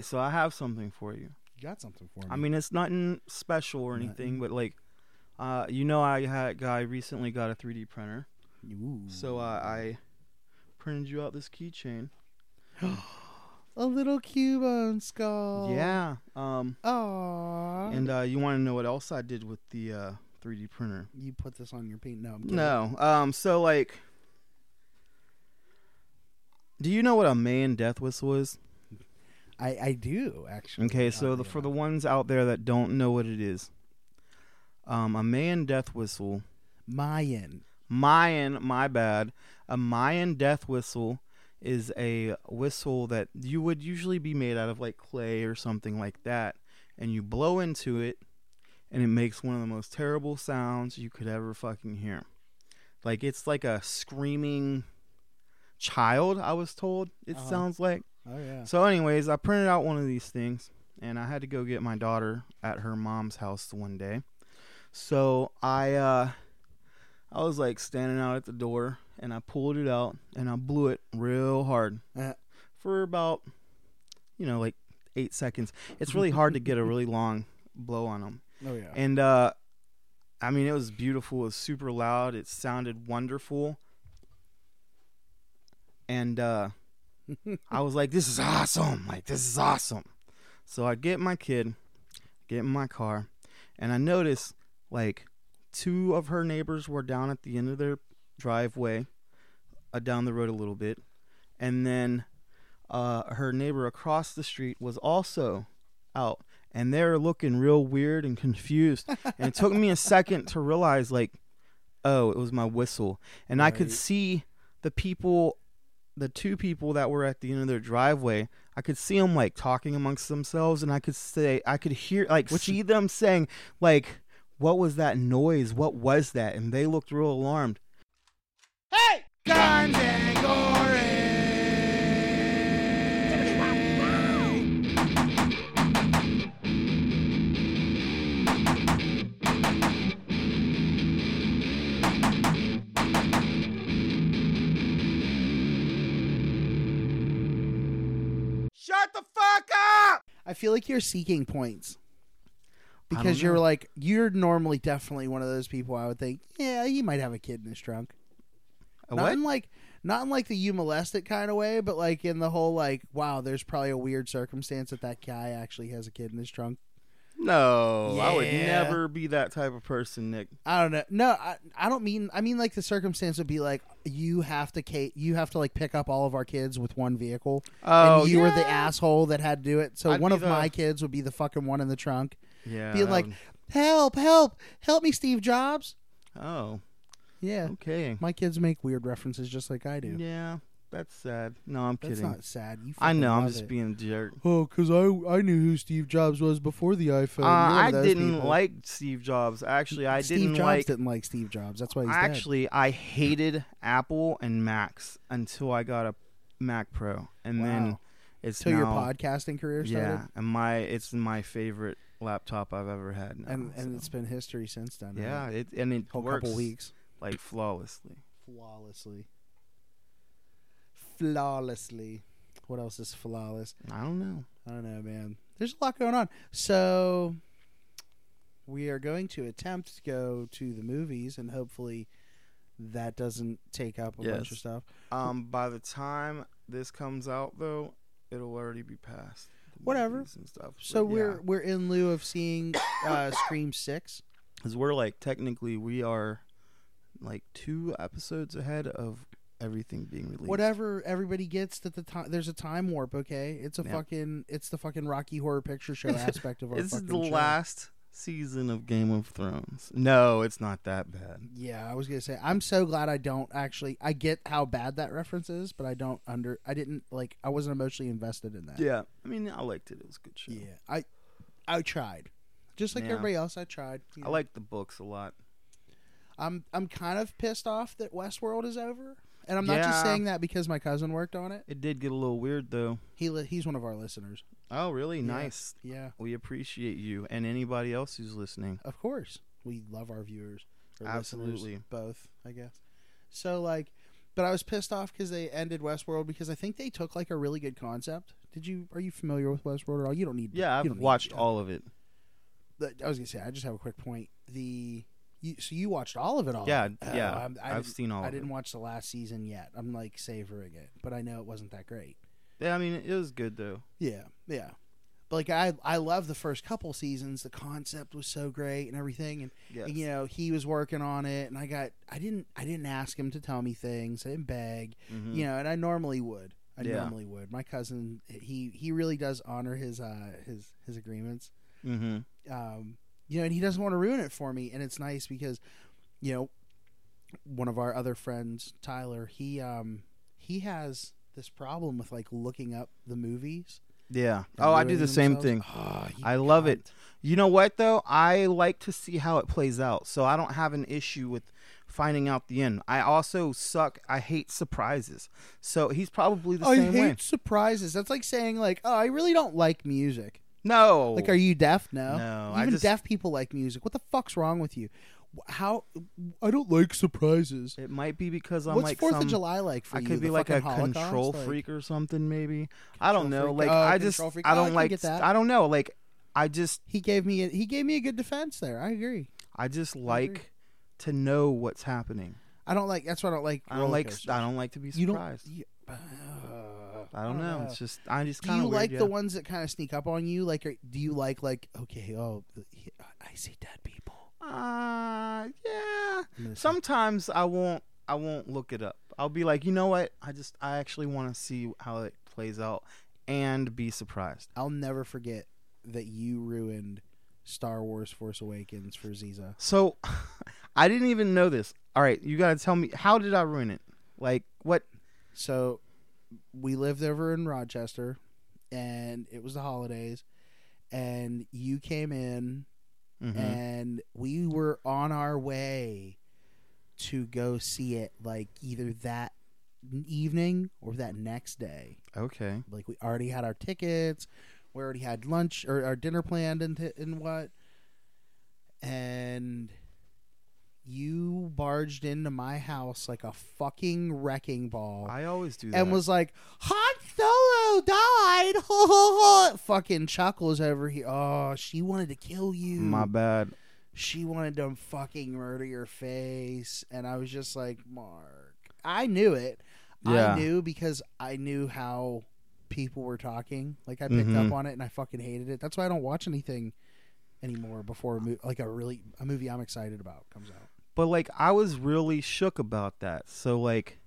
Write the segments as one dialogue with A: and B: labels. A: So I have something for you.
B: You got something for me?
A: I mean, it's nothing special or anything, but like, uh, you know, I had guy recently got a 3D printer,
B: Ooh.
A: so uh,
B: Mm.
A: I printed you out this keychain.
B: a little Cubone skull.
A: Yeah. Um,
B: Aww.
A: and uh, you want to know what else I did with the uh, 3D printer?
B: you put this on your paint? No. I'm kidding.
A: No. Um. So like, do you know what a man death whistle is?
B: I I do actually.
A: Okay. So the, for the ones out there that don't know what it is, um, a man death whistle,
B: Mayan.
A: Mayan, my bad, a Mayan death whistle is a whistle that you would usually be made out of like clay or something like that, and you blow into it, and it makes one of the most terrible sounds you could ever fucking hear. Like it's like a screaming child. I was told it
B: Uh-huh.
A: sounds like.
B: Oh yeah.
A: So, anyways, I printed out one of these things, and I had to go get my daughter at her mom's house one day. So I, uh, I was like standing out at the door, and I pulled it out, and I blew it real hard
B: Uh.
A: for about, you know, like eight seconds. It's really hard to get a really long blow on them.
B: Oh yeah.
A: And uh I mean it was beautiful, it was super loud, it sounded wonderful. And uh I was like, This is awesome, like this is awesome. So I get my kid, get in my car, and I notice like two of her neighbors were down at the end of their driveway, uh, down the road a little bit, and then uh, her neighbor across the street was also out, and they were looking real weird and confused. and it took me a second to realize, like, oh, it was my whistle, and I could
B: Right.
A: see the people, the two people that were at the end of their driveway. I could see them like talking amongst themselves, and I could say, I could hear, like, see them saying, like, what was that noise? What was that? And they looked real alarmed.
B: hey.
A: Shut the fuck up!
B: I feel like you're seeking points.
A: I don't
B: Because you're
A: know.
B: like you're normally definitely one of those people I would think, yeah, he might have a kid in his trunk. Not
A: what?
B: in like not in like the you molest it kind of way, but like in the whole like, wow, there's probably a weird circumstance that that guy actually has a kid in his trunk.
A: No, I would
B: Yeah.
A: never be that type of person, Nick.
B: I don't know. No, I, I don't mean. I mean like the circumstance would be like you have to ca- you have to like pick up all of our kids with one vehicle.
A: Oh,
B: and you were the
A: yeah.
B: asshole that had to do it. So
A: I'd
B: one
A: be
B: of
A: the-
B: my kids would be the fucking one in the trunk,
A: Yeah. um,
B: being
A: that
B: like,
A: would-
B: "Help! Help! Help me, Steve Jobs."
A: oh,
B: Yeah,
A: okay.
B: my kids make weird references just like I do.
A: Yeah, that's sad. No, I'm
B: That's
A: kidding.
B: not sad. You
A: I
B: fucking
A: know, I'm
B: love
A: just
B: it.
A: being a jerk.
B: Oh, cause I I knew who Steve Jobs was before the iPhone.
A: Uh, I didn't like Steve Jobs. Actually, I
B: Steve
A: didn't
B: Jobs
A: like.
B: didn't like Steve Jobs. That's why he's dead.
A: actually, I hated Apple and Macs until I got a Mac Pro, and then
B: Wow.
A: it's
B: Till your
A: now-
B: podcasting career started.
A: Yeah, and my it's my favorite laptop I've ever had. Now,
B: and and
A: Oh, so.
B: it's been history since then. right?
A: yeah, it and it
B: whole
A: works
B: couple weeks
A: like flawlessly.
B: flawlessly, flawlessly. What else is flawless?
A: I don't know.
B: I don't know, man. There's a lot going on. So we are going to attempt to go to the movies, and hopefully that doesn't take up a bunch of
A: Yes.
B: stuff.
A: Um, by the time this comes out, though, it'll already be past. the
B: Whatever.
A: movies And stuff.
B: So
A: but
B: we're
A: yeah.
B: we're in lieu of seeing uh, Scream Six.
A: 'Cause we're like technically we are like two episodes ahead of everything being released.
B: Whatever everybody gets that the time there's a time warp. Okay, it's a
A: Yeah.
B: fucking it's the fucking Rocky Horror Picture Show aspect of our.
A: This is
B: fucking
A: the
B: show.
A: last season of Game of Thrones. No, it's not that bad.
B: Yeah, I was gonna say I'm so glad I don't actually. I get how bad that reference is, but I don't under. I didn't like. I wasn't emotionally invested in that.
A: Yeah, I mean, I liked it. It was a good show.
B: yeah. I, I tried, just like
A: Yeah.
B: everybody else. I tried. you
A: I
B: know.
A: liked the books a lot.
B: I'm I'm kind of pissed off that Westworld is over, and I'm not just
A: Yeah.
B: saying that because my cousin worked on it.
A: It did get a little weird though.
B: He li- he's one of our listeners.
A: Oh, really?
B: Yeah.
A: Nice.
B: Yeah,
A: We appreciate you and anybody else who's listening.
B: of course we love our viewers. Or listeners,
A: Absolutely.
B: both. I guess. So like, but I was pissed off because they ended Westworld because I think they took like a really good concept Did you are you familiar with Westworld at all? You don't need. to-
A: Yeah,
B: you
A: I've
B: don't need
A: watched
B: to.
A: all of it.
B: But I was gonna say I just have a quick point. The you, so you watched all of it all.
A: Yeah,
B: Oh,
A: yeah,
B: I'm- I,
A: I've
B: didn't-
A: seen all
B: I
A: of
B: didn't
A: it.
B: watch the last season yet. I'm like savoring it, but I know it wasn't that great.
A: Yeah, I mean it was good though.
B: Yeah, yeah. But like I, I love the first couple seasons. The concept was so great and everything, and,
A: Yeah.
B: and, you know he was working on it. And I got, I didn't, I didn't ask him to tell me things. I didn't beg,
A: Mhm.
B: you know. And I normally would. I
A: Yeah.
B: normally would. My cousin, he he really does honor his uh his his agreements.
A: Mhm.
B: Um, you know, and he doesn't want to ruin it for me. And it's nice because, you know, one of our other friends, Tyler, he um he has this problem with like looking up the movies
A: Yeah.
B: and
A: Oh, I do
B: ruining
A: the same thing.
B: themselves. Ah, you
A: I love it.
B: cunt.
A: You know what though? I like to see how it plays out, so I don't have an issue with finding out the end. I also suck. I hate surprises. So he's probably the
B: I
A: same
B: Oh, hate
A: way.
B: surprises. That's like saying like, oh, I really don't like music.
A: No.
B: Like, are you deaf? No.
A: No, I
B: Even
A: just-
B: deaf people like music. What the fuck's wrong with you? Wh- How? I don't like surprises.
A: it might be because I'm
B: What's
A: like
B: Fourth
A: some,
B: of July like for
A: I
B: you?
A: could
B: The
A: be like a
B: fucking Holocaust?
A: control
B: Like,
A: freak or something, maybe. I don't
B: Control
A: know.
B: freak?
A: Like
B: Oh,
A: I
B: control
A: just
B: freak.
A: I
B: Oh, I
A: don't
B: can
A: like
B: get that.
A: I don't know. Like I just
B: He gave me a, he gave me a good defense there. I agree.
A: I just like to know what's happening.
B: I don't like. That's why I don't like.
A: I don't
B: roller
A: like
B: coasters.
A: I don't like to be
B: You don't.
A: surprised.
B: you- uh,
A: I don't know. It's just I just
B: do
A: kind
B: you
A: of
B: like
A: yeah.
B: the ones that kind of sneak up on you? Like, are, do you like like okay, oh, he- I see dead people.
A: Uh, yeah.
B: I'm gonna see-
A: Sometimes I won't. I won't look it up. I'll be like, you know what? I just I actually want to see how it plays out and be surprised.
B: I'll never forget that you ruined Star Wars Force Awakens for Ziza.
A: So, I didn't even know this. All right, you gotta tell me how did I ruin it? Like what?
B: So we lived over in Rochester and it was the holidays and you came in
A: Mhm.
B: and we were on our way to go see it like either that evening or that next day.
A: Okay.
B: Like we already had our tickets, we already had lunch or our dinner planned and th- and what, and you barged into my house like a fucking wrecking ball
A: I always do that.
B: and was like, "Han Solo died!" ho, ho, ho." fucking chuckles over here. Oh, she wanted to kill you.
A: Mm, my bad.
B: she wanted to fucking murder your face, and I was just like, "Mark, I knew it."
A: Yeah.
B: I knew because I knew how people were talking. Like I picked
A: Mhm.
B: up on it and I fucking hated it. That's why I don't watch anything anymore before a mo- like a really a movie I'm excited about comes out.
A: But like I was really shook about that. So like,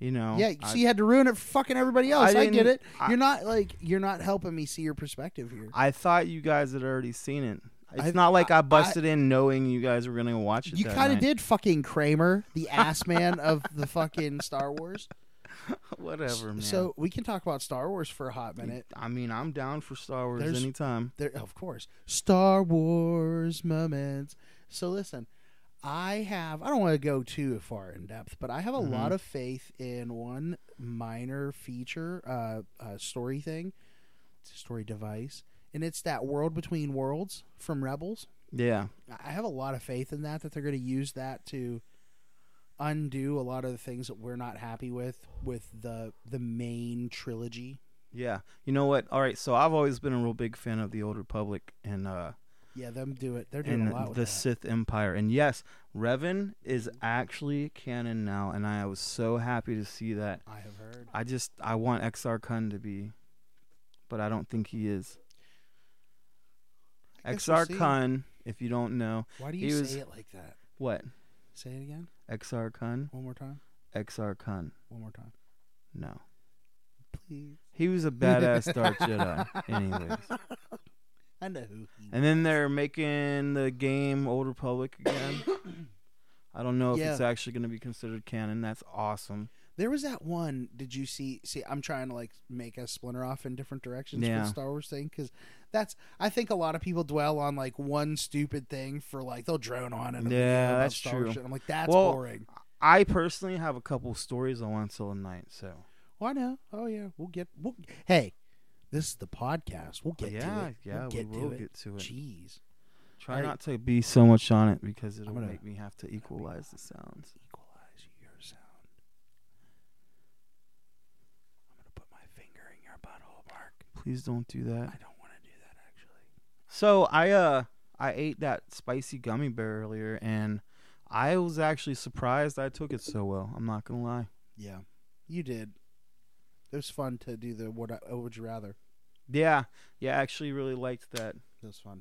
A: you know.
B: yeah,
A: I-
B: so you had to ruin it for fucking everybody else. I, get
A: didn't-
B: it.
A: I-
B: you're not like you're not helping me see your perspective here.
A: I thought you guys had already seen it. It's
B: I've-
A: not like I,
B: I-
A: busted in knowing you guys were gonna watch it.
B: You
A: that
B: kind of
A: night.
B: did fucking Kramer, the ass man of the fucking Star Wars.
A: Whatever, man.
B: So we can talk about Star Wars for a hot minute.
A: I mean, I'm down for Star Wars
B: There's-
A: anytime.
B: There, of course, Star Wars moments. So listen, I have I don't want to go too far in depth, but I have a
A: Mhm.
B: lot of faith in one minor feature, uh, uh, story thing, it's a story device, and it's that world between worlds from Rebels.
A: Yeah.
B: I have a lot of faith in that that they're going to use that to undo a lot of the things that we're not happy with with the the main trilogy.
A: Yeah. You know what? All right, so I've always been a real big fan of the Old Republic and uh
B: Yeah, them do it. They're doing
A: and
B: a lot with
A: the
B: that.
A: Sith Empire. And yes, Revan is actually canon now and I was so happy to see that.
B: I have heard.
A: I just I want Exar Kun to be but I don't think he is.
B: I guess we'll
A: Exar
B: see.
A: Kun, if you don't know,
B: Why do
A: he
B: you say
A: was-
B: it like that?
A: what?
B: Say it again.
A: Exar Kun?
B: One more time.
A: Exar Kun.
B: One more time.
A: No.
B: Please.
A: He was a badass Dark Jedi anyways.
B: I know who he
A: And then they're making the game Old Republic again. I don't know if
B: Yeah.
A: it's actually going to be considered canon. That's awesome.
B: There was that one. Did you see? See, I'm trying to like make us splinter off in different directions
A: Yeah.
B: with Star Wars thing because that's. I think a lot of people dwell on like one stupid thing for like they'll drone on and
A: Yeah, that's
B: Star Wars
A: true.
B: shit. I'm like that's
A: Well-
B: boring.
A: I personally have a couple stories I want to tell tonight, so
B: Well, I know. Oh yeah, we'll get. We'll, hey, this is the podcast. We'll get to
A: yeah,
B: it.
A: yeah,
B: we'll get
A: we will
B: to it.
A: get to it.
B: Jeez,
A: Try
B: Alright.
A: not to be so much on it because it'll
B: gonna-
A: make me have to equalize the sounds.
B: equalize your sound. I'm gonna put my finger in your butthole, Mark.
A: Please don't do that.
B: I don't want to do that actually.
A: So I uh I ate that spicy gummy bear earlier and I was actually surprised I took it so well. I'm not gonna lie.
B: Yeah, you did. It was fun to do the what? I, oh, would you rather?
A: Yeah, yeah, I actually really liked that.
B: It was fun.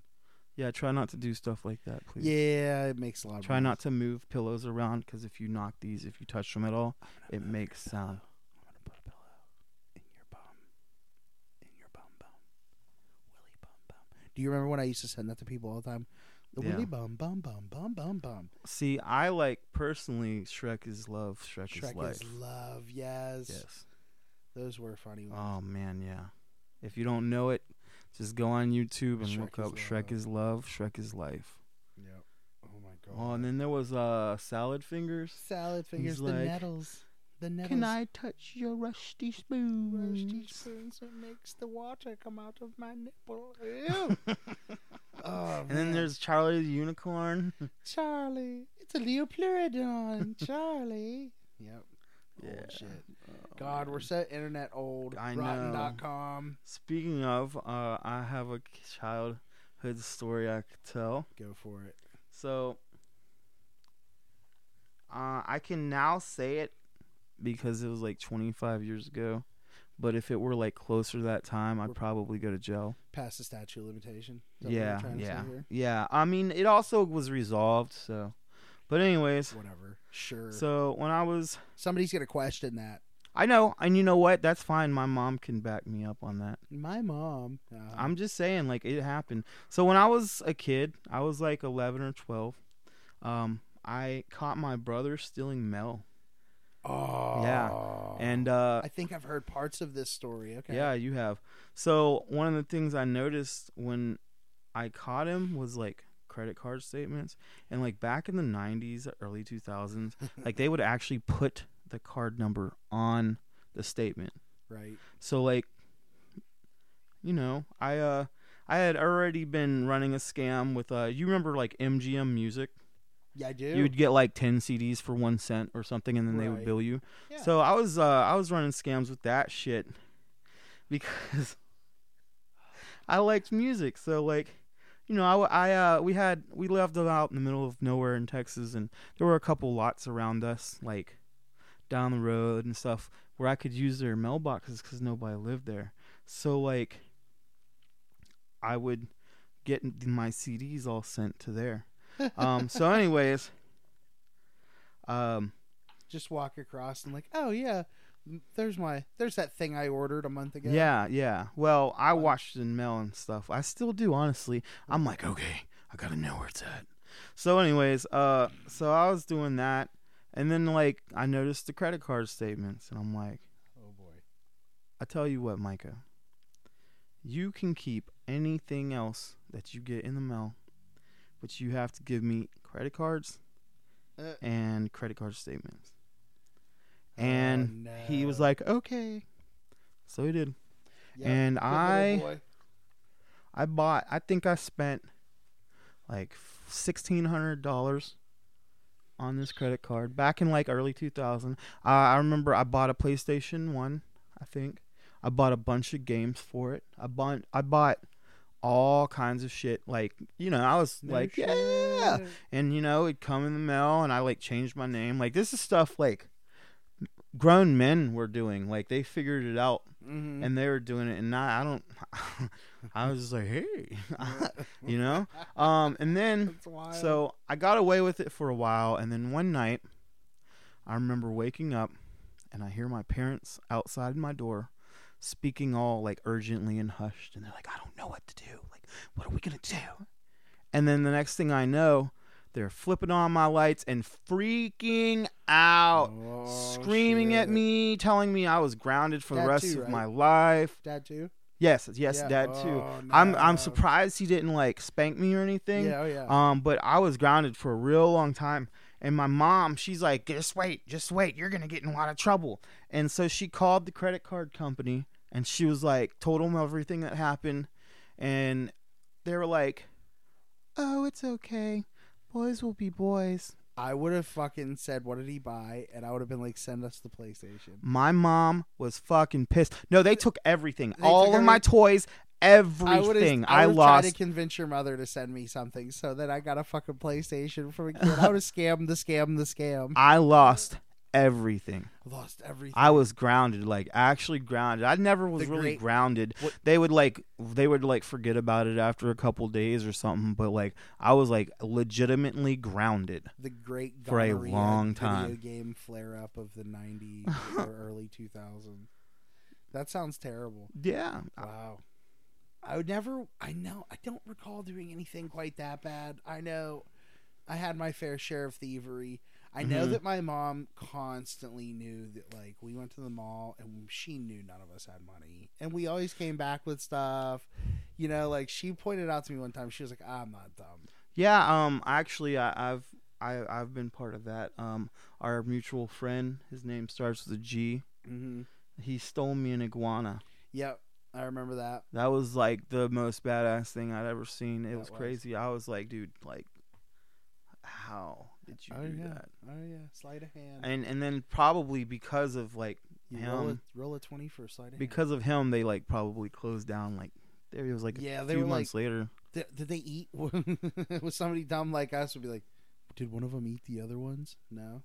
A: Yeah, try not to do stuff like that, please.
B: Yeah, it makes a lot. of
A: Try
B: noise.
A: not to move pillows around because if you knock these, if you touch them at all,
B: I'm gonna
A: it
B: move
A: makes
B: your pillow.
A: sound.
B: I'm gonna put a pillow in your bum, in your bum bum, willy bum bum. Do you remember when I used to send that to people all the time? The
A: Yeah.
B: willy bum bum bum bum bum bum.
A: See, I like personally Shrek is love, Shrek, is
B: Shrek
A: life.
B: is love. Yes.
A: Yes.
B: those were funny ones.
A: Oh man, yeah. If you don't know it, just go on YouTube and
B: Shrek
A: look
B: is uh,
A: up Shrek
B: love.
A: is love, Shrek is life.
B: yeah. Oh my god.
A: Oh, and then there was uh salad fingers.
B: salad fingers, the
A: like,
B: nettles, the nettles.
A: Can I touch your rusty spoon?
B: Rusty spoons that makes the water come out of my nipple. Ew. oh,
A: And then
B: man.
A: there's Charlie the unicorn.
B: Charlie. It's a Leopleurodon, Charlie. Yep. Old shit. God, we're so internet old.
A: Oh, I
B: Rotten
A: know.
B: dot com.
A: Speaking of, uh, I have a childhood story I could tell.
B: Go for it.
A: So, uh, I can now say it because it was like 25 years ago. But if it were like closer to that time, I'd probably go to jail.
B: Pass the statute of limitation. Is that what you're
A: Yeah,
B: trying to say
A: yeah,
B: here?
A: yeah. I mean, it also was resolved. So, but anyways,
B: Whatever. Sure.
A: so when I was,
B: Somebody's gonna question that.
A: I know, and you know what? That's fine. My mom can back me up on that.
B: My mom. Uh,
A: I'm just saying, like it happened. So when I was a kid, I was like 11 or 12. Um, I caught my brother stealing mail,
B: Oh.
A: yeah, and uh,
B: I think I've heard parts of this story. Okay.
A: yeah, you have. So one of the things I noticed when I caught him was like credit card statements, and like back in the 90s, early 2000s, like they would actually put the card number on the statement.
B: Right.
A: So like you know, I uh I had already been running a scam with uh you remember like MGM Music?
B: Yeah, I do.
A: You would get like 10 CDs for 1 cent or something and then they
B: Right.
A: would bill you.
B: Yeah.
A: So I was uh I was running scams with that shit because I liked music. So like you know, I, w- I, uh, we had we lived out in the middle of nowhere in Texas, and there were a couple lots around us, like down the road and stuff, where I could use their mailboxes because nobody lived there. So like, I would get m- my CDs all sent to there. Um, so, anyways, um,
B: just walk across and like, oh yeah, there's my there's that thing I ordered a month ago.
A: yeah, yeah. Well, I watched in mail and stuff. I still do, honestly. I'm like, okay, I gotta know where it's at. So, anyways, uh, so I was doing that, and then like I noticed the credit card statements, and I'm like.
B: Oh boy.
A: I tell you what, Micah. You can keep anything else that you get in the mail, but you have to give me credit cards
B: Uh.
A: and credit card statements. And
B: Oh,
A: he was
B: no.
A: like, "Okay." So he did.
B: Yeah,
A: and
B: good little
A: I-
B: boy.
A: I bought. I think I spent like sixteen hundred dollars on this credit card back in like early two thousand. Uh, I remember I bought a PlayStation One. I think I bought a bunch of games for it. I bought. I bought all kinds of shit. Like you know, I was
B: No
A: like,
B: shit.
A: yeah, and you know, it'd come in the mail, and I like changed my name. Like this is stuff like grown men were doing. Like they figured it out
B: Mhm.
A: Mm-hmm. and they were doing it and I, I don't I was just like hey you know um and then
B: That's wild.
A: so I got away with it for a while and then one night I remember waking up and I hear my parents outside my door speaking all like urgently and hushed and they're like I don't know what to do like what are we going to do and then the next thing I know they're flipping on my lights and freaking out
B: Oh,
A: screaming at
B: shit.
A: me, telling me I was grounded for
B: Dad
A: the rest
B: too,
A: of
B: right?
A: my life.
B: Dad too.
A: Yes, yes,
B: Yeah.
A: Dad too.
B: Oh,
A: I'm I'm
B: no.
A: surprised he didn't like spank me or anything.
B: Yeah, oh, yeah.
A: Um, but I was grounded for a real long time. And my mom, she's like, just wait, just wait, you're gonna get in a lot of trouble. And so she called the credit card company and she was like, told them everything that happened, and they were like, oh, it's okay, boys will be boys.
B: I would have fucking said, "What did he buy?" And I would have been like, "Send us the PlayStation."
A: My mom was fucking pissed. No, they took everything.
B: They
A: All
B: took
A: of my
B: everything.
A: toys,
B: I would
A: everything.
B: have.
A: I,
B: would've tried to
A: lost.
B: convince your mother to send me something so that I got a fucking PlayStation from a kid. I would have scammed the scam, the scam.
A: I lost everything.
B: Lost everything.
A: I was grounded, like actually grounded. I never was
B: The
A: really
B: great-
A: grounded.
B: what-
A: They would like they would like forget about it after a couple days or something, but like I was like legitimately grounded.
B: the great
A: For a
B: gonorrhea
A: long
B: video
A: time.
B: game flare up of the '90s or early 2000s. That sounds terrible.
A: Yeah.
B: Wow. I would never I know I don't recall doing anything quite that bad. I know I had my fair share of thievery. I know
A: Mhm.
B: that my mom constantly knew that like we went to the mall and she knew none of us had money. And we always came back with stuff. You know, like she pointed out to me one time, she was like, I'm not dumb.
A: Yeah, um actually I, I've I, I've been part of that. Um our mutual friend, his name starts with a G.
B: Mm-hmm.
A: He stole me an iguana.
B: Yep. I remember that.
A: That was like the most badass thing I'd ever seen. It
B: That
A: was
B: was.
A: crazy. I was like, dude, like how did you
B: Oh
A: do
B: yeah.
A: that?
B: Oh yeah. Sleight of hand.
A: And and then probably because of like
B: you roll a,
A: him.
B: roll a twenty for a sleight of hand.
A: because of him they like probably closed down like there it was like
B: Yeah,
A: a
B: they
A: few
B: were, like,
A: months later.
B: Did, did they eat? was somebody dumb like us would be like, did one of them eat the other ones? No.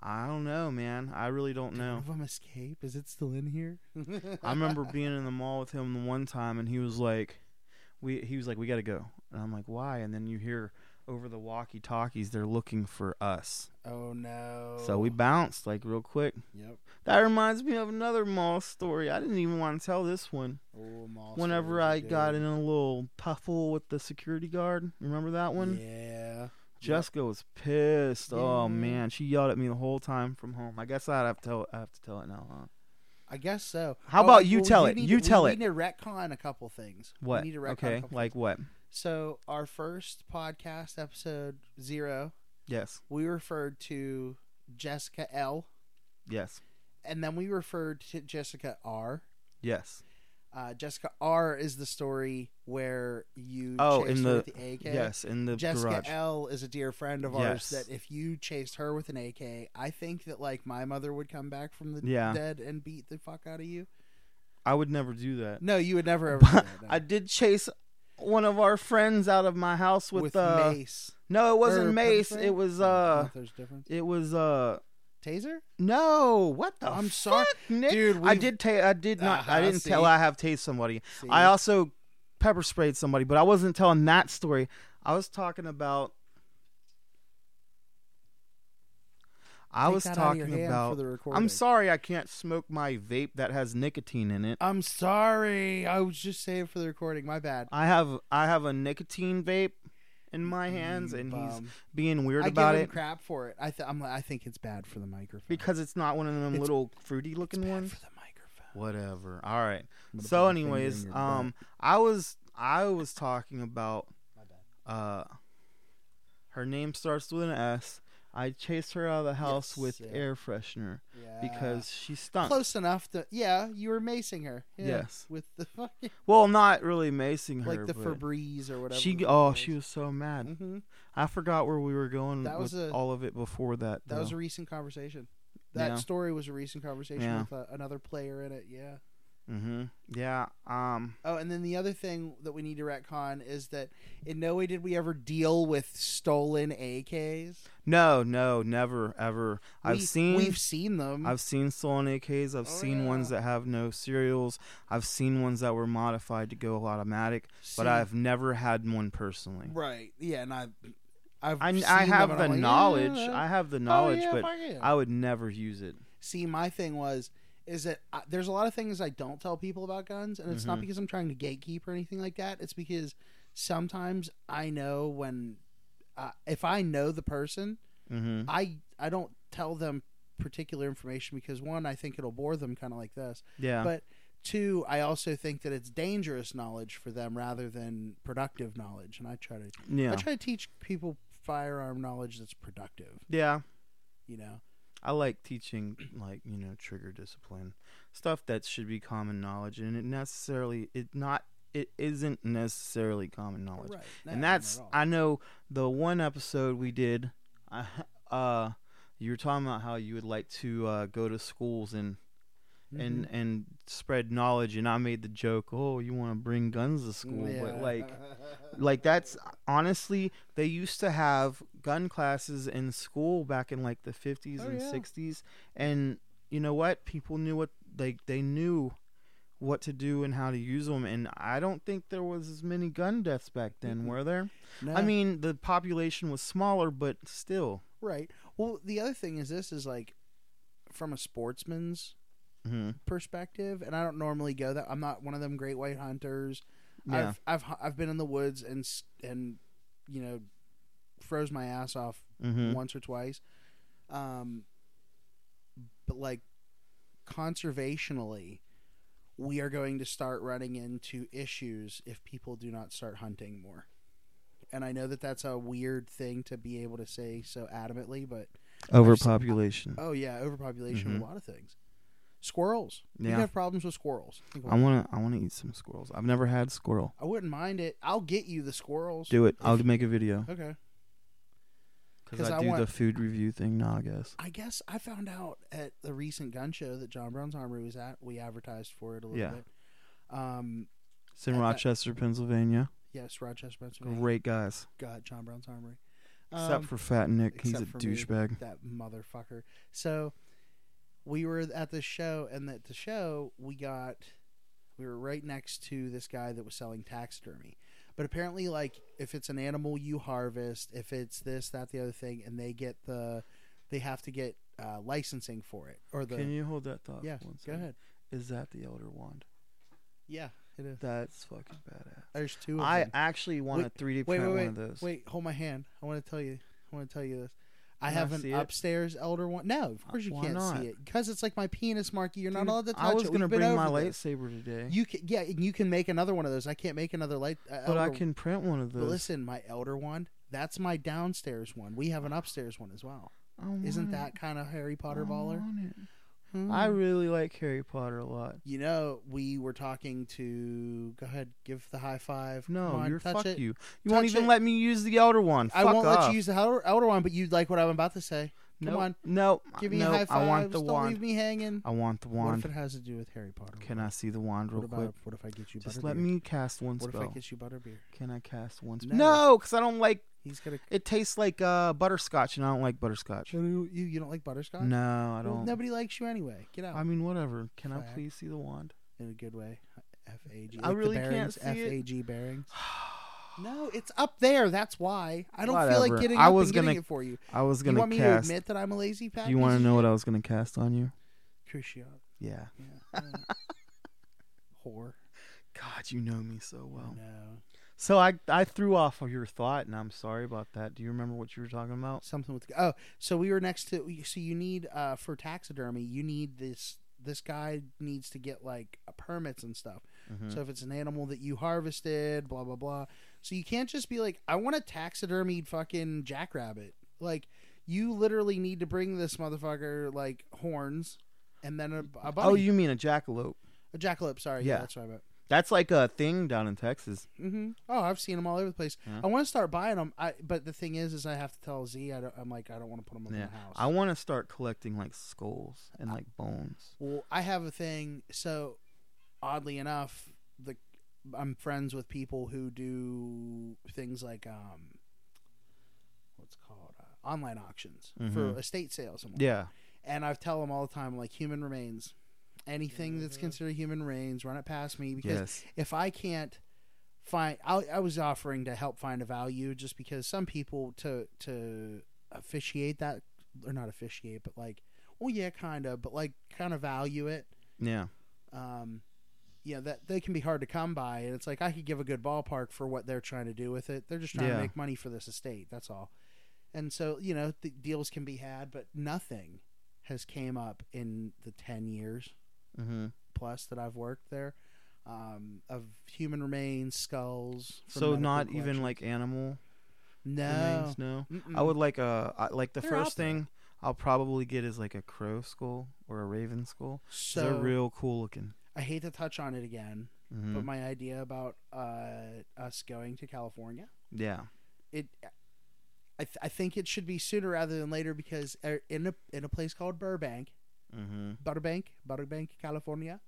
A: I don't know, man. I really don't
B: Did one
A: know.
B: of them escape? Is it still in here?
A: I remember being in the mall with him the one time, and he was like, "We," he was like, "We got to go," and I'm like, "Why?" And then you hear over the walkie-talkies, they're looking for us.
B: Oh no.
A: So we bounced like real quick.
B: Yep.
A: That reminds me of another mall story. I didn't even want to tell this one.
B: Oh, mall
A: Whenever
B: stories are
A: I got
B: good.
A: in a little tuffle with the security guard, remember that one?
B: Yeah.
A: Jessica was pissed.
B: Yeah.
A: Oh man, she yelled at me the whole time from home. I guess I'd have to tell. I have to tell it now, huh?
B: I guess so.
A: How about
B: I-
A: you tell
B: we
A: it?
B: need
A: You
B: to-
A: tell
B: we
A: it.
B: need to retcon a couple things. We
A: What?
B: need to retcon a
A: Okay,
B: couple
A: like
B: things.
A: what?
B: So our first podcast episode zero,
A: Yes,
B: we referred to Jessica L,
A: yes,
B: and then we referred to Jessica R.
A: yes.
B: Uh, Jessica R is the story where you
A: Oh, in
B: chased her
A: the-
B: with the AK.
A: Yes, in the
B: Jessica
A: garage.
B: L is a dear friend of
A: Yes.
B: ours. That if you chased her with an AK, I think that like my mother would come back from the
A: Yeah.
B: dead and beat the fuck out of you.
A: I would never do that.
B: No, you would never ever. do
A: But
B: that, no.
A: I did chase one of our friends out of my house with,
B: with Er,
A: uh
B: mace.
A: No, it
B: Or
A: wasn't mace.
B: pepper?
A: It was
B: Oh,
A: uh
B: not there's a difference.
A: it was uh
B: Taser,
A: no, what the
B: I'm
A: fuck,
B: sorry.
A: Nick?
B: dude.
A: I
B: we've-
A: did ta- I did not
B: Uh-huh,
A: I didn't
B: see?
A: tell I have tased somebody.
B: See?
A: I also pepper sprayed somebody, but I wasn't telling that story. I was talking about I
B: Take
A: was
B: that out of your
A: talking
B: hand
A: about
B: For the recording.
A: I'm sorry I can't smoke my vape that has nicotine in it.
B: I'm sorry. I was just saying for the recording. My bad.
A: I have I have a nicotine vape in my hands
B: You
A: and he's
B: bum.
A: being weird
B: Mm, I
A: about
B: give him
A: it
B: crap for it. I th- I'm, like, I think it's bad for the microphone.
A: because it's not one of them
B: It's-
A: little fruity looking ones.
B: for the microphone.
A: Whatever. All right.
B: I'm gonna
A: So
B: put my finger in
A: anyways,
B: your butt.
A: um I was I was talking about
B: My bad.
A: uh her name starts with an S. I chased her out of the house
B: Yes,
A: with
B: yeah.
A: air freshener
B: Yeah.
A: because she stunk.
B: close enough to yeah, you were macing her. Yeah,
A: Yes.
B: with the fucking
A: Well, not really macing her.
B: like the
A: but
B: Febreze or whatever.
A: She oh, she was so mad.
B: hmm
A: I forgot where we were going
B: That was
A: with
B: a-
A: all of it before that.
B: That was
A: though.
B: a recent conversation. That
A: Yeah.
B: story was a recent conversation
A: Yeah.
B: with uh, another player in it. Yeah.
A: Mhm. Yeah. Um
B: Oh, and then the other thing that we need to retcon is that in no way did we ever deal with stolen AKs.
A: no, no, never ever. I've
B: We-
A: seen
B: we've seen them.
A: I've seen stolen AKs. I've
B: Mm-hmm. Oh,
A: seen ones
B: yeah.
A: that have no serials. I've seen ones that were modified to go automatic,
B: seen,
A: but I've never had one personally.
B: right. Yeah, and I've I've
A: I,
B: seen
A: I have
B: them,
A: the
B: and I'm like,
A: knowledge.
B: "Yeah,
A: I have the
B: oh,
A: knowledge,
B: yeah,
A: but
B: fuck yeah."
A: I would never use it.
B: see my thing was is that I, there's a lot of things i don't tell people about guns and it's not
A: Mhm.
B: because i'm trying to gatekeep or anything like that it's because sometimes i know when uh, if i know the person
A: hmm
B: i i don't tell them particular information because one i think it'll bore them kind of like this
A: Yeah.
B: But- two i also think that it's dangerous knowledge for them rather than productive knowledge and i try to i
A: yeah.
B: try to teach people firearm knowledge that's productive
A: yeah.
B: you know
A: I like teaching, like you know, trigger discipline, stuff that should be common knowledge, and it necessarily it not it isn't necessarily common knowledge.
B: right
A: and
B: not at
A: that's
B: all.
A: I know the one episode we did. I, uh, you were talking about how you would like to uh, go to schools and
B: Mm-hmm.
A: and and spread knowledge, and I made the joke, oh, you want to bring guns to school, but like like that's honestly they used to have gun classes in school back in like the 50s
B: Oh,
A: and
B: yeah.
A: 60s and you know what people knew what like they knew what to do and how to use them and i don't think there was as many gun deaths back then
B: Mm-mm.
A: were there i
B: Nah.
A: mean the population was smaller but still
B: Right. Well, the other thing is this is like from a sportsman's
A: hmm
B: perspective, and I don't normally go that. I'm not one of them great white hunters.
A: yeah
B: I've I've I've been in the woods and s- and you know froze my ass off
A: hmm
B: once or twice. Um, but like conservationally, we are going to start running into issues if people do not start hunting more. And I know that that's a weird thing to be able to say so adamantly, but
A: overpopulation
B: oh yeah, overpopulation of a lot of things. Squirrels. You
A: Mm-hmm. Yeah. Um,
B: have problems with squirrels. Think
A: i
B: about it.
A: want to i want to eat some squirrels i've never had squirrel
B: I wouldn't mind it. I'll get you the squirrels.
A: do it i'll make a video
B: Okay.
A: because
B: 'Cause
A: i,
B: I
A: do
B: want-
A: the food review thing now i guess
B: I guess I found out at the recent gun show that John Brown's Armory was at. We advertised for it a little
A: Yeah.
B: bit. Um,
A: it's in
B: At that-
A: rochester pennsylvania
B: yes, Rochester, Pennsylvania.
A: Great guys,
B: Got John Brown's Armory.
A: except
B: Um,
A: for Fat Nick. He's a
B: except for me,
A: douchebag.
B: that motherfucker. So we were at this show, and at the show we got we were right next to this guy that was selling taxidermy. But apparently, like if it's an animal you harvest, if it's this, that, the other thing, and they get the they have to get uh, licensing for it or the
A: Can you hold that thought?
B: yeah.
A: for one
B: Go
A: second?
B: ahead.
A: Is that the Elder Wand?
B: Yeah, it is.
A: That's fucking badass.
B: There's two of
A: I
B: them.
A: actually want to
B: Wait,
A: 3D
B: wait,
A: print
B: wait,
A: one of those.
B: Wait, hold my hand. I want to tell you. I want to tell you this. I
A: Can I
B: have
A: see
B: an
A: it? Uh,
B: upstairs elder one. No, of course you
A: why
B: can't
A: not?
B: see it because it's like my penis, Marky. You're
A: Dude,
B: not allowed to touch
A: I was
B: it.
A: gonna
B: We've been
A: bring my
B: over this.
A: lightsaber today,
B: You can, yeah, and you can make another one of those. I can't make another light. Uh,
A: but I
B: elder-
A: can print one of
B: But
A: those.
B: listen, my elder one. That's my downstairs one. We have an upstairs one as well.
A: I want
B: Isn't
A: it.
B: that kind of Harry Potter
A: I
B: baller?
A: want it.
B: Hmm.
A: I really like Harry Potter a lot.
B: You know, we were talking to. Go ahead, give the high five.
A: No,
B: Come on,
A: you're
B: touch
A: fuck
B: it.
A: you. You won't
B: Touch
A: even
B: it.
A: let me use the Elder Wand.
B: I
A: Fuck
B: won't
A: off.
B: let you use the elder, elder one, but you'd like what I'm about to say. Come
A: Nope.
B: on,
A: No,
B: give me
A: nope.
B: a high five.
A: I want the
B: Don't leave
A: wand.
B: me hanging.
A: I want the
B: What if it
A: wand.
B: has to do with Harry Potter?
A: Can I see the wand
B: What
A: real quick?
B: about what if I get you?
A: Just
B: butterbeer?
A: let me cast one
B: What if I
A: spell.
B: get you butterbeer?
A: Can I cast one spell?
B: No.
A: No, because I don't like.
B: He's gonna.
A: It tastes like uh, butterscotch, and I don't like butterscotch.
B: You you don't like butterscotch?
A: No, I
B: Well,
A: don't.
B: nobody likes you anyway. Get out.
A: I mean, whatever. Can I
B: Fag.
A: please see the wand?
B: in a good way. F A G.
A: I really can't see it.
B: F A G bearings. No, it's up there. That's why I don't
A: Whatever.
B: feel like getting.
A: I
B: up
A: was
B: and getting
A: gonna-
B: it for you.
A: I was
B: You
A: gonna
B: want me
A: cast.
B: to admit that I'm a lazy fat?
A: do you
B: want to
A: know what I was gonna cast on you?
B: Cruciate.
A: Yeah.
B: Yeah. yeah. Whore.
A: God, you know me so well.
B: No.
A: So I I threw off of your thought, and I'm sorry about that. Do you remember what you were talking about?
B: Something with oh, so we were next to. So you need uh for taxidermy, you need this. This guy needs to get like permits and stuff.
A: Mhm.
B: So if it's an animal that you harvested, blah blah blah. So you can't just be like, I want a taxidermied fucking jackrabbit. Like you literally need to bring this motherfucker like horns, and then a, a bunny.
A: oh, you mean a jackalope?
B: a jackalope. Sorry, yeah,
A: Yeah.
B: that's what I meant.
A: That's like a thing down in Texas.
B: hmm Oh, I've seen them all over the place.
A: Yeah.
B: I want to start buying them. I but the thing is, is I have to tell Z. I don't, I'm like, I don't want to put them up
A: Yeah.
B: in the house.
A: I want to start collecting like skulls and like bones.
B: Well, I have a thing. So, oddly enough, the I'm friends with people who do things like um, what's it called uh, online auctions
A: Mhm.
B: for estate sales. And, whatnot.
A: Yeah.
B: and I've tell them all the time like human remains, anything that's
A: Mhm.
B: considered human remains, run it past me because
A: Yes.
B: if I can't find, I, I was offering to help find a value just because some people to to officiate that or not officiate, but like, well, yeah, kind of, but like, kind of value it.
A: Yeah.
B: Um, you know that they can be hard to come by, and it's like I could give a good ballpark for what they're trying to do with it. They're just trying
A: Yeah.
B: to make money for this estate. That's all. And so you know the deals can be had, but nothing has came up in the ten years
A: Mm-hmm.
B: plus that I've worked there um, of human remains, skulls. from
A: So
B: medical
A: not
B: collections.
A: even like animal
B: no.
A: remains. No, I
B: Mm-mm.
A: would like a I- like the
B: They're out
A: first
B: there.
A: thing I'll probably get is like a crow skull or a raven skull.
B: So
A: They're real cool looking.
B: I hate to touch on it again,
A: Mhm.
B: but my idea about uh, us going to California,
A: yeah,
B: it I, th- I think it should be sooner rather than later because uh, in a in a place called Burbank,
A: Mm-hmm.
B: Burbank, Burbank, California,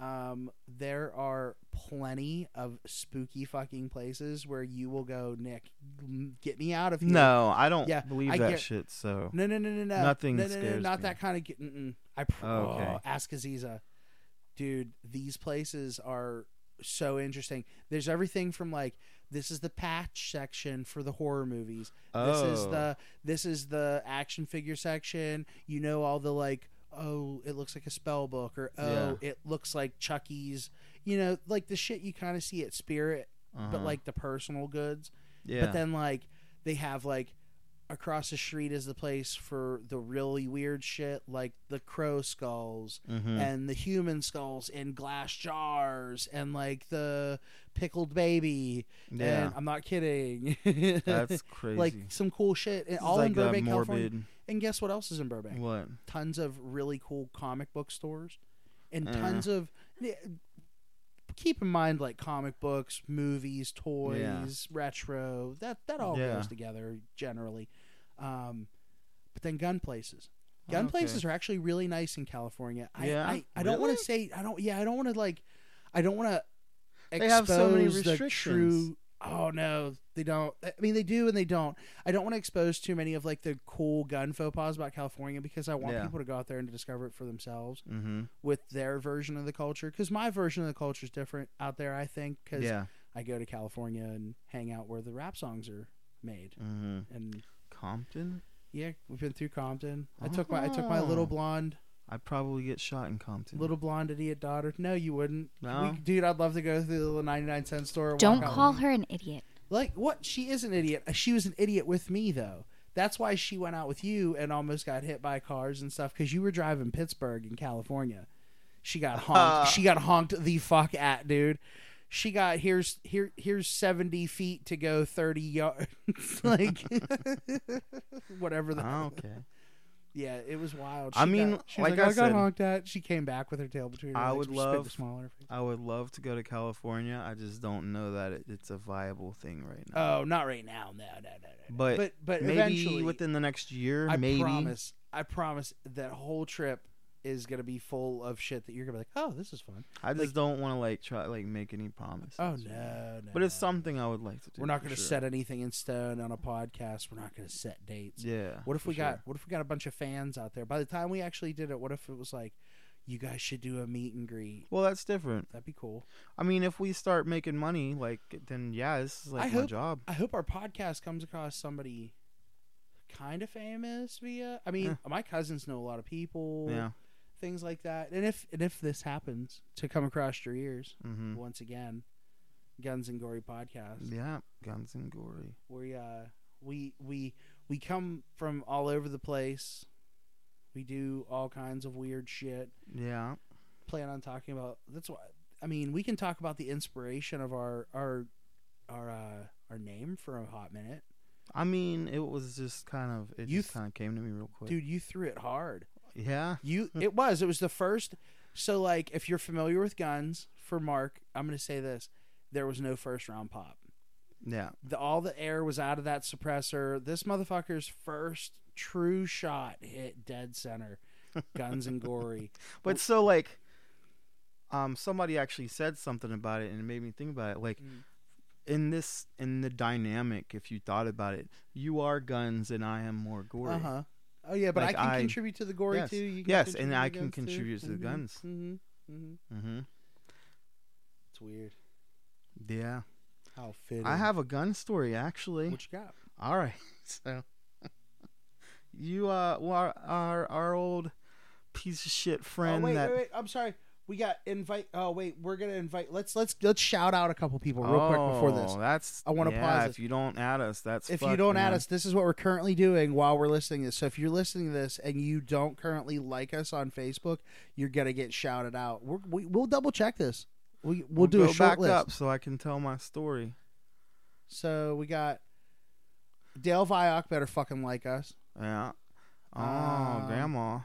B: um, there are plenty of spooky fucking places where you will go, Nick, m- get me out of here.
A: No, I don't
B: Yeah,
A: believe
B: I
A: that
B: get-
A: shit. So
B: No, no, no, no, no.
A: Nothing
B: No, no, no,
A: scares
B: not
A: me.
B: that kind of. Get, mm-mm. I pr-
A: Okay.
B: oh, ask Aziza, dude. These places are so interesting. There's everything from like this is the patch section for the horror movies. This is
A: Oh.
B: the this is the action figure section. You know all the like. Oh, it looks like a spell book, or oh, it looks like Chucky's. You know, like the shit you kind of see at Spirit, but
A: Uh-huh.
B: like the personal goods.
A: yeah,
B: But then like they have like across the street is the place for the really weird shit like the crow skulls
A: mm-hmm.
B: and the human skulls in glass jars and like the pickled baby
A: yeah,
B: and I'm not kidding.
A: that's crazy.
B: like some cool shit and
A: This is
B: all in
A: like the
B: Burbank, California.
A: morbid-
B: And guess what else is in Burbank?
A: What?
B: Tons of really cool comic book stores and
A: Uh.
B: tons of keep in mind like comic books, movies, toys,
A: Yeah.
B: retro. That that all
A: Yeah.
B: goes together generally. Um, but then gun places. Gun
A: Okay.
B: places are actually really nice in California. I
A: Yeah?
B: I, I don't want
A: Really?
B: to say I don't yeah, I don't want to like I don't want to
A: They have so many
B: the true
A: restrictions.
B: Oh no, they don't. I mean, they do and they don't. I don't want to expose too many of like the cool gun faux pas about California because I want
A: Yeah.
B: people to go out there and to discover it for themselves
A: Mm-hmm.
B: with their version of the culture because my version of the culture is different out there i think because
A: Yeah.
B: i go to california and hang out where the rap songs are made
A: Mm-hmm.
B: and
A: Compton?
B: yeah we've been through compton i took my i took my little
A: Oh.
B: blonde
A: I'd probably get shot in Compton.
B: little blonde idiot daughter no you wouldn't
A: No?
B: We- dude i'd love to go through the 99 cent store and
C: Don't
B: walk out
C: call
B: with-
C: her an idiot.
B: like what she is an idiot Uh, she was an idiot with me though that's why she went out with you and almost got hit by cars and stuff because you were driving pittsburgh in california she got honked she got honked the fuck at dude she got here's here here's 70 feet to go 30 yards like whatever the
A: Oh, okay.
B: yeah it was wild
A: I
B: She
A: mean,
B: got- she was
A: like I
B: I, got
A: said-
B: honked at she came back with her tail between her
A: I
B: legs,
A: would
B: which spit the
A: love-
B: smile on her face.
A: I would love to go to California. I just don't know that it, it's a viable thing right now.
B: oh not right now no no no no
A: but
B: but but
A: maybe
B: eventually
A: within the next year,
B: I
A: maybe.
B: promise. I promise that whole trip is gonna be full of shit that you're gonna be like, oh, this is fun.
A: I just don't want to like try like make any promises.
B: Oh no, no.
A: But it's
B: no.
A: something I would like to do.
B: We're not
A: for
B: gonna
A: sure.
B: set anything in stone on a podcast. We're not gonna set dates.
A: Yeah.
B: what if
A: for
B: we
A: sure.
B: got? What if we got a bunch of fans out there? By the time we actually did it, what if it was like, you guys should do a meet and greet?
A: Well, that's different.
B: That'd be cool.
A: I mean, if we start making money, like then yeah, this is like
B: I
A: my
B: hope-
A: job.
B: I hope our podcast comes across somebody kind of famous via. I mean, my cousins know a lot of people.
A: Yeah.
B: Things like that. And if and if this happens to come across your ears,
A: Mm-hmm.
B: once again, Guns and Gory podcast.
A: Yeah. Guns and gory.
B: We uh we we we come from all over the place. We do all kinds of weird shit.
A: Yeah.
B: Plan on talking about that's why I mean, we can talk about the inspiration of our our our uh our name for a hot minute.
A: I mean, it was just kind of it
B: You
A: just
B: th-
A: kind of came to me real quick.
B: Dude, you threw it hard.
A: Yeah.
B: You it was. It was the first so like if you're familiar with guns for Mark, I'm gonna say this. There was no first round pop.
A: Yeah.
B: the, all the air was out of that suppressor. This motherfucker's first true shot hit dead center, guns and gory.
A: But so like, um, somebody actually said something about it, and it made me think about it. Like,
B: Mm.
A: in this, in the dynamic, if you thought about it, you are guns, and I am more gory.
B: Uh huh. Oh yeah, but
A: Like,
B: I can
A: I-
B: contribute to the gory
A: yes.
B: too. You
A: Yes,
B: contribute
A: and
B: to
A: I
B: the
A: can
B: guns, too.
A: contribute to the
B: Mhm,
A: guns.
B: mhm, mhm.
A: Mm-hmm.
B: It's weird
A: Yeah.
B: how fitting.
A: I have a gun story actually.
B: what you got.
A: All right. So you uh are our our old piece of shit friend
B: oh wait,
A: that
B: wait, wait. I'm sorry. We got invite. Oh wait, we're gonna invite. Let's let's let's shout out a couple people real quick before this.
A: Oh, That's
B: I wanna
A: yeah,
B: pause
A: If
B: this.
A: you don't add us, that's
B: if you
A: fucked,
B: don't add
A: man.
B: us, this is what we're currently doing while we're listening to this. So if you're listening to this and you don't currently like us on Facebook, you're gonna get shouted out. We're, we we'll double check this. We we'll,
A: We'll
B: do a
A: go
B: short
A: back
B: list.
A: up so I can tell my story.
B: So we got Dale Viock better fucking like us.
A: Yeah. Oh,
B: Um,
A: grandma.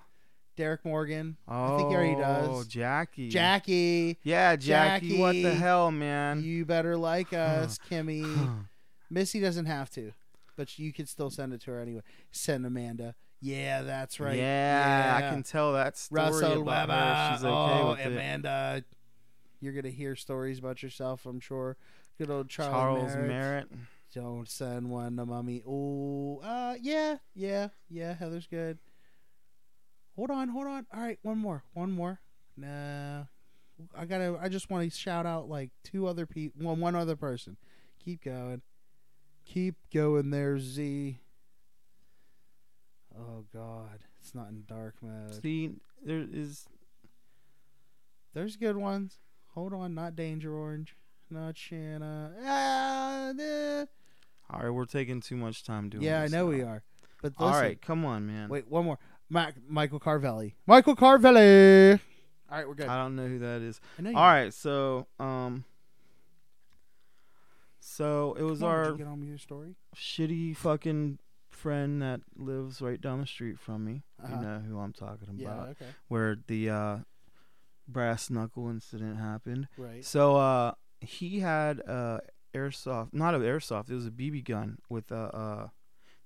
B: Derek Morgan,
A: Oh,
B: I think he already does.
A: Jackie.
B: Jackie,
A: Yeah, Jackie, What the
B: Jackie.
A: hell, man?
B: you better like us. Kimmy, Missy doesn't have to. but you could still send it to her anyway. Send Amanda. Yeah, that's right.
A: Yeah, I can tell that story
B: Russell
A: about
B: Weber.
A: her. She's okay
B: oh,
A: with it.
B: Amanda. You're gonna hear stories about yourself, I'm sure. Good old Charles,
A: Charles
B: Merritt.
A: Merritt.
B: Don't send one to mommy. Oh, uh, yeah, yeah, yeah. Heather's good. Hold on, hold on. All right, one more, one more. No, I gotta. I just want to shout out like two other people. One, one other person. Keep going, keep going. There, Z. Oh God, it's not in dark mode.
A: See, there is
B: There's good ones. Hold on, not Danger Orange, not Shanna. Ah, eh.
A: all right. We're taking too much time doing.
B: yeah, I
A: this
B: know
A: now.
B: we are. But listen,
A: All right, come on, man.
B: Wait, one more. Mac- Michael Carvelli. Michael Carvelli. All right, we're good.
A: I don't know who that is.
B: I know you-
A: Uh, All right, so um, so it was
B: Come on, did
A: our
B: you get on with your story?
A: shitty fucking friend that lives right down the street from me.
B: Uh-huh.
A: You know who I'm talking about.
B: Yeah. Okay.
A: Where the uh, brass knuckle incident happened.
B: Right.
A: So uh, he had a airsoft, not an airsoft. It was a BB gun with a uh,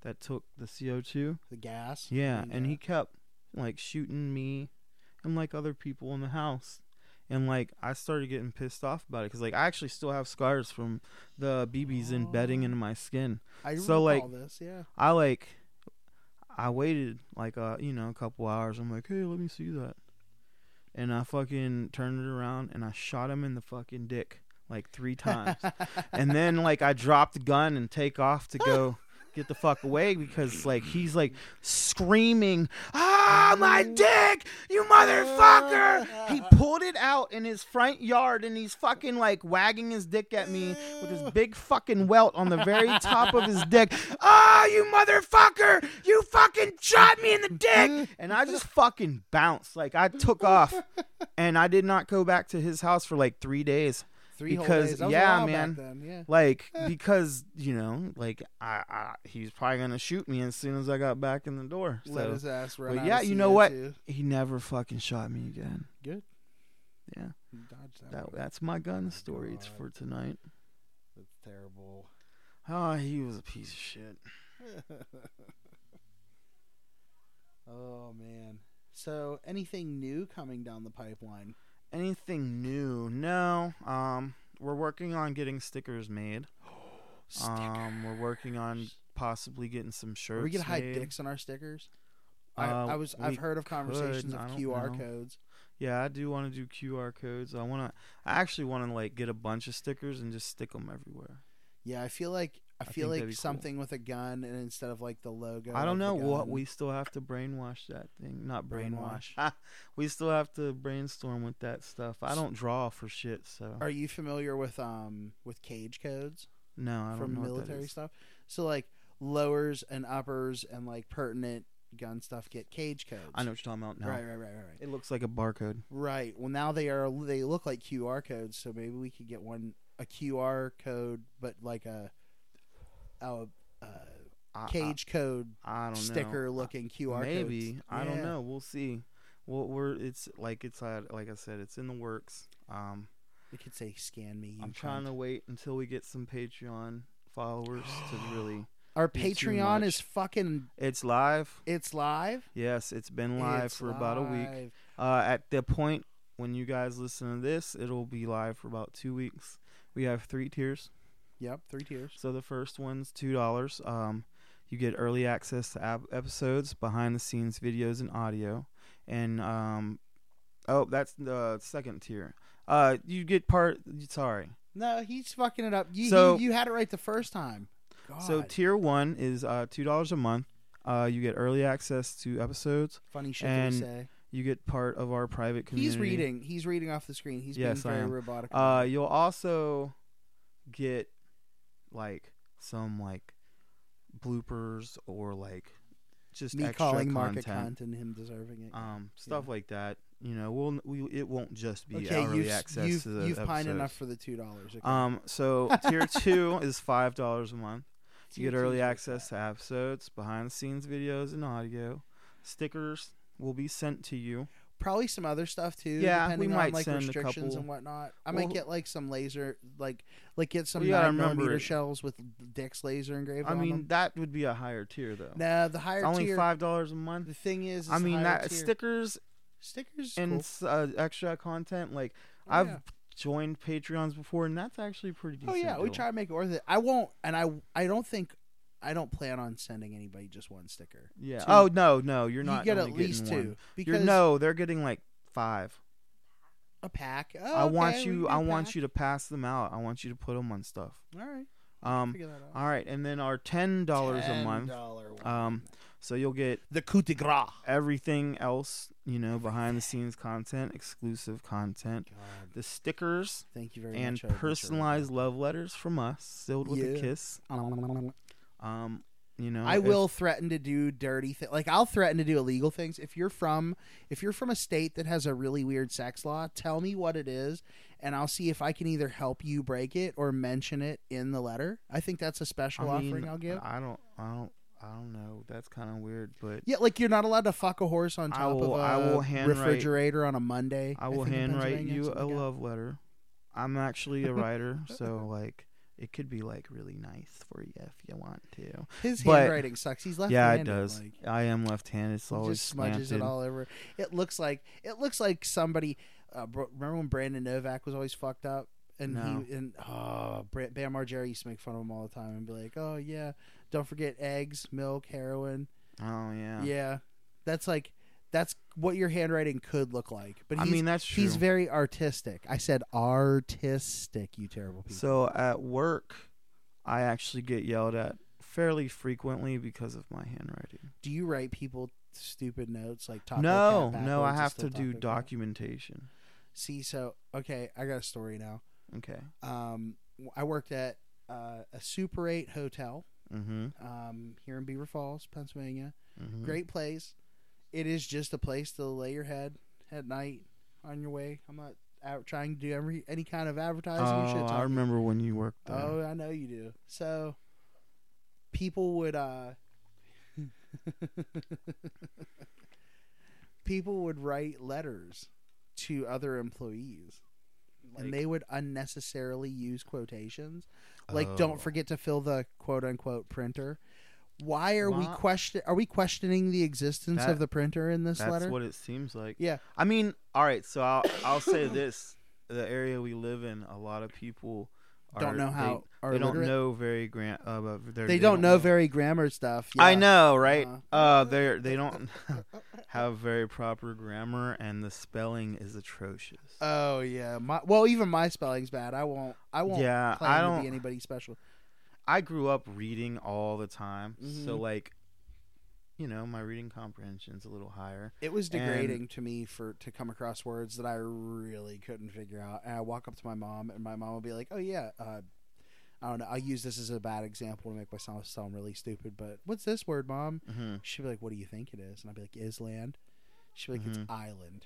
A: that took the CO2.
B: The gas.
A: Yeah,
B: Green
A: and he
B: gas.
A: kept like shooting me and like other people in the house. And like I started getting pissed off about it cuz like I actually still have scars from the BBs embedding into my skin.
B: I
A: so,
B: recall
A: like-
B: this. Yeah.
A: I like I waited like uh you know a couple hours. I'm like, "Hey, let me see that." And I fucking turned it around and I shot him in the fucking dick like 3 times. and then like I drop the gun and take off to go get the fuck away because like he's like screaming, "Ah, my dick, you motherfucker!" He pulled it out in his front yard and he's fucking like wagging his dick at me with his big fucking welt on the very top of his dick. "Ah, you motherfucker, you fucking shot me in the dick!" And I just fucking bounced like I took off. And I did not go back to his house for like three days
B: Three whole
A: because-
B: days. That was a
A: yeah,
B: while back
A: man.
B: then, Yeah.
A: like because you know like I, I he's probably gonna shoot me as soon as i got back in the door
B: Let
A: so
B: his ass run.
A: but
B: out
A: yeah,
B: of
A: you know what?
B: CO2.
A: he never fucking shot me again
B: Good.
A: Yeah.
B: You dodged that.
A: that,
B: one.
A: that's my gun story it's
B: God.
A: for tonight
B: That's terrible.
A: oh he was a piece of shit
B: oh man. So anything new coming down the pipeline?
A: anything new no um we're working on getting stickers made um we're working on
B: Stickers.
A: possibly getting some shirts
B: Are we gonna hide
A: made.
B: dicks on our stickers? I,
A: Uh,
B: I was I've
A: we
B: heard of conversations
A: I
B: of
A: don't
B: QR
A: know.
B: codes.
A: yeah i do want to do qr codes i want to i actually want to like get a bunch of stickers and just stick them everywhere
B: Yeah, I feel like I
A: I
B: feel
A: think that'd
B: like
A: be cool.
B: something with a gun, and instead of like the logo,
A: I
B: of
A: don't
B: the
A: know what
B: gun-
A: we still have to brainwash that thing. Not brainwash.
B: Brainwash.
A: we still have to brainstorm with that stuff. I don't draw for shit, so
B: Are you familiar with um with cage codes
A: no, I don't
B: from
A: know
B: military
A: what
B: stuff? So like lowers and uppers and like pertinent gun stuff get cage codes.
A: that is. I know what you're talking about now.
B: Right, right, right, right, right.
A: It looks like a barcode.
B: Right. Well, now they are they look like QR codes, so maybe we could get one a QR code, but like a a, a
A: I,
B: cage code
A: I, I don't know.
B: sticker looking QR
A: Maybe
B: codes.
A: I
B: Yeah.
A: don't know. We'll see. Well, we're it's like it's uh, like I said, it's in the works. Um,
B: We could say scan me. You
A: I'm trying to wait until we get some Patreon followers to really.
B: Our
A: do too
B: Patreon
A: much.
B: is fucking.
A: It's live.
B: It's live.
A: Yes, it's been live
B: It's
A: for about a week.
B: live.
A: Uh, at the point when you guys listen to this, it'll be live for about two weeks. We have three tiers.
B: Yep, three tiers.
A: So the first one's two dollars. Um, you get early access to ab- episodes, behind the scenes videos, and audio. And um, oh, that's the second tier. Uh, you get part. Sorry.
B: No, he's fucking it up. You, he-
A: So-
B: you had it right the first time. God.
A: So tier one is uh, two dollars a month. Uh, you get early access to episodes.
B: funny shit to
A: and
B: say.
A: You get part of our private community.
B: He's reading. He's reading off the screen. He's
A: Yes, I
B: being very
A: am.
B: robotic.
A: Uh, you'll also get like some like bloopers or like just
B: me
A: extra
B: calling Mark a
A: content,
B: cunt and him deserving it.
A: um, stuff like that. You know, we'll we it won't just be
B: okay,
A: hourly
B: you've
A: access
B: you've,
A: to the
B: you've pined
A: episodes.
B: enough for the two dollars. Okay.
A: Um, so tier two is five dollars a month. You get
B: Tier two is
A: early
B: like
A: access to episodes, behind the scenes videos, and audio. Stickers will be sent to you.
B: probably some other stuff too.
A: Yeah, we
B: depending
A: might
B: on, like
A: send a
B: restrictions
A: couple.
B: and whatnot. I might
A: Well-
B: get like some laser, like like get some
A: We gotta
B: nine
A: remember
B: millimeter
A: it-
B: shells with Dick's laser engraved.
A: I
B: on
A: mean,
B: them.
A: that would be a higher tier though.
B: now the
A: It's
B: higher
A: only
B: tier.
A: five dollars a month.
B: the thing is, is
A: I
B: the
A: mean,
B: higher
A: that
B: tier-
A: stickers
B: stickers is
A: and
B: cool.
A: s uh, extra content. Like
B: Oh,
A: I've
B: yeah.
A: joined Patreons before, and that's actually a pretty. Decent
B: Oh yeah, we
A: deal.
B: try to make it worth it. I won't, and I I don't think I don't plan on sending anybody just one sticker.
A: Yeah.
B: two.
A: Oh no, no, you're not.
B: you get
A: only
B: at least
A: getting
B: two
A: one.
B: because
A: You're, no, they're getting like five.
B: a pack. Oh,
A: I want
B: okay, we
A: you.
B: can
A: I
B: do
A: want
B: pack.
A: you to pass them out. I want you to put them on stuff.
B: All right,
A: Um.
B: figure that out.
A: All right, and then our ten dollars a month.
B: $10 one.
A: Um. So you'll get
B: the coup de grace.
A: everything else, you know, behind the scenes content, exclusive content,
B: God,
A: the stickers,
B: thank you very
A: and
B: much. I appreciate
A: personalized love letters from us, sealed with a
B: Yeah.
A: kiss.
B: it.
A: Um. You know,
B: I
A: if-
B: will threaten to do dirty things. Like I'll threaten to do illegal things. If you're from, if you're from a state that has a really weird sex law, tell me what it is, and I'll see if I can either help you break it or mention it in the letter. I think that's a
A: I
B: special
A: mean,
B: offering I'll give.
A: I don't. I don't. I don't know. That's kind of weird, but
B: yeah, like you're not allowed to fuck a horse on
A: I
B: top
A: will-
B: of a
A: I will handwrite-
B: refrigerator on a Monday.
A: I will
B: think in
A: handwrite
B: Pennsylvania,
A: you a
B: something like that.
A: love letter. I'm actually a writer, so like it could be like really nice for you if you want to.
B: His
A: but-
B: handwriting sucks. He's left.
A: yeah, it does.
B: Like,
A: I am left-handed. It's
B: He
A: always
B: just smudges
A: slanted.
B: it all over. It looks like it looks like somebody. Uh, bro, remember when Brandon Novak was always fucked up, and
A: No.
B: he and oh, Bra- Bam Margera used to make fun of him all the time and be like, "Oh yeah, don't forget eggs, milk, heroin."
A: Oh yeah.
B: Yeah, that's like that's what your handwriting could look like. But
A: I
B: he's,
A: mean that's true.
B: he's very artistic. I said artistic. You terrible people.
A: so at work, I actually get yelled at fairly frequently because of my handwriting.
B: Do you write people stupid notes like top
A: no, no, I have to do
B: document.
A: documentation.
B: See, so okay, I got a story now.
A: Okay.
B: um, I worked at uh, a Super 8 hotel
A: Mm-hmm.
B: um, here in Beaver Falls, Pennsylvania.
A: mm-hmm.
B: Great place. It is just a place to lay your head at night on your way. I'm not out trying to do every any kind of advertising or shit.
A: Oh, I
B: talking.
A: remember when you worked there.
B: Oh, I know you do. So people would uh people would write letters to other employees. and
A: Like-
B: they would unnecessarily use quotations. Like
A: Oh.
B: don't forget to fill the quote unquote printer. Why are we
A: Why-
B: question are we questioning the existence
A: That-
B: of the printer in this
A: That's
B: letter?
A: what it seems like.
B: Yeah.
A: I mean, all right. So I'll I'll say this: the area we live in, a lot of people are,
B: don't know how
A: they,
B: are
A: they don't
B: illiterate.
A: know very grand. Uh, but they're-
B: they, don't, know very grammar stuff.
A: I
B: yeah.
A: know, right?
B: Uh-huh.
A: uh they're they don't have very proper grammar, and the spelling is atrocious.
B: Oh yeah, my well even my spelling's bad. I won't. I won't.
A: Yeah,
B: claim
A: I
B: to
A: don't-
B: be anybody special.
A: I grew up reading all the time, so
B: Mhm.
A: like, you know, my reading comprehension's a little higher.
B: It was
A: And-
B: degrading to me for to come across words that I really couldn't figure out. And I walk up to my mom, and my mom will be like, "Oh yeah, uh, I don't know. I'll use this as a bad example to make myself sound really stupid. But what's this word, mom?
A: hmm
B: She'd be like, "What do you think it is?" And I'd be like, "Island." She'd be like,
A: Mhm.
B: "It's island."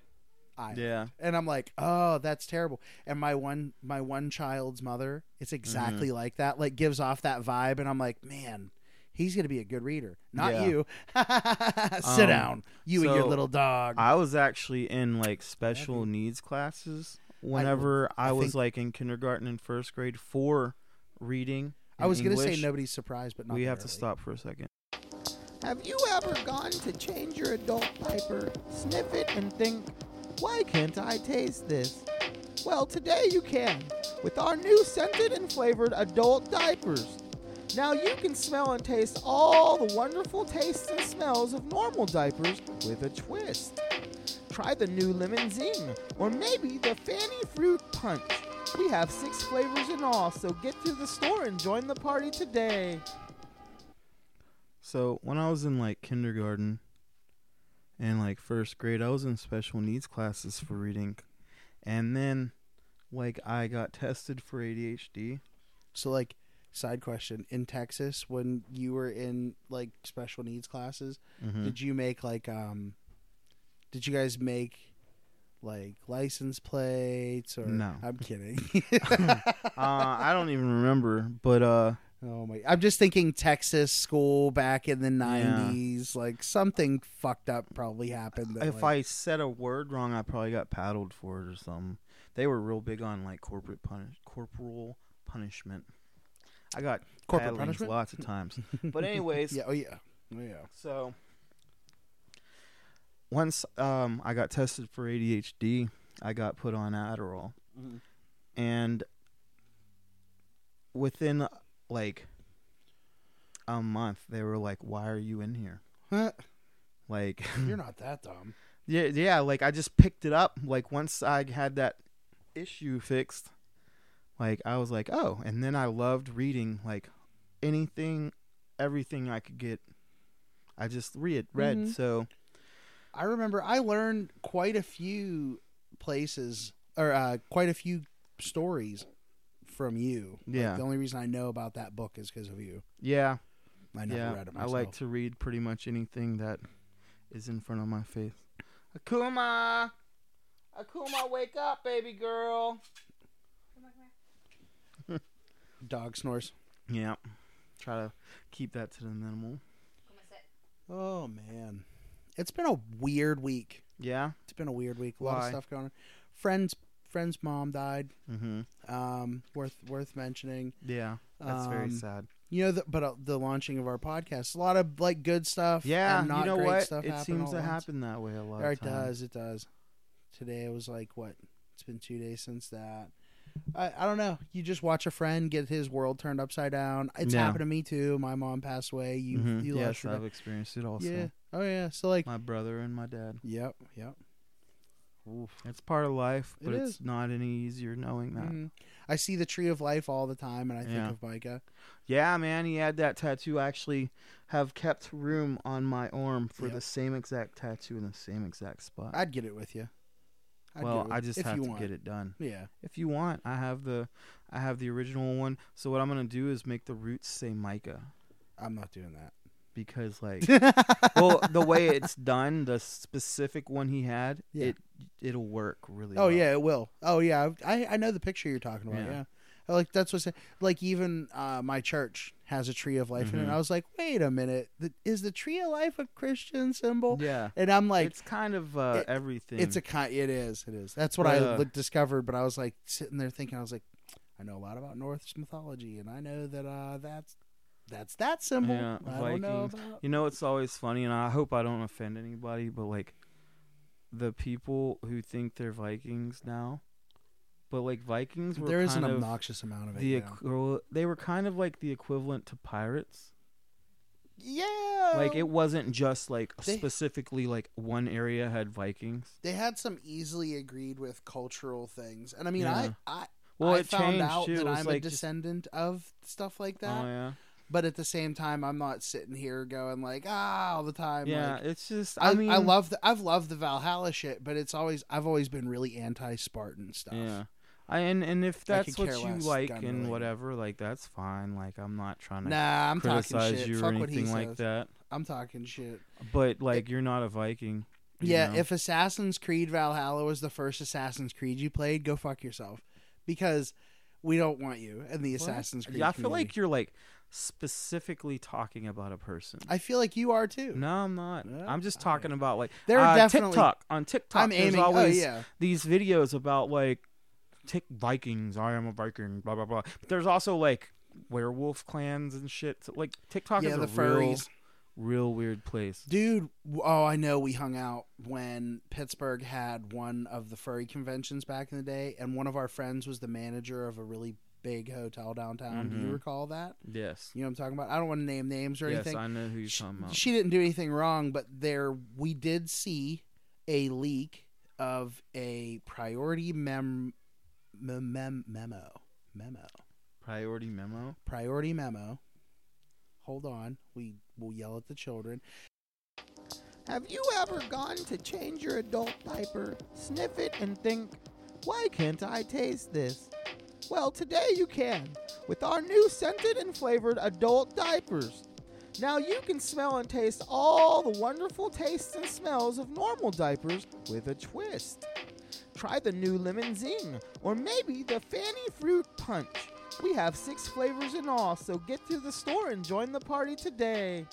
B: Island.
A: Yeah.
B: and I'm like, oh, that's terrible. And my one my one child's mother, it's exactly
A: Mm-hmm.
B: like that. Like gives off that vibe, and I'm like, man, he's gonna be a good reader. Not
A: Yeah.
B: you. Sit
A: Um,
B: down, you and your
A: so
B: little dog.
A: I was actually in like special needs classes whenever I,
B: I
A: was
B: think-
A: like in kindergarten and first grade for reading.
B: I was
A: going to
B: gonna say nobody's surprised, but not
A: We have to
B: really.
A: stop for a second.
C: Have you ever gone to change your adult diaper? Sniff it and
A: think,
C: why can't I taste this? Well, today you can with our new scented and flavored adult diapers. Now you can smell and taste all the wonderful tastes and smells of normal diapers with a twist. Try the new lemon zing or maybe the fanny fruit punch. We have six flavors in all, so get to the store and join the party today.
A: So when I was in like kindergarten and like first grade, I was in special needs classes for reading, and then like I got tested for ADHD.
B: So like, side question: In Texas, when you were in like special needs classes,
A: Mhm.
B: did you make like um, did you guys make? Like license plates, or
A: No.
B: I'm kidding.
A: uh, I don't even remember, but uh,
B: Oh my! I'm just thinking Texas school back in the '90s, like something fucked up probably happened. That,
A: If
B: like,
A: I said a word wrong, I probably got paddled for it or something. They were real big on like corporate punish, corporal punishment. I got
B: Corporate
A: paddlings
B: punishment?
A: lots of times. But anyways,
B: yeah, oh yeah, oh yeah.
A: so once um, I got tested for ADHD, I got put on Adderall,
B: Mhm.
A: and within like a month, they were like, "Why are you in here?"
B: Huh,
A: Like
B: You're not that dumb.
A: Yeah, yeah. Like I just picked it up. Like once I had that issue fixed, like I was like, oh. And then I loved reading like anything, everything I could get. I just read read.
C: Mhm.
A: So
B: I remember I learned quite a few places or uh, quite a few stories from you. Like,
A: Yeah.
B: the only reason I know about that book is because of you.
A: yeah,
B: I never
A: yeah.
B: read it
A: I
B: myself.
A: like to read pretty much anything that is in front of my face. Akuma, Akuma, wake up, baby girl.
B: dog snores.
A: Yeah, try to keep that to the minimal.
B: Oh man, it's been a weird week.
A: Yeah.
B: It's been a weird week. A lot
A: Why?
B: of stuff going on. Friends, friends' mom died.
A: Mm-hmm.
B: Um, worth worth mentioning.
A: Yeah. That's very
B: Um,
A: sad.
B: You know, the, but uh, the launching of our podcast, a lot of like good stuff.
A: Yeah,
B: and not
A: you know
B: great
A: what?
B: Stuff
A: It
B: happen
A: seems
B: all
A: to
B: at once.
A: happen that way a lot.
B: Or
A: of
B: it
A: times.
B: does. It does. Today it was like what? It's been two days since that. I, I don't know. You just watch a friend get his world turned upside down. It's
A: Yeah.
B: happened to me too. My mom passed away. You
A: Mhm.
B: you
A: yes,
B: lost your
A: I've experienced it also.
B: yeah. Oh yeah. So like.
A: My brother and my dad.
B: Yep. Yep.
A: It's part of life,
B: It
A: but it's
B: is.
A: not any easier knowing that.
B: Mhm. I see the tree of life all the time, and I think
A: Yeah.
B: of Micah.
A: Yeah, man, he had that tattoo. I actually have kept room on my arm for
B: Yep.
A: the same exact tattoo in the same exact spot.
B: I'd get it with you. I'd
A: Uh, well,
B: get it
A: I
B: with-
A: just
B: if
A: have
B: you
A: to
B: want.
A: get it done.
B: Yeah.
A: If you want, I have the I have the original one. So what I'm going to do is make the roots say Micah
B: I'm not doing that.
A: because like
B: Oh,
A: well, the way it's done, the specific one he had,
B: Yeah.
A: it it'll work really.
B: Oh
A: well.
B: yeah, it will. Oh yeah, I I know the picture you're talking about.
A: Yeah.
B: Yeah, I like that's what's like. Even uh, my church has a tree of life in it.
A: Mhm.
B: And I was like, wait a minute, th- is the tree of life a Christian symbol?
A: yeah.
B: And I'm like,
A: it's kind of uh,
B: it-
A: everything.
B: it's, a kind. It is. It is. That's what I
A: Uh,
B: li- discovered. But I was like sitting there thinking, I was like, I know a lot about Norse mythology, and I know that uh, that's that's that symbol.
A: Yeah,
B: I don't know
A: Vikings.
B: about.
A: you know it's always funny, and I hope I don't offend anybody, but like the people who think they're Vikings now, but like Vikings were
B: There is an
A: kind of
B: obnoxious amount of it.
A: the
B: yeah.
A: equi- they were kind of like the equivalent to pirates.
B: yeah.
A: Like it wasn't just like
B: Oh. They-
A: specifically like one area had Vikings.
B: they had some easily agreed with cultural things, and I mean,
A: Yeah.
B: I, I
A: Well,
B: I
A: it
B: found
A: changed
B: out
A: too.
B: that
A: it was
B: I'm a
A: like just-
B: descendant of stuff like that.
A: oh yeah,
B: But at the same time, I'm not sitting here going like ah all the time.
A: yeah.
B: like,
A: it's just
B: I,
A: I, mean
B: I love the I've loved the Valhalla shit, but it's always I've always been really anti-Spartan stuff.
A: Yeah. I, and and if
B: I
A: that's what
B: could care
A: you
B: less,
A: like
B: gun
A: and
B: related.
A: whatever, like that's fine. Like I'm not trying to
B: Nah, I'm talking
A: criticize
B: shit.
A: you
B: Fuck
A: or
B: what he
A: anything like
B: says.
A: that.
B: I'm talking shit.
A: But like you're not a Viking. you
B: Yeah,
A: know?
B: if Assassin's Creed Valhalla was the first Assassin's Creed you played, go fuck yourself because we don't want you in the
A: What?
B: Assassin's Creed.
A: Yeah, I feel
B: community.
A: like you're like specifically talking about a person.
B: I feel like you are too.
A: no, I'm not.
B: Yeah,
A: I'm just
B: I-
A: talking about like
B: There are
A: uh,
B: definitely-
A: TikTok on TikTok.
B: I'm
A: there's
B: aiming.
A: always
B: oh yeah,
A: these videos about like tick Vikings. I am a Viking. Blah blah blah. But there's also like werewolf clans and shit. So, like TikTok
B: yeah,
A: is
B: the
A: a real,
B: furries,
A: real weird place.
B: dude. w- Oh, I know. We hung out when Pittsburgh had one of the furry conventions back in the day, and one of our friends was the manager of a really big hotel downtown. Do
A: Mhm.
B: you recall that?
A: Yes.
B: You know what I'm talking about. I don't want to name names or
A: Yes,
B: anything.
A: I know who you're
B: she,
A: talking about.
B: she didn't do anything wrong, but there we did see a leak of a priority mem, mem, mem memo memo
A: Priority memo.
B: priority memo. Hold on, we will yell at the children.
C: Have you ever gone to change your adult diaper, sniff it, and think, why can't I taste this? Well, today you can with our new scented and flavored adult diapers. Now you can smell and taste all the wonderful tastes and smells of normal diapers with a twist. Try the new lemon zing or maybe the fanny fruit punch. We have six flavors in all, so get to the store and join the party today.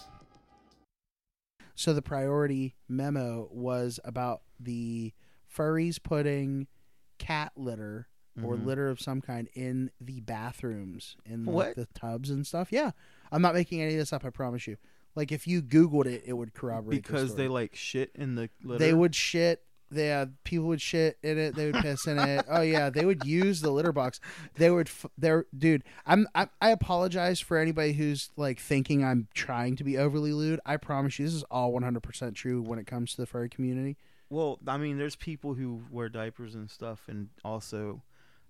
B: So the priority memo was about the furries putting cat litter or
A: Mhm.
B: litter of some kind in the bathrooms in like,
C: What?
B: the tubs and stuff. Yeah, I'm not making any of this up. I promise you. Like if you Googled it, it would corroborate the
A: because
B: story.
A: they like shit in the litter.
B: they would shit. Yeah, people would shit in it. They would piss in it. Oh yeah, they would use the litter box. They would. F- they're dude. I'm. I, I apologize for anybody who's like thinking I'm trying to be overly lewd. I promise you, this is all 100 percent true when it comes to the furry community.
A: Well, I mean, there's people who wear diapers and stuff, and also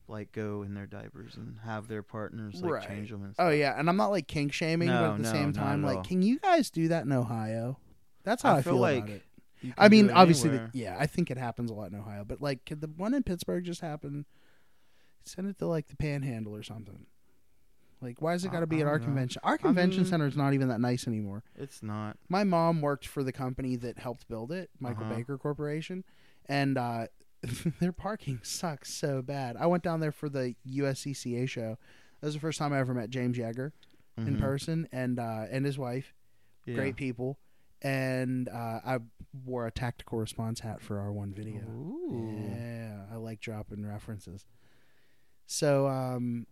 A: like go in their diapers and have their partners like
B: Right.
A: change them. And stuff.
B: Oh yeah, and I'm not like kink shaming, but
A: No,
B: at the
A: no,
B: same
A: not
B: time,
A: at
B: like,
A: all.
B: can you guys do that in Ohio? That's how I,
A: I feel like
B: about it.
A: You can
B: I
A: do
B: mean,
A: it
B: obviously, the,
A: anywhere.
B: yeah, I think it happens a lot in Ohio, but like, could the one in Pittsburgh just happen? Send it to like the Panhandle or something. Like, why has it
A: I-
B: got to be
A: I
B: at our
A: don't know.
B: convention? Our convention
A: mean-
B: center is not even that nice anymore.
A: it's not.
B: My mom worked for the company that helped build it, Michael
A: Uh-huh.
B: Baker Corporation, and uh, their parking sucks so bad. I went down there for the USCCA show. That was the first time I ever met James Jagger in
A: Mhm.
B: person, and uh, and his wife
A: Yeah.
B: great people. And uh, I wore a tactical response hat for our one video.
A: Ooh.
B: Yeah, I like dropping references. So, um,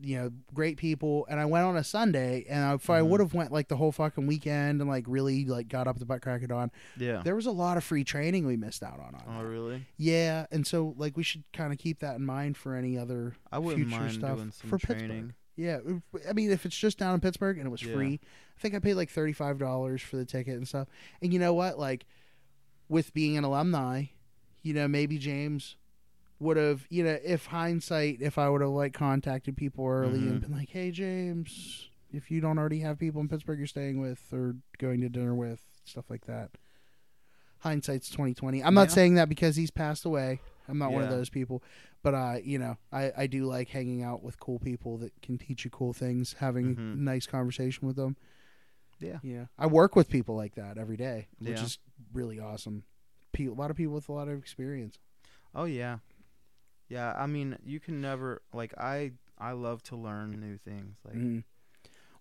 B: you know, great people. And I went on a Sunday, and I- if I
A: Mhm.
B: would have went like the whole fucking weekend and like really like got up the butt crack of dawn,
A: Yeah.
B: there was a lot of free training we missed out on. on
A: Oh,
B: that.
A: really?
B: Yeah, and so like we should kind of keep that in mind for any other
A: I wouldn't
B: future
A: mind
B: stuff
A: doing some
B: for Pittsburgh.
A: training.
B: yeah, I mean, if it's just down in Pittsburgh and it was
A: Yeah.
B: free, I think I paid like thirty five dollars for the ticket and stuff. And you know what? Like, with being an alumni, you know, maybe James would have, you know, if hindsight, if I would have like contacted people early and
A: Mhm.
B: been like, "Hey, James, if you don't already have people in Pittsburgh you're staying with or going to dinner with, stuff like that." Hindsight's twenty twenty. I'm not
A: Yeah.
B: saying that because he's passed away. I'm not one of
A: Yeah.
B: those people but uh, you know, I, I do like hanging out with cool people that can teach you cool things, having
A: Mhm.
B: nice conversation with them.
A: Yeah.
B: yeah. I work with people like that every day, which
A: Yeah.
B: is really awesome. Pe- a lot of people with a lot of experience.
A: Oh yeah. Yeah, I mean, you can never like I I love to learn new things like
B: Mhm.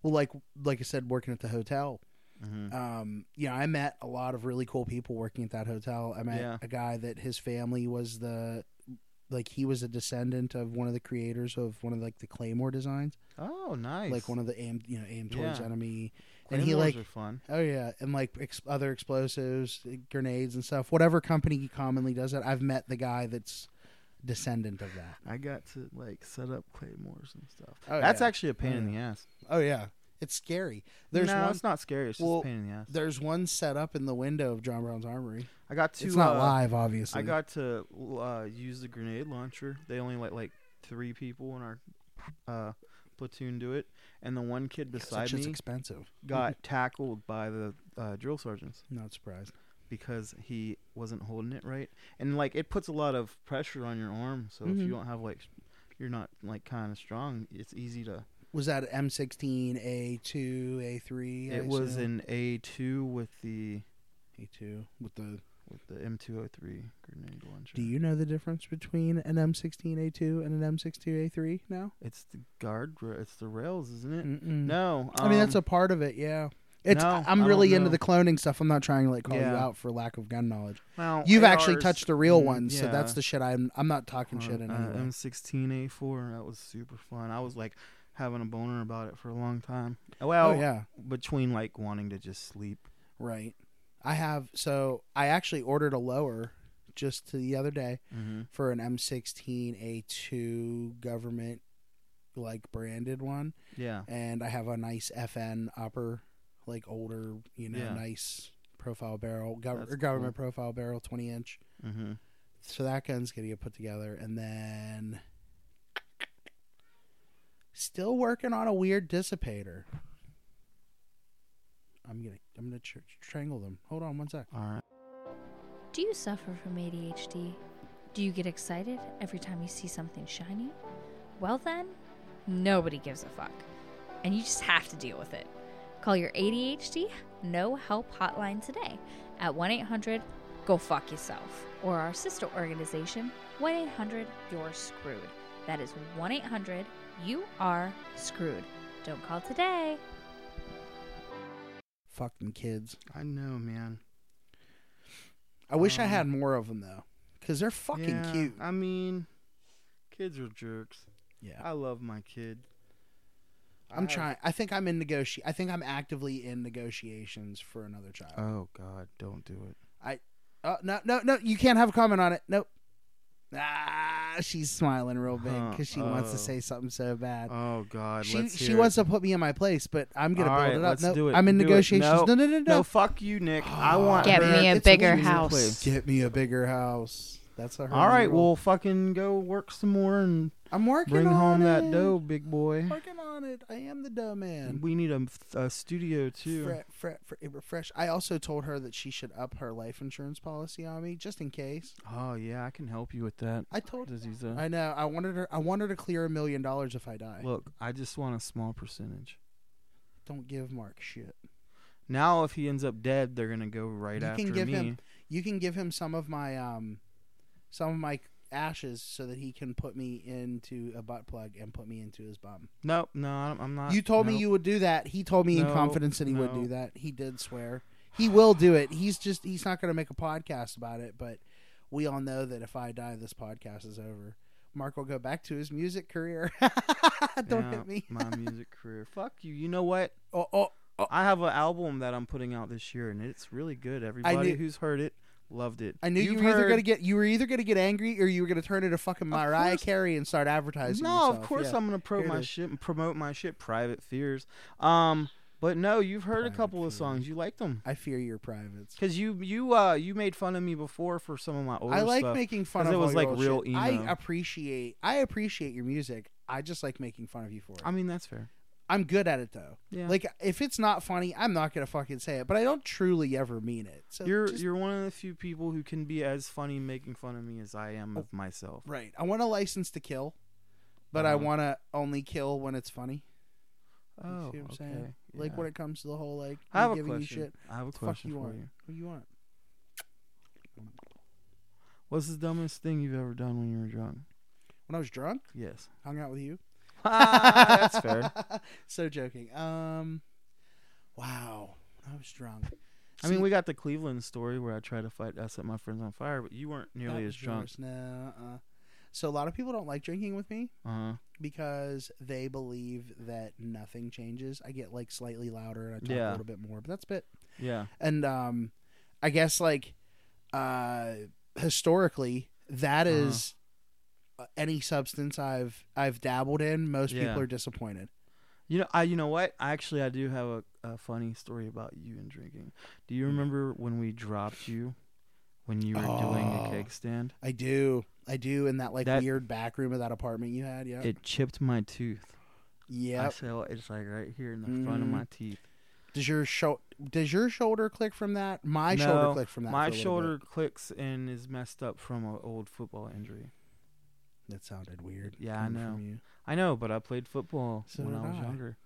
B: Well, like like I said, working at the hotel,
A: mhm.
B: um, you know, I met a lot of really cool people working at that hotel. I met
A: Yeah.
B: a guy that his family was the like he was a descendant of one of the creators of one of like the Claymore designs,
A: Oh, nice.
B: like one of the aim you know aim towards
A: Yeah.
B: enemy.
A: and he like are fun.
B: Oh yeah, and like ex- other explosives, eh, grenades and stuff. Whatever company commonly does that, I've met the guy that's descendant of that.
A: I got to like set up claymores and stuff.
B: Oh,
A: That's
B: yeah.
A: actually a pain
B: Oh,
A: in the ass.
B: Oh yeah, it's scary. There's
A: no,
B: one.
A: it's not scary. It's
B: Well,
A: just a pain in the ass.
B: There's one set up in the window of John Brown's armory.
A: I got to
B: it's not
A: uh,
B: live, obviously.
A: I got to uh, use the grenade launcher. They only let like three people in our uh, platoon do it, and the one kid beside
B: Such it's
A: me
B: expensive. Mhm.
A: got tackled by the uh, drill sergeants
B: Not surprised.
A: because he wasn't holding it right, and like it puts a lot of pressure on your arm. So if
B: Mhm.
A: you don't have like, you're not like kind of strong. It's easy to.
B: Was that M16, A2, A3?
A: it was an A two with the
B: A2 with the.
A: with the M two hundred three grenade launcher.
B: Do you know the difference between an M16A2 and an M16A3 now?
A: It's the guard. ra- It's the rails, isn't it?
B: Mm-mm.
A: No,
B: I mean, that's
A: um,
B: a part of it, yeah. It's
A: no,
B: I-
A: I
B: I'm
A: don't
B: really into
A: know.
B: the cloning stuff. I'm not trying to like call you
A: Yeah.
B: out for lack of gun knowledge.
A: well,
B: You've actually
A: ARs
B: touched the real
A: mm,
B: ones, so that's
A: yeah.
B: the shit I'm I'm not talking
A: on,
B: shit in
A: uh,
B: any way.
A: M16A4. That was super fun. I was like having a boner about it for a long time. Well,
B: oh yeah,
A: between like wanting to just sleep.
B: right. I have so I actually ordered a lower just to the other day
A: Mm-hmm.
B: for an M16A2 government like branded one,
A: Yeah.
B: and I have a nice FN upper, like older, you know,
A: Yeah.
B: nice profile barrel, gov-
A: That's
B: or
A: cool.
B: government profile barrel, twenty inch.
A: Mm-hmm.
B: so that gun's gonna get put together and then still working on a weird dissipator i'm gonna i'm gonna tr- strangle them hold on one sec
A: All right.
D: Do you suffer from ADHD? Do you get excited every time you see something shiny? Well, then, nobody gives a fuck. And you just have to deal with it. Call your ADHD No Help Hotline today at 1 800 Go Fuck Yourself or our sister organization, 1 800 You're Screwed. That is 1 800 You Are Screwed. Don't call today.
B: Fucking kids.
A: I know, man.
B: I wish I
A: Um,
B: had more of them though, because they're fucking
A: Yeah,
B: cute.
A: I mean, kids are jerks.
B: Yeah.
A: I love my kid.
B: I'm
A: I-
B: trying. I think I'm in negotiate. I think I'm actively in negotiations for another child. Uh,
A: Oh God, don't do it.
B: Oh, no, no, no. You can't have a comment on it. Nope. Ah, she's smiling real big
A: Huh,
B: because she wants
A: oh.
B: to say something so bad.
A: Oh God,
B: she
A: let's
B: she
A: hear
B: wants
A: it.
B: to put me in my place, but I'm gonna
A: All
B: build
A: right,
B: it up.
A: let's
B: No,
A: do it.
B: I'm in
A: Do it.
B: negotiations.
A: No,
B: No, no, no, no.
A: No, fuck you, Nick. I want.
D: Get
A: her-
D: me a
A: It's
D: bigger
A: me.
D: house.
B: Get me a bigger house. That's a
A: All right, well, fucking go work some more and
B: I'm working.
A: bring
B: on
A: home
B: it.
A: that dough, big boy.
B: Working on it. I am the dumb man.
A: We need a, a studio too.
B: Fre- fre- fre- it refresh. I also told her that she should up her life insurance policy on me just in case.
A: Oh yeah, I can help you with that.
B: I told her.
A: Disease, uh,
B: I know. I wanted her. I want her to clear a million dollars if I die.
A: Look, I just want a small percentage.
B: Don't give Mark shit.
A: Now, if he ends up dead, they're gonna go right
B: You can
A: after
B: give
A: me.
B: him- You can give him some of my um, some of my ashes so that he can put me into a butt plug and put me into his bum.
A: Nope, no, I'm- I'm not.
B: you told me
A: nope.
B: you would do that. He told me in
A: Uh, No,
B: confidence that he would
A: no.
B: do that. He did swear. He will do it. He's just he's not going to make a podcast about it, but we all know that if I die this podcast is over. Mark will go back to his music career. Don't
A: Yeah,
B: hit me.
A: my music career. Fuck you. You know what?
B: Oh, oh,
A: I have an album that I'm putting out this year, and it's really good. Everybody
B: knew-
A: who's heard it loved it.
B: I knew you
A: You've
B: were either
A: heard-
B: going to get you were either going to get angry or you were going to turn into fucking Mariah
A: course-
B: Carey and start advertising.
A: No, of
B: yourself.
A: course
B: Yeah.
A: I'm gonna promote
B: Here it
A: my
B: is.
A: shit and promote my shit. Private fears. Um, but no, you've heard a
B: Private
A: couple of
B: Fears.
A: songs. You liked them
B: I fear your privates.
A: because you you uh you made fun of me before for some of my older
B: I like
A: stuff.
B: making fun
A: 'Cause
B: of
A: it was,
B: all
A: like,
B: your old
A: real
B: shit. I
A: emo.
B: appreciate I appreciate your music. I just like making fun of you for it.
A: I mean that's fair.
B: I'm good at it though.
A: Yeah.
B: Like if it's not funny, I'm not gonna fucking say it. But I don't truly ever mean it. So
A: you're
B: Uh, just-
A: you're one of the few people who can be as funny making fun of me as I
B: Oh.
A: am of myself.
B: right. I want a license to kill, but I
A: Uh-huh.
B: want to only kill when it's funny. You
A: Oh,
B: see what I'm
A: okay.
B: saying? Like
A: yeah.
B: when it comes to the whole like
A: I have
B: me
A: a
B: giving
A: question.
B: you shit.
A: I have a
B: What the fuck
A: question
B: you
A: for
B: want?
A: you.
B: What do you want?
A: What's the dumbest thing you've ever done when you were drunk?
B: When I was drunk,
A: Yes.
B: hung out with you.
A: That's fair.
B: so joking. Um, wow. When I was drunk.
A: I mean,
B: See,
A: we got the Cleveland story where I tried to fight I set my friends on fire, but you weren't
B: that
A: nearly as
B: was
A: drunk.
B: yours. No. Uh, so a lot of people don't like drinking with me.
A: Uh huh.
B: because they believe that nothing changes. I get like slightly louder and I talk
A: Yeah.
B: a little bit more, but that's a bit.
A: Yeah.
B: And um, I guess like uh, historically, that
A: Uh-huh.
B: is uh any substance I've I've dabbled in. Most
A: Yeah.
B: people are disappointed.
A: You know, I you know what? Actually, I do have a, a funny story about you and drinking. Do
B: Mm.
A: you remember when we dropped you when you were doing a
B: Oh.
A: keg stand?
B: I do, I do. In that like
A: That-
B: weird back room of that apartment you had, yeah,
A: It chipped my tooth. I
B: yeah.
A: feel it's like right here in the front of
B: Mm.
A: my teeth.
B: Does your sho- does your shoulder click from that? My
A: No,
B: shoulder clicked from that. for a
A: My
B: little bit.
A: shoulder clicks and is messed up from an old football injury.
B: That sounded weird.
A: Yeah, I
B: coming
A: know.
B: from you.
A: I know, but I played football
B: So
A: when
B: did
A: I was
B: I.
A: younger.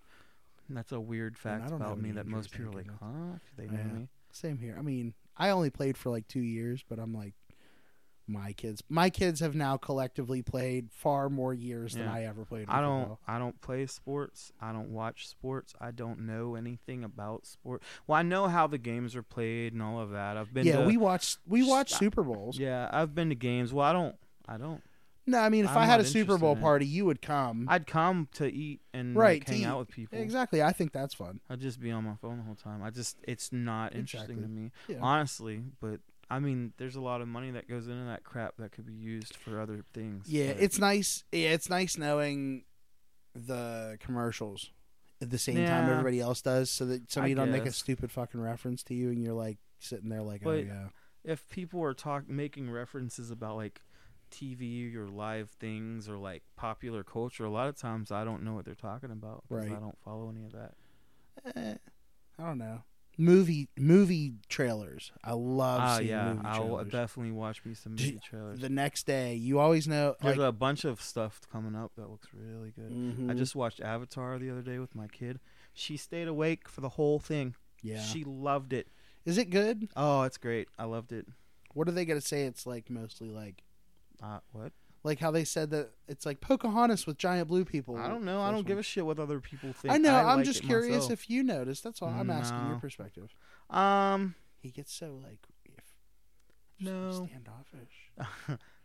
A: And that's a weird
B: And I
A: fact
B: don't have
A: about me
B: any
A: that most
B: injuries,
A: people are like,
B: thank
A: huh? Do They know
B: Yeah.
A: me.
B: Same here. I mean, I only played for like two years, but I'm like, my kids, my kids have now collectively played far more years than
A: Yeah.
B: I ever played. in
A: I don't.
B: football.
A: I don't play sports. I don't watch sports. I don't know anything about sport. Well, I know how the games are played and all of that. I've been.
B: Yeah,
A: to,
B: we watched we watched
A: Stop.
B: Super Bowls.
A: Yeah, I've been to games. Well, I don't. I don't.
B: No, I mean, if
A: I'm
B: i had
A: not
B: a Super
A: interested
B: Bowl
A: in it.
B: party, you would come.
A: I'd come to eat and
B: Right,
A: like,
B: to
A: hang
B: eat.
A: out with people.
B: exactly. I think that's fun.
A: I'd just be on my phone the whole time. I just. It's not interesting to
B: Exactly.
A: me,
B: Yeah.
A: honestly. But I mean, there's a lot of money that goes into that crap that could be used for other things.
B: Yeah,
A: but-
B: it's nice. Yeah, it's nice knowing the commercials at the same time
A: Yeah.
B: everybody else does, so that somebody don't make a
A: guess.
B: stupid fucking reference to you, and you're like sitting there like, oh
A: But-
B: yeah,
A: if people are talk making references about like TV or live things or like popular culture, a lot of times I don't know what they're talking about because
B: Right.
A: I don't follow any of that.
B: eh, I don't know. Movie movie trailers. I love
A: Oh
B: seeing
A: yeah,
B: movie
A: I'll
B: trailers.
A: definitely watch me some
B: Dude,
A: movie trailers.
B: the next day, you always know.
A: There's
B: Like,
A: a bunch of stuff coming up that looks really good. I
B: Mhm.
A: just watched Avatar the other day with my kid. She stayed awake for the whole thing.
B: yeah.
A: She loved it.
B: Is it good?
A: Oh, it's great. I loved it.
B: What are they gonna say? It's like mostly like
A: Uh, what?
B: Like how they said that it's like Pocahontas with giant blue people.
A: I don't know. I don't give a shit what other people think.
B: Oh, I know. I am
A: like
B: just
A: it
B: curious
A: myself.
B: if you noticed. That's all. I'm asking your
A: No.
B: perspective.
A: um
B: He gets so like if,
A: no.
B: standoffish.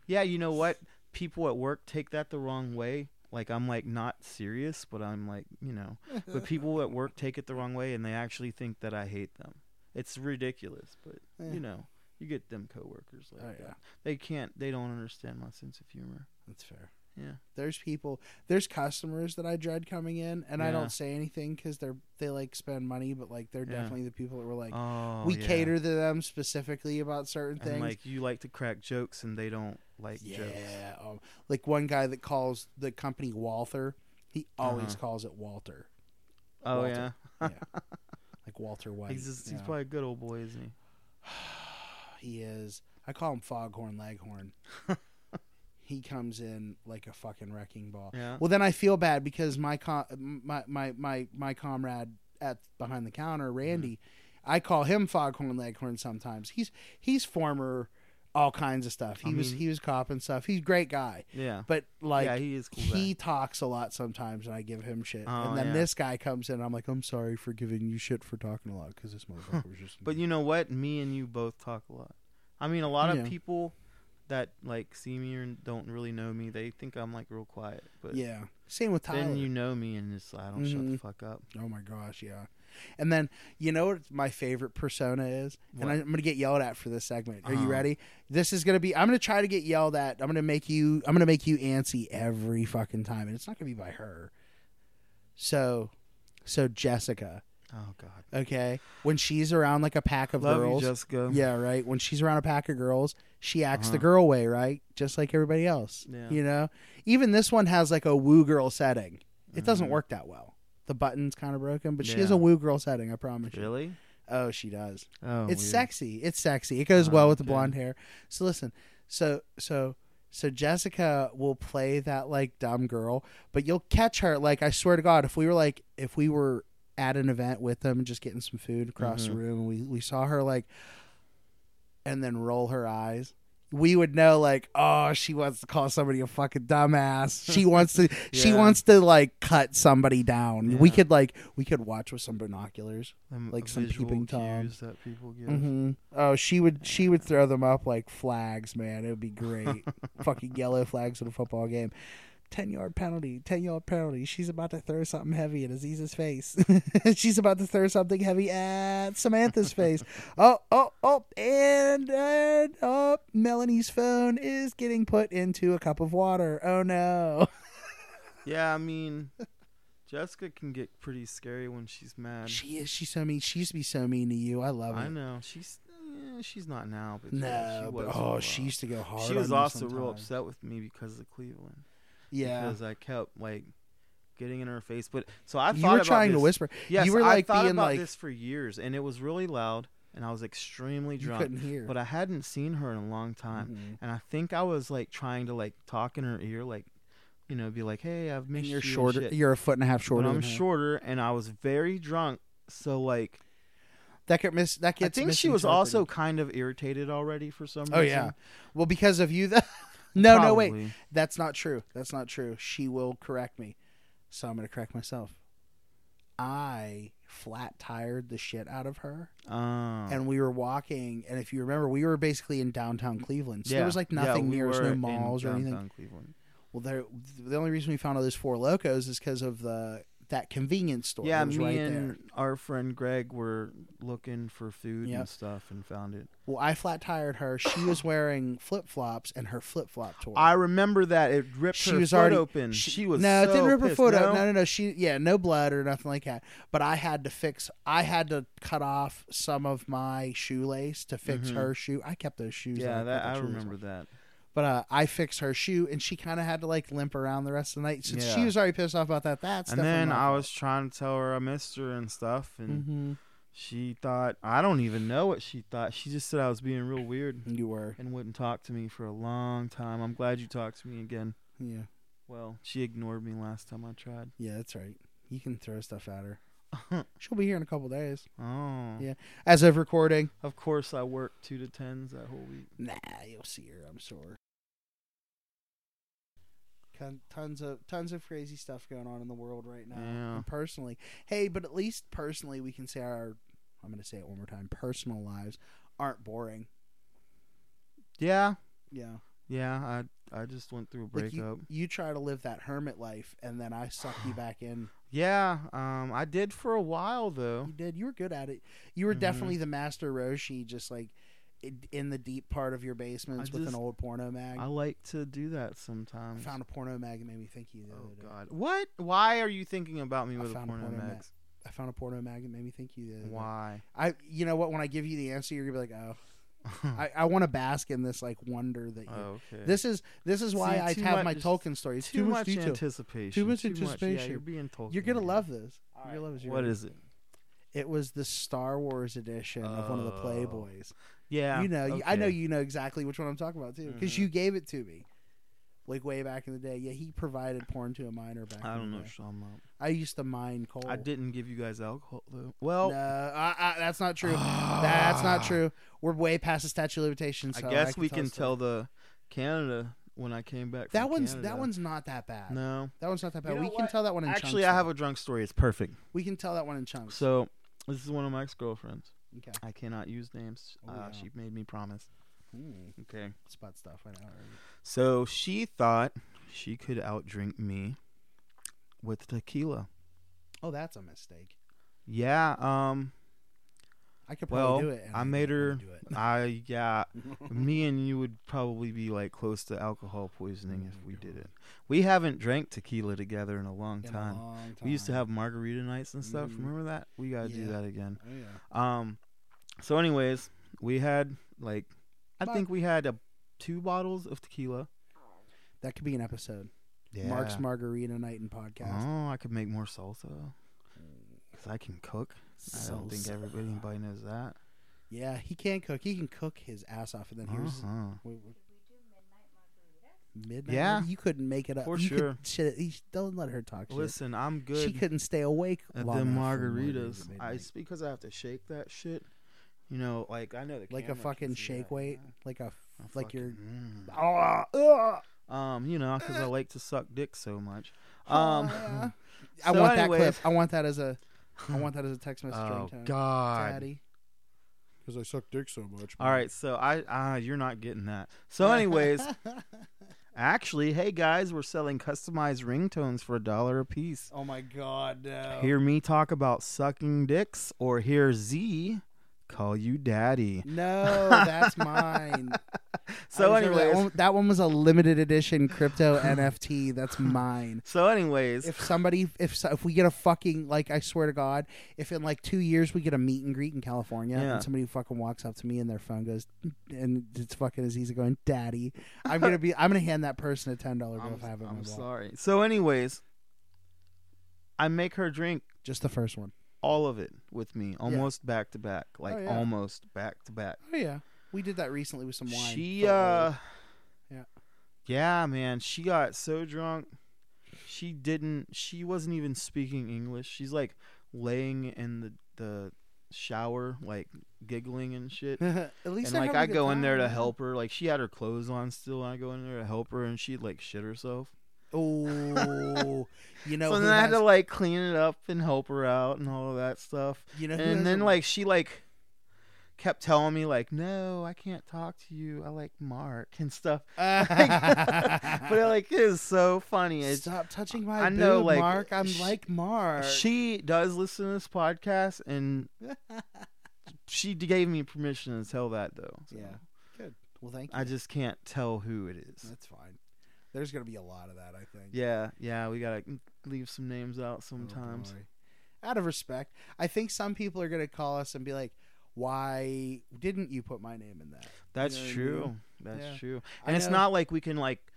A: yeah, you know what? People at work take that the wrong way. Like I'm like not serious, but I'm like you know. But people at work take it the wrong way, and they actually think that I hate them. It's ridiculous, but
B: Yeah.
A: you know, you get them coworkers like
B: Oh,
A: that.
B: yeah.
A: They can't. They don't understand my sense of humor.
B: That's fair.
A: Yeah.
B: There's people. There's customers that I dread coming in, and I
A: Yeah.
B: don't say anything because they're they like spend money, but like they're
A: Yeah.
B: definitely the people that were like
A: oh,
B: we
A: yeah.
B: cater to them specifically about certain
A: And
B: things.
A: like you like to crack jokes, and they don't like jokes.
B: yeah, um, like one guy that calls the company Walther. He always
A: Uh-huh.
B: calls it Walter,
A: Oh
B: Walter.
A: yeah.
B: like Walter White.
A: He's just, he's
B: yeah.
A: probably a good old boy, isn't he?
B: He is. I call him Foghorn Leghorn. he comes in like a fucking wrecking ball.
A: Yeah.
B: Well, then I feel bad because my com- my, my my my comrade at behind the counter, Randy,
A: Mm-hmm.
B: I call him Foghorn Leghorn sometimes. He's he's former all kinds of stuff. He
A: I
B: was
A: mean-
B: he was cop and stuff. He's a great guy,
A: yeah.
B: but like
A: yeah,
B: he,
A: he is cool. guy.
B: talks a lot sometimes, and I give him shit.
A: Oh,
B: and then
A: yeah.
B: this guy comes in, and I'm like, I'm sorry for giving you shit for talking a lot because this motherfucker was just.
A: But you know what? Me and you both talk a lot. I mean, a lot
B: Yeah.
A: of people that like see me or don't really know me, they think I'm like real quiet. But
B: yeah, same with Tyler.
A: then you know me, and it's I don't shut the
B: Mhm.
A: fuck up.
B: Oh my gosh, yeah. And then you know what my favorite persona is, and
A: What?
B: I'm gonna get yelled at for this segment. Are
A: Uh-huh.
B: you ready? This is gonna be. I'm gonna try to get yelled at. I'm gonna make you. I'm gonna make you antsy every fucking time, and it's not gonna be by her. So, so Jessica,
A: Oh God,
B: okay, when she's around like a pack of
A: love
B: girls,
A: you, Jessica.
B: yeah, right. When she's around a pack of girls, she acts the
A: Uh-huh.
B: girl way, right? Just like everybody else.
A: Yeah.
B: You know? Even this one has like a woo girl setting. It doesn't
A: Mhm.
B: work that well. The button's kind of broken, but she has
A: Yeah.
B: a woo girl setting, I promise you.
A: Really?
B: Oh, she does.
A: Oh,
B: it's
A: weird.
B: sexy. It's sexy. It goes well
A: Oh,
B: with the
A: okay.
B: blonde hair. So listen. So so so Jessica will play that like dumb girl, but you'll catch her like I swear to God, if we were like if we were at an event with them and just getting some food across
A: Mhm.
B: the room and we, we saw her like and then roll her eyes. We would know like, oh, she wants to call somebody a fucking dumbass. She wants to she
A: Yeah.
B: wants to like cut somebody down. We
A: Yeah.
B: could like we could watch with some binoculars.
A: Um,
B: like some
A: visual
B: peeping Tom.
A: cues that people give.
B: hmm Oh, she would she would throw them up like flags, man. It would be great. Fucking yellow flags at a football game. Ten yard penalty. Ten yard penalty. She's about to throw something heavy at Aziz's face. She's about to throw something heavy at Samantha's face. Oh, oh, oh, and and oh, Melanie's phone is getting put into a cup of water. Oh no.
A: Yeah, I mean, Jessica can get pretty scary when she's mad.
B: She is. She's so mean. She used to be so mean to you. I love it.
A: I know she's eh, she's not now, but yeah, she
B: No,
A: was
B: but
A: for a
B: oh,
A: while.
B: she used to go hard.
A: she was
B: on you
A: also real
B: sometimes.
A: upset with me because of Cleveland.
B: Yeah.
A: because I kept like getting in her face. But so I thought
B: you were
A: about
B: trying
A: this.
B: to whisper.
A: Yes,
B: you were, like,
A: I thought
B: being,
A: about
B: like-
A: this for years, and it was really loud, and I was extremely
B: You
A: drunk.
B: couldn't hear.
A: But I hadn't seen her in a long time,
B: Mhm.
A: and I think I was like trying to like talk in her ear, like you know, be like, "Hey, I've
B: And
A: missed
B: you're
A: you and
B: shorter.
A: shit."
B: You're a foot and a half
A: but
B: shorter.
A: I'm
B: than her.
A: shorter, and I was very drunk, so like
B: That get mis- That
A: I
B: gets.
A: think she was also
B: misinterpreted.
A: kind of irritated already for some reason.
B: Oh yeah. Well, because of you. That. no, no, wait.
A: Probably.
B: That's not true. That's not true. She will correct me, so I'm gonna correct myself. I flat tired the shit out of her,
A: Oh.
B: and we were walking. And if you remember, we were basically in downtown Cleveland, so there was like
A: Yeah,
B: nothing
A: we
B: near us,
A: were
B: no
A: in
B: malls or anything.
A: downtown Cleveland.
B: Well, there, the only reason we found all those four locos is because of the that convenience store.
A: Yeah,
B: that was
A: me
B: right
A: and
B: there.
A: our friend Greg were looking for food
B: Yep.
A: and stuff and found it.
B: Well, I flat tired her. She was wearing flip flops and her flip flop tore.
A: I remember that it ripped
B: she
A: her
B: was
A: foot
B: already
A: open. She, was
B: no, it
A: so
B: didn't rip her
A: pissed.
B: foot
A: no?
B: up. No, no, no. She yeah, no blood or nothing like that. But I had to fix. I had to cut off some of my shoelace to fix
A: Mhm.
B: her shoe. I kept those shoes.
A: Yeah,
B: on.
A: that
B: kept
A: I
B: the shoelace on.
A: remember that.
B: But uh, I fixed her shoe, and she kind of had to like limp around the rest of the night since she
A: Yeah.
B: was already pissed off about that. That's
A: And then I was trying to tell her I missed her and stuff, and
B: hmm
A: she thought I don't even know what she thought. She just said I was being real weird
B: You were.
A: and wouldn't talk to me for a long time. I'm glad you talked to me again.
B: Yeah.
A: Well, she ignored me last time I tried.
B: Yeah, that's right. You can throw stuff at her. She'll be here in a couple days.
A: oh,
B: Yeah. As of recording.
A: of course I worked two to tens that whole week.
B: Nah, you'll see her, I'm sure. Con- tons of tons of crazy stuff going on in the world right now.
A: Yeah.
B: And personally, hey, but at least personally, we can say our I'm going to say it one more time. Personal lives aren't boring.
A: Yeah,
B: Yeah,
A: yeah. I I just went through a
B: like
A: breakup.
B: you, you try to live that hermit life, and then I suck you back in.
A: yeah, um, I did for a while though.
B: You did. You were good at it. You were
A: Mhm.
B: definitely the master Roshi, just like in- in the deep part of your basements
A: I
B: with an
A: just-
B: old porno mag.
A: I
B: I
A: like to do that sometimes.
B: found a porno mag and made me think of you. The
A: oh
B: other day.
A: God, what? Why are you thinking about me
B: I
A: with a
B: found a
A: porno
B: porno
A: mags?
B: I found a porno mag and made me think of you. The other day.
A: Why?
B: I, you know what? When I give you the answer, you're gonna be like, oh, I, I want to bask in this like wonder that you.
A: Oh, okay.
B: This is this is why
A: See,
B: I
A: too
B: have my
A: much-
B: Tolkien stories.
A: too, much
B: detail.
A: anticipation.
B: Too much
A: Yeah, you're
B: anticipation.
A: being told.
B: You're gonna love this. You're
A: Alright,
B: gonna love this. You're
A: What
B: gonna-
A: is it?
B: It was the Star Wars edition of one of the
A: Oh.
B: Playboys.
A: Yeah,
B: you know, you- I know
A: okay.
B: you know exactly which one I'm talking about too, because
A: Mhm.
B: you gave it to me, like way back in the day. Yeah, he provided porn to a minor back.
A: I
B: in
A: don't
B: the
A: know,
B: day.
A: Sean. Mop.
B: I used to mine coal.
A: I didn't give you guys alcohol though.
B: No,
A: Well,
B: I, I, that's not true. that's not true. We're way past the statute of limitations.
A: I
B: so
A: guess we
B: tell
A: can
B: a story.
A: tell the Canada when I came back.
B: That
A: from
B: one's
A: Canada.
B: that one's not that bad.
A: no.
B: That one's not that bad.
A: You know
B: we can
A: what?
B: tell that one in
A: Actually,
B: chunks.
A: I have a drunk story. It's perfect.
B: We can tell that one in chunks.
A: So this is one of my ex-girlfriends.
B: okay.
A: I cannot use names.
B: Oh,
A: uh,
B: yeah.
A: She made me promise.
B: Ooh,
A: Okay.
B: Hmm. spot stuff. I know.
A: So she thought she could outdrink me with tequila.
B: Oh, that's a mistake.
A: Yeah. Um.
B: I could
A: Well,
B: probably do it. and
A: I
B: didn't
A: made her-
B: really do
A: I yeah.
B: it.
A: me and you would probably be like close to alcohol poisoning if we did it. We haven't drank tequila together in a long
B: In a
A: time.
B: long
A: We used to
B: time.
A: have margarita nights and stuff.
B: Mhm.
A: Remember that? We gotta do
B: Yeah.
A: that again.
B: Oh, yeah.
A: Um. So, anyways, we had like, I
B: But-
A: think we had a, two bottles of tequila.
B: That could be an episode. Mark's Margarita Night and Podcast.
A: Oh, I could make more salsa. Cause I can cook. I don't think
B: Salsa.
A: everybody, anybody knows that.
B: Yeah, he can cook. He can cook his ass off. And then here's
A: Uh-huh.
B: wait, wait. midnight.
A: Yeah.
B: Margarita? You couldn't make it up.
A: For
B: You could-
A: sure.
B: shit, he- don't let her talk shit.
A: Listen, I'm good.
B: She couldn't stay awake.
A: at
B: long
A: them
B: enough for Margarita
A: margaritas. I
B: midnight.
A: it's because I have to shake that shit. You know, like I know the
B: like a
A: camera can
B: fucking
A: see
B: shake
A: that,
B: weight,
A: yeah.
B: like a
A: I
B: like your
A: fucking- mm.
B: Ah, ah,
A: um, you know, because I like to suck dick so much. Um,
B: ah. I
A: so
B: want that
A: anyways-
B: clip. I want that as a I want that as a text message
A: oh
B: ringtone.
A: God!
B: Daddy. Because I suck dick so much.
A: All right, so I ah, you're not getting that. So, anyways, actually, hey guys, we're selling customized ringtones for a dollar a piece.
B: oh my god, no.
A: Hear me talk about sucking dicks, or hear Z call you daddy.
B: No, that's mine.
A: So,
B: I was over that
A: anyways,
B: one, that one was a limited edition crypto NFT. That's mine.
A: so anyways,
B: If somebody, if so- if we get a fucking like, I swear to God, if in like two years we get a meet and greet in California,
A: Yeah.
B: and somebody fucking walks up to me and their phone goes, and it's fucking Aziza going, "Daddy," I'm gonna be, I'm gonna hand that person a ten dollar bill
A: I'm,
B: if I have it. in
A: I'm
B: my wallet.
A: sorry. So, anyways, I make her drink
B: Just the first one.
A: all of it with me, almost back to back, like
B: Oh, yeah.
A: almost back to back.
B: Oh yeah, we did that recently with some wine.
A: She,
B: Felt
A: uh,
B: Yeah.
A: yeah, man, she got so drunk. She didn't. She wasn't even speaking English. She's like laying in the the shower, like giggling and shit.
B: weird. At least
A: and
B: they're
A: like
B: having a
A: I
B: good
A: go in there to
B: time.
A: help her. Like she had her clothes on still, and I go in there to help her, and she like shit herself.
B: Oh, you know,
A: so
B: who
A: then I had
B: has-
A: to like clean it up and help her out and all of that stuff.
B: you know, who has
A: and then
B: a-
A: like she like kept telling me like, no, I can't talk to you. I like Mark and stuff. but it like is so funny. It's,
B: Stop touching my
A: I know,
B: boob,
A: like,
B: Mark. I'm
A: sh-
B: like Mark.
A: she does listen to this podcast, and she d- gave me permission to tell that though. So
B: Yeah. Good. Well, thank you.
A: I just can't tell who it is.
B: That's fine. There's gonna be a lot of that, I think.
A: Yeah, yeah, we gotta leave some names out
B: Oh,
A: sometimes.
B: boy. Out of respect, I think some people are gonna call us and be like, "Why didn't you put my name in that?"
A: That's
B: know what I mean?
A: true. That's
B: Yeah.
A: true.
B: I
A: And it's
B: know-
A: not like we can like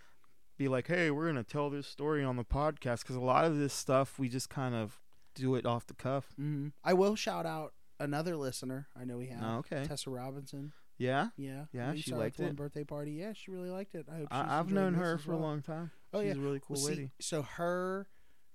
A: be like, "Hey, we're going to tell this story on the podcast" cuz a lot of this stuff we just kind of do it off the cuff.
B: Mhm. I will shout out another listener. I know we have
A: Oh, okay.
B: Tessa Robinson.
A: Yeah.
B: Yeah,
A: Yeah,
B: we
A: she
B: saw her at
A: liked
B: the one
A: it.
B: Birthday party. Yeah, she really liked it. I hope she's
A: I, I've
B: enjoying
A: known
B: this
A: her
B: as
A: for
B: well.
A: a long time.
B: Oh
A: She's
B: yeah,
A: a really cool
B: Well, see,
A: lady.
B: so her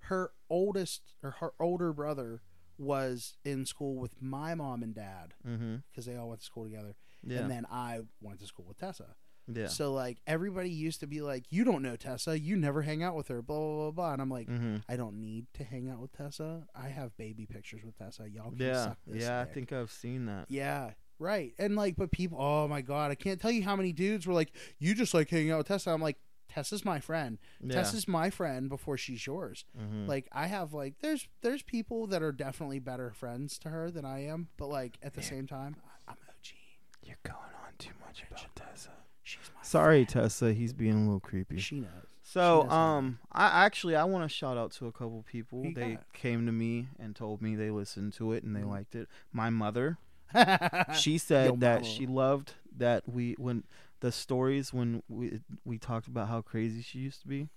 B: her oldest or her older brother was in school with my mom and dad
A: Mhm.
B: because they all went to school together,
A: Yeah.
B: and then I went to school with Tessa.
A: Yeah.
B: So like everybody used to be like, "You don't know Tessa. You never hang out with her." Blah blah blah. blah. And I'm like,
A: mm-hmm.
B: I don't need to hang out with Tessa. I have baby pictures with Tessa. Y'all can
A: Yeah.
B: suck this.
A: Yeah. I
B: dick."
A: think I've seen that.
B: Yeah. Right. And like, but people. Oh my god, I can't tell you how many dudes were like, "You just like hanging out with Tessa." I'm like, Tessa's my friend.
A: Yeah.
B: Tessa's my friend before she's yours.
A: Mhm.
B: Like I have like there's there's people that are definitely better friends to her than I am, but like at the same time, I- I'm OG.
A: You're going on too much about Tessa.
B: She's my
A: Sorry, Tessa. He's being a little creepy.
B: She knows.
A: So,
B: doesn't.
A: um, I actually I want to shout out to a couple people.
B: Who you
A: They
B: got?
A: came to me and told me they listened to it and they
B: Mhm.
A: liked it. My mother,
B: she
A: she said that
B: mama.
A: she loved that we when the stories when we we talked about how crazy she used to be.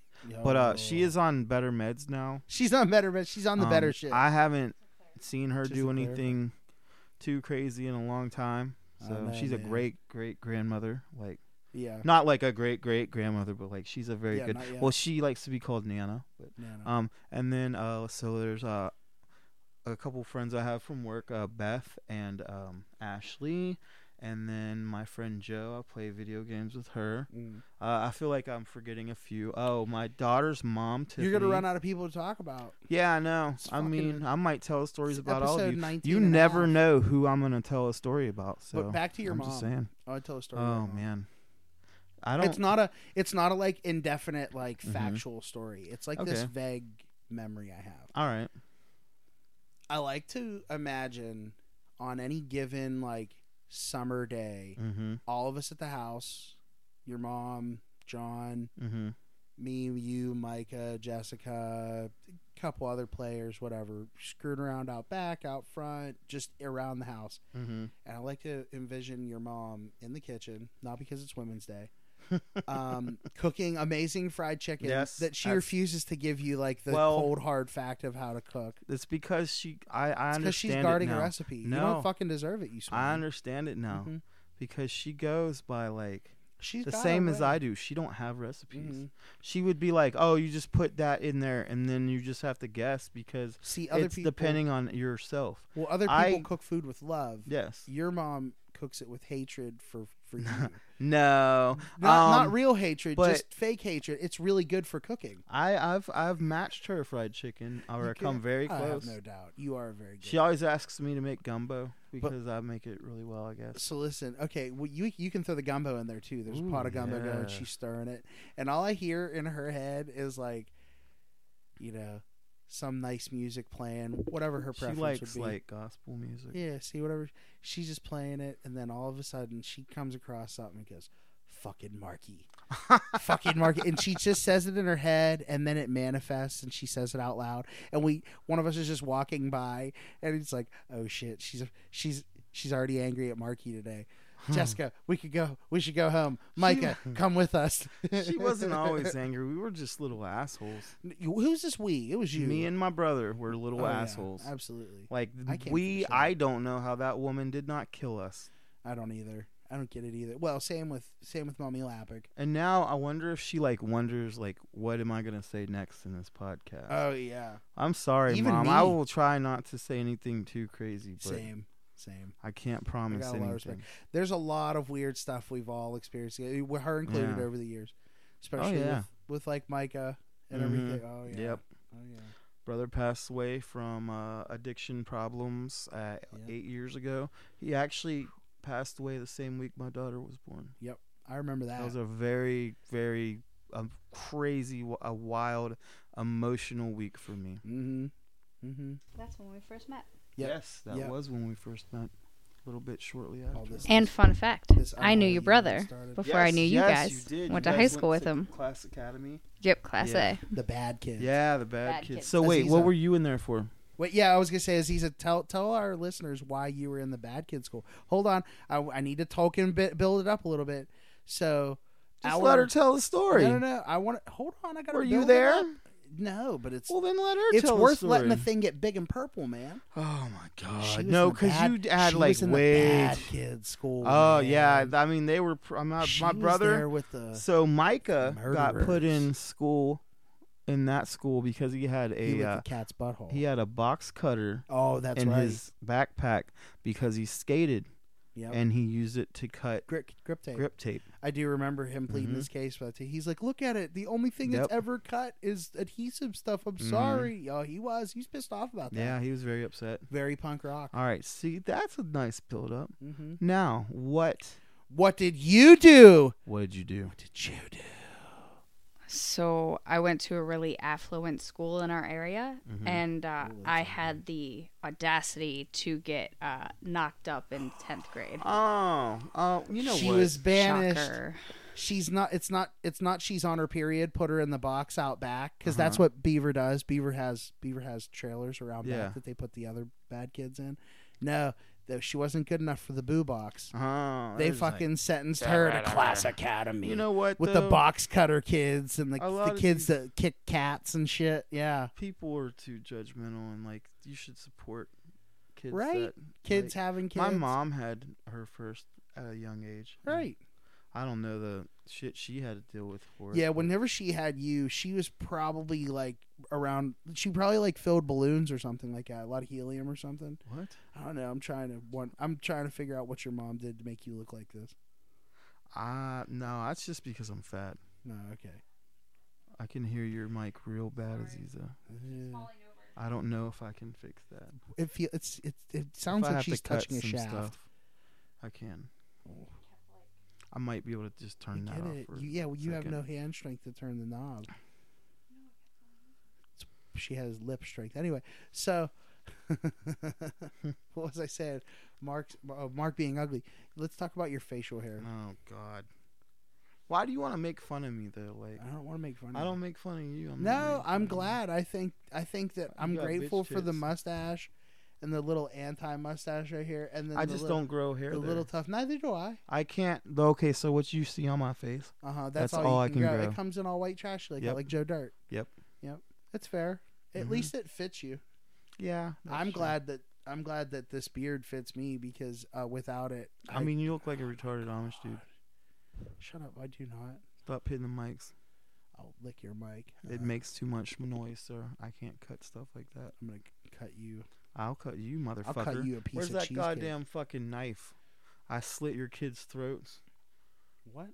A: But uh, she is on better meds now.
B: She's not better, but she's on the
A: Um,
B: better shit.
A: I haven't seen her
B: Just
A: do
B: to clarify.
A: anything too crazy in a long time.
B: I
A: So
B: know,
A: she's a
B: man.
A: great great grandmother. Like
B: yeah.
A: not like a great great grandmother, but like she's a very
B: Yeah,
A: good.
B: not yet.
A: Well, she likes to be called Nana. But
B: No, no.
A: um, and then uh, so there's uh, a couple friends I have from work, uh, Beth and um, Ashley, and then my friend Joe. I play video games with her.
B: Mm.
A: Uh, I feel like I'm forgetting a few. Oh, my daughter's mom. Tiffany.
B: You're gonna run out of people to talk about.
A: Yeah, I know.
B: It's
A: I mean,
B: fucking-
A: I might tell stories
B: It's
A: about all of
B: episode
A: you.
B: 19
A: You
B: and a
A: never
B: half.
A: know who I'm gonna tell a story about. So
B: But back to your
A: I'm
B: mom.
A: just saying.
B: Oh, I tell a story. about
A: Oh
B: mom.
A: man, I don't.
B: it's not a it's not a like indefinite like
A: Mhm.
B: factual story. It's like this
A: Okay.
B: vague memory I have.
A: all right.
B: I like to imagine on any given like summer day,
A: Mm-hmm.
B: all of us at the house, your mom, John,
A: Mm-hmm.
B: me, you, Micah, Jessica, a couple other players, whatever, screwing around out back, out front, just around the house.
A: Mm-hmm.
B: And I like to envision your mom in the kitchen, not because it's Women's Day, um, cooking amazing fried chicken
A: Yes,
B: that she
A: I've-
B: refuses to give you like the
A: Well-
B: cold hard fact of how to cook.
A: It's because she. I. I
B: It's
A: understand
B: because she's
A: it
B: guarding
A: now.
B: a recipe. You
A: No.
B: don't fucking deserve it. You. Swine.
A: I understand it now
B: Mhm.
A: because she goes by like
B: She's
A: the
B: got
A: same
B: a
A: as
B: way.
A: I do. She don't have recipes.
B: Mhm.
A: She would be like, "Oh, you just put that in there, and then you just have to guess because
B: See other
A: it's
B: people.
A: depending on yourself."
B: Well, other people
A: I-
B: cook food with love.
A: Yes.
B: Your mom cooks it with hatred for for you. not,
A: No.
B: not
A: um,
B: real hatred,
A: but-
B: just fake hatred. It's really good for cooking.
A: I, I've I've matched her fried chicken,
B: You
A: or
B: could-
A: come very
B: I have
A: close.
B: no doubt. You are very good.
A: She always asks me to make gumbo because I make it really well, I guess.
B: so listen, okay, well, you you can throw the gumbo in there too. There's a pot
A: Ooh,
B: of gumbo
A: yeah.
B: going. She's stirring it, and all I hear in her head is like, you know, some nice music playing, whatever her
A: She
B: preference
A: likes
B: would be.
A: like gospel music.
B: Yeah, see whatever she's just playing it, and then all of a sudden she comes across something and goes, "Fucking Marky, fucking Marky," and she just says it in her head, and then it manifests, and she says it out loud, and we one of us is just walking by, and it's like, "Oh shit, she's she's she's already angry at Marky today."
A: Hmm.
B: Jessica, we could go. We should go home. Micah, come with us.
A: she wasn't always angry. We were just little assholes.
B: Who's this? We? It was you.
A: Me and my brother were little
B: Oh, yeah,
A: assholes.
B: absolutely.
A: Like
B: I can't
A: we,
B: finish that.
A: I don't know how that woman did not kill us.
B: I don't either. I don't get it either. Well, same with same with Mommy Lappick.
A: And now I wonder if she like wonders like, what am I gonna say next in this podcast?
B: Oh yeah.
A: I'm sorry,
B: even
A: mom. I
B: me.
A: will try not to say anything too crazy, but
B: Same, same.
A: I can't promise
B: got a lot of respect.
A: anything.
B: There's a lot of weird stuff we've all experienced, eh, with her included,
A: Yeah. Oh,
B: over the years, especially
A: yeah.
B: with, with like Micah and
A: Mhm.
B: everything. Oh yeah.
A: Yep.
B: Oh yeah.
A: brother passed away from uh, addiction problems uh,
B: Yeah.
A: eight years ago. He actually passed away the same week my daughter was born.
B: I remember that.
A: That was a very, very um, crazy, w- a wild, emotional week for me.
B: mm-hmm. Mm-hmm.
E: That's when we first met.
B: Yep.
A: Yes, that
B: Yep.
A: was when we first met. A little bit shortly after.
B: All this.
D: And fun fact,
B: this
D: I
B: unholy
D: knew your
B: union
D: brother
B: started.
D: before I
A: Yes,
D: knew you
A: yes,
D: guys.
A: did.
D: Went
A: You
D: to
A: guys
D: high school
A: went
D: with
A: to
D: him.
A: Class Academy.
D: Yep, class
A: Yeah.
D: A.
B: the bad kid.
A: Yeah, the bad,
D: Bad
A: kids.
D: kids.
A: So wait, what
B: Aziza.
A: were you in there for?
B: Wait, yeah, I was gonna say, Aziza, tell tell our listeners why you were in the bad kid school. Hold on, I, I need to Tolkien bit, build it up a little bit. So,
A: Just
B: our-
A: let her tell the story.
B: No, no, no. I want to hold on. I got.
A: Were you there?
B: No, but it's
A: Well, then let her
B: it's
A: tell
B: worth
A: the story.
B: letting the thing get big and purple, man.
A: Oh my
B: She
A: god!
B: was
A: No,
B: in the
A: because
B: bad-
A: you d- had
B: she
A: like
B: was in the
A: way.
B: bad
A: t-
B: kid school.
A: Oh
B: man.
A: yeah, I mean they were. Pr- I'm not
B: She
A: my
B: was
A: brother.
B: there with the
A: So Micah got put
B: murderers.
A: in school, in that school because he had
B: he
A: a
B: with
A: uh,
B: the cat's butthole.
A: he had a box cutter
B: oh, that's
A: in
B: right.
A: his backpack because he skated
B: Yeah.
A: and he used it to cut
B: grip, grip tape.
A: grip tape.
B: I do remember him pleading
A: Mhm.
B: his case, but he's like, "Look at it. The only thing
A: Yep.
B: that's ever cut is adhesive stuff. I'm
A: Mhm.
B: sorry." Oh, he was. He's pissed off about that.
A: Yeah, he was very upset.
B: Very punk rock.
A: All right, see, that's a nice build up.
B: Mm-hmm.
A: Now, what
B: What did you do?
A: what did you do?
B: What did you do?
E: So I went to a really affluent school in our area, and uh, I had the audacity to get uh, knocked up in tenth grade.
A: Oh, uh, you know
B: she
A: what?
B: was banished.
E: Shocker.
B: She's not. It's not. It's not. She's on her period. Put her in the box out back because
A: Uh-huh.
B: that's what Beaver does. Beaver has Beaver has trailers around
A: Yeah.
B: back that they put the other bad kids in. No, though she wasn't good enough for the boo box.
A: oh,
B: they
A: was like-
B: fucking sentenced her to class academy.
A: you know what?
B: with the
A: though?
B: box cutter kids and the,
A: A lot
B: the
A: of
B: kids
A: these-
B: that kick cats and shit. Yeah,
A: people are too judgmental, and like you should support kids.
B: Right?
A: that-
B: kids
A: like,
B: having kids.
A: My mom had her first at a young age. and
B: Right.
A: I don't know the shit she had to deal with for it,
B: Yeah,
A: but-
B: whenever she had you, she was probably like around. She probably like filled balloons or something like that. A lot of helium or something.
A: what?
B: I don't know. I'm trying to one. I'm trying to figure out what your mom did to make you look like this.
A: Ah, no, that's just because I'm fat.
B: No, okay.
A: I can hear your mic real bad, Aziza.
B: Uh,
A: I don't know if I can fix that.
B: It feel it's it. It
A: If
B: sounds
A: I
B: like
A: have to
B: she's
A: cut
B: touching a
A: some
B: shaft.
A: Stuff, I can. I might be able to just
B: I
A: turn that
B: get
A: off.
B: it.
A: for
B: You, yeah, well,
A: a
B: you have
A: second.
B: no hand strength to turn the knob. It's- She has lip strength. Anyway, so what was I saying? Mark, uh, Mark being ugly. Let's talk about your facial hair.
A: Oh God. Why do you want to make fun of me though? Like
B: I don't want to make fun. of
A: I
B: you.
A: don't make fun of you. I'm not
B: No,
A: making
B: I'm
A: fun of you.
B: glad. I think I think that I'm
A: got bitch
B: grateful for the
A: tits.
B: mustache and the little anti mustache right here. And then
A: I
B: the
A: just
B: little,
A: don't grow hair.
B: The
A: there.
B: little tough. Neither do I.
A: I can't. though, Okay, so what you see on my face?
B: Uh huh. That's,
A: That's
B: all,
A: all
B: you
A: I
B: can,
A: can
B: grow. It
A: grow.
B: comes in all white trash like that,
A: Yep.
B: like Joe Dirt.
A: Yep.
B: Yep. That's fair. At
A: Mhm.
B: least it fits you.
A: Yeah. that's
B: I'm
A: true.
B: glad that I'm glad that this beard fits me because uh, without it,
A: I mean, you look like a retarded Amish dude.
B: shut up. I do not.
A: Stop hitting the mics.
B: I'll lick your mic.
A: It
B: Uh,
A: makes too much noise, sir. I can't cut stuff like that.
B: I'm gonna c- cut you.
A: I'll cut you, motherfucker.
B: I'll cut you a piece
A: Where's
B: of
A: that
B: cheesecake.
A: goddamn fucking knife? I slit your kids' throats.
B: What?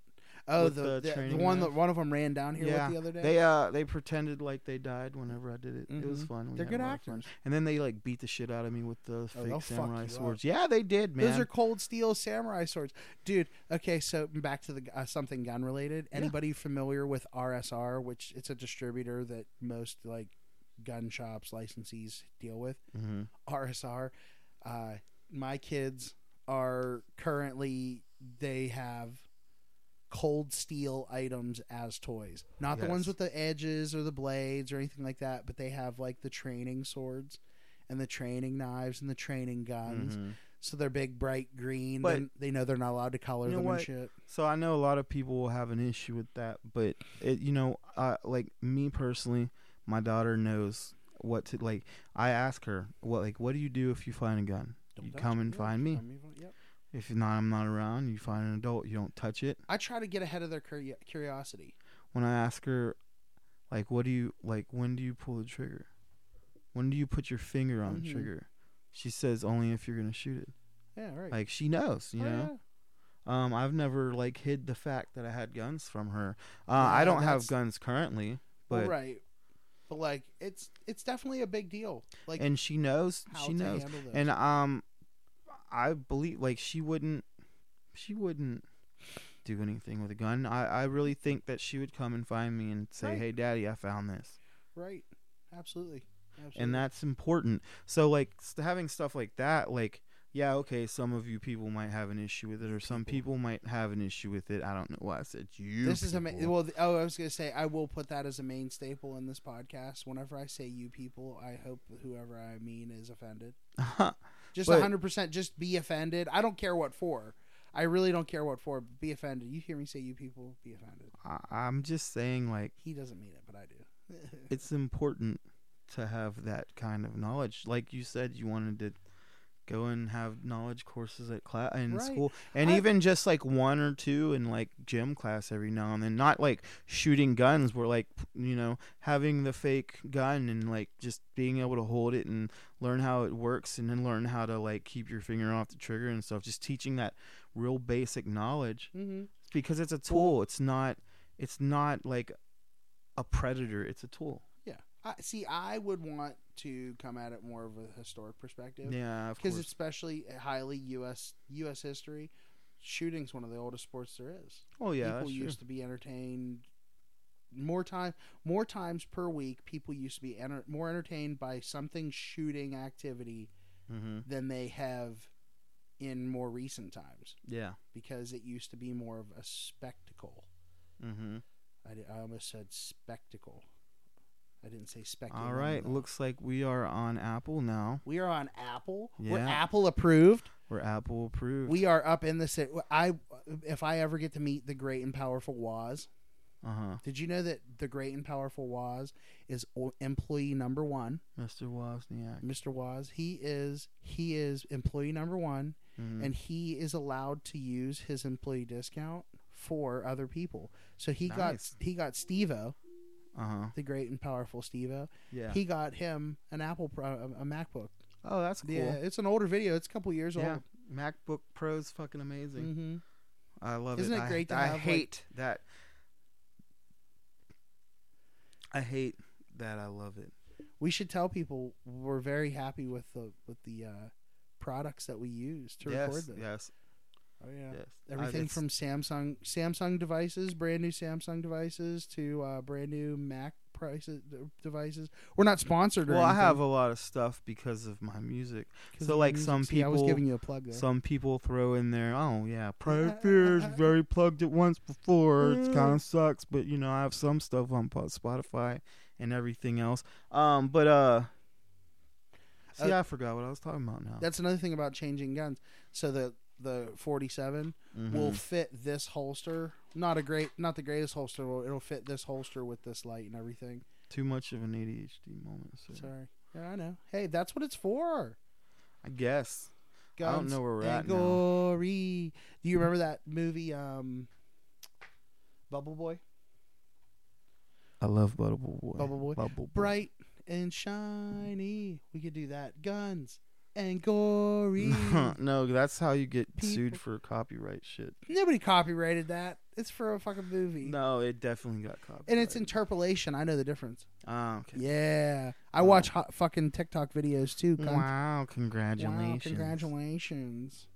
B: Oh,
A: With
B: the
A: the
B: the, the
A: training
B: one that
A: knife?
B: one of them ran down here
A: Yeah,
B: with the other day.
A: They uh they pretended like they died whenever I did it. It was
B: Mhm.
A: fun. We
B: They're
A: had a
B: good
A: lot of fun.
B: actors.
A: And then they like beat the shit out of me with the
B: Oh,
A: fake
B: they'll fuck
A: samurai
B: you up.
A: swords. Yeah, they did, man.
B: Those are cold steel samurai swords, dude. Okay, so back to the uh, something gun related. Anybody familiar with RSR, which it's a distributor that most like gun shops licensees deal with.
A: mm-hmm.
B: RSR. Uh, my kids are currently they have cold steel items as toys, not the ones
A: Yes.
B: with the edges or the blades or anything like that, but they have like the training swords and the training knives and the training guns.
A: Mm-hmm.
B: So they're big, bright green.
A: But-
B: then they know they're not allowed to color
A: You know
B: them and
A: what?
B: shit.
A: So I know a lot of people will have an issue with that, but it, you know, uh, like me personally, my daughter knows what to like. I ask her, "What like what do you do if you find a gun? you
B: touch
A: come
B: it,
A: and
B: yeah.
A: find me.
B: Um, you- yep.
A: If not, I'm not around. You find an adult. You don't touch it."
B: I try to get ahead of their curio- curiosity.
A: When I ask her, like, "What do you like? When do you pull the trigger? When do you put your finger on
B: Mhm.
A: the trigger?" She says, "Only if you're gonna shoot it."
B: Yeah, right.
A: Like she knows, you
B: Oh,
A: know.
B: yeah.
A: Um, I've never like hid the fact that I had guns from her. Uh,
B: Yeah,
A: I don't
B: that's-
A: have guns currently,
B: Well,
A: but
B: right. But like, it's it's definitely a big deal. Like,
A: and she knows,
B: how
A: she
B: to
A: knows,
B: handle this.
A: and um, I believe like she wouldn't, she wouldn't do anything with a gun. I I really think that she would come and find me and say,
B: Right.
A: "Hey, Daddy, I found this,"
B: Right. Absolutely. Absolutely.
A: and that's important. So like s having stuff like that, like. Yeah, okay, some of you people might have an issue with it, or some people might have an issue with it. I don't know why I said you.
B: this is a ma-
A: people.
B: well. th- Oh, I was gonna say I will put that as a main staple in this podcast. Whenever I say you people, I hope whoever I mean is offended.
A: Uh-huh.
B: Just
A: But-
B: hundred percent. Just be offended. I don't care what for. I really don't care what for. Be offended. You hear me say you people? Be offended.
A: I- I'm just saying, like,
B: He doesn't mean it, but I do. Mm-hmm.
A: it's important to have that kind of knowledge. Like you said, you wanted to go and have knowledge courses at class in
B: Right.
A: school, and
B: I-
A: even just like one or two in like gym class every now and then. Not like shooting guns, but like p- you know having the fake gun and like just being able to hold it and learn how it works, and then learn how to like keep your finger off the trigger and stuff. Just teaching that real basic knowledge
B: Mm-hmm.
A: because it's a tool. it's not. It's not like a predator. It's a tool.
B: Yeah. I, see, I would want to come at it more of a historic perspective.
A: Yeah, of course.
B: because especially highly U.S. U.S. history, shooting's one of the oldest sports there is.
A: oh yeah,
B: people
A: that's true.
B: used to be entertained more time more times per week. People used to be enter- more entertained by something shooting activity
A: hmm
B: than they have in more recent times
A: Yeah.
B: because it used to be more of a spectacle.
A: Mm-hmm.
B: I, di- I almost said spectacle. I didn't say spectacle.
A: All right, looks like we are on Apple now.
B: We are on Apple. We're
A: Yeah.
B: Apple approved.
A: We're Apple approved.
B: We are up in the city. I if I ever get to meet the great and powerful Waz,
A: uh huh.
B: did you know that the great and powerful Waz is o- employee number one,
A: Mr. Wozniak.
B: Mister Waz? He is he is employee number one,
A: Mhm.
B: and he is allowed to use his employee discount for other people. So he
A: Nice.
B: got he got Stevo,
A: Uh huh.
B: the great and powerful Stevo.
A: Yeah.
B: He got him an Apple Pro, a a MacBook.
A: oh, that's cool.
B: Yeah,
A: Yeah.
B: it's an older video. It's a couple years old.
A: MacBook Pro's fucking amazing.
B: hmm
A: I love
B: Isn't
A: it.
B: it great to
A: I, I
B: have, like-
A: hate that. I hate that. I love it.
B: we should tell people we're very happy with the with the uh, products that we use to record
A: yes,
B: this.
A: yes.
B: Oh yeah.
A: Yes. I-
B: Everything
A: it's-
B: from Samsung Samsung devices, brand new Samsung devices to uh, brand new Mac prices d- devices. We're not sponsored. Or
A: Well, I
B: anything,
A: have a lot of stuff because of my music.
B: 'cause
A: so,
B: of
A: like,
B: music.
A: some
B: See, I was
A: people-
B: giving you a plug there.
A: Some people throw in there, oh yeah, Prior Fears very plugged it once before. It kind of sucks, but you know I have some stuff on Po- Spotify and everything else. Um, but uh, see, I forgot what I was talking about now.
B: That's another thing about changing guns. So the the 47
A: Mhm.
B: will fit this holster. Not a great, not the greatest holster. But it'll fit this holster with this light and everything.
A: too much of an ADHD moment. So.
B: Sorry. Yeah, I know. Hey, that's what it's for.
A: I guess I don't
B: Guns
A: know where we're at
B: and
A: now.
B: glory. Do you remember that movie, um, Bubble Boy?
A: I love Bubble Boy.
B: Bubble Boy.
A: Bubble Boy.
B: Bright and shiny. We could do that. Guns and gory.
A: no, that's how you get sued
B: People-
A: for copyright shit.
B: Nobody copyrighted that. It's for a fucking movie.
A: No, it definitely got copyright.
B: And it's interpolation. I know the difference.
A: Ah, okay.
B: Yeah. I
A: Wow. Mm-hmm.
B: watch hot fucking TikTok videos too. cunt.
A: Wow,
B: Wow,
A: congratulations.
B: congratulations.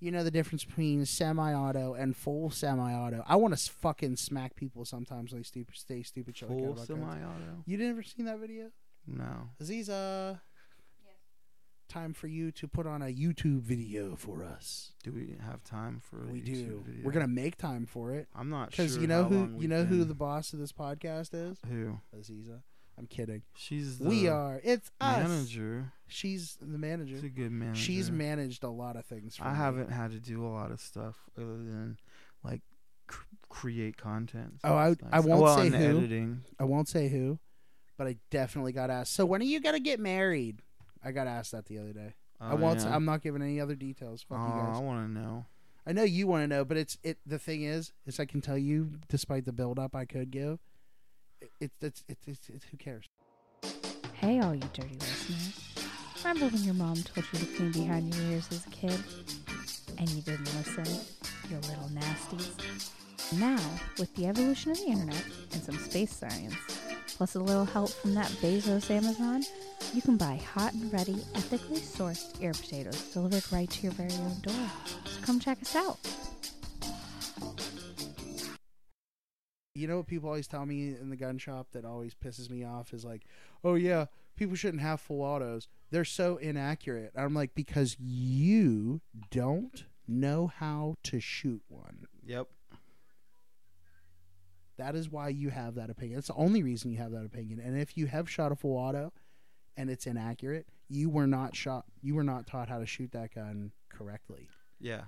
B: You know the difference between semi-auto and full semi-auto. I want to fucking smack people sometimes when they stupid, stay stupid. shit like that
A: Full
B: about guns.
A: semi-auto?
B: You never seen that video?
A: No.
B: Aziza. Time for you to put on a YouTube video for us.
A: Do we have time for? a
B: we
A: YouTube
B: do.
A: video?
B: We're gonna make time for it
A: I'm not sure.
B: because you know
A: how
B: who
A: long
B: you
A: we've
B: know who
A: been-
B: the boss of this podcast is.
A: who
B: Aziza. I'm kidding.
A: she's. The
B: we are. It's us.
A: manager.
B: She's the
A: She's
B: manager.
A: a good manager.
B: She's managed a lot of things. For
A: I
B: me.
A: haven't had to do a lot of stuff other than like cr- create content. so
B: Oh, I-
A: it's
B: I won't
A: well,
B: say
A: and
B: who.
A: Editing.
B: I won't say who, but I definitely got asked. So when are you gonna get married? I got asked that the other day. I
A: Oh,
B: won't.
A: yeah.
B: Say, I'm not giving any other details. Fuck you
A: Oh, I
B: guys.
A: want to know.
B: I know you want to know, but it's it. The thing is, is I can tell you, despite the build up I could give, it, it's it's it's it's it's who cares?
D: Hey, all you dirty listeners. Remember when your mom told you to clean behind your ears as a kid? And you didn't listen, you little nasties. Now, with the evolution of the internet and some space science, plus a little help from that Bezos Amazon, you can buy hot and ready, ethically sourced ear potatoes delivered right to your very own door. So come check us out.
B: You know what people always tell me in the gun shop that always pisses me off is like, oh yeah, people shouldn't have full autos. They're so inaccurate. I'm like because you don't know how to shoot one.
A: Yep.
B: That is why you have that opinion. That's the only reason you have that opinion. And if you have shot a full auto and it's inaccurate, you were not shot you were not taught how to shoot that gun correctly.
A: Yeah.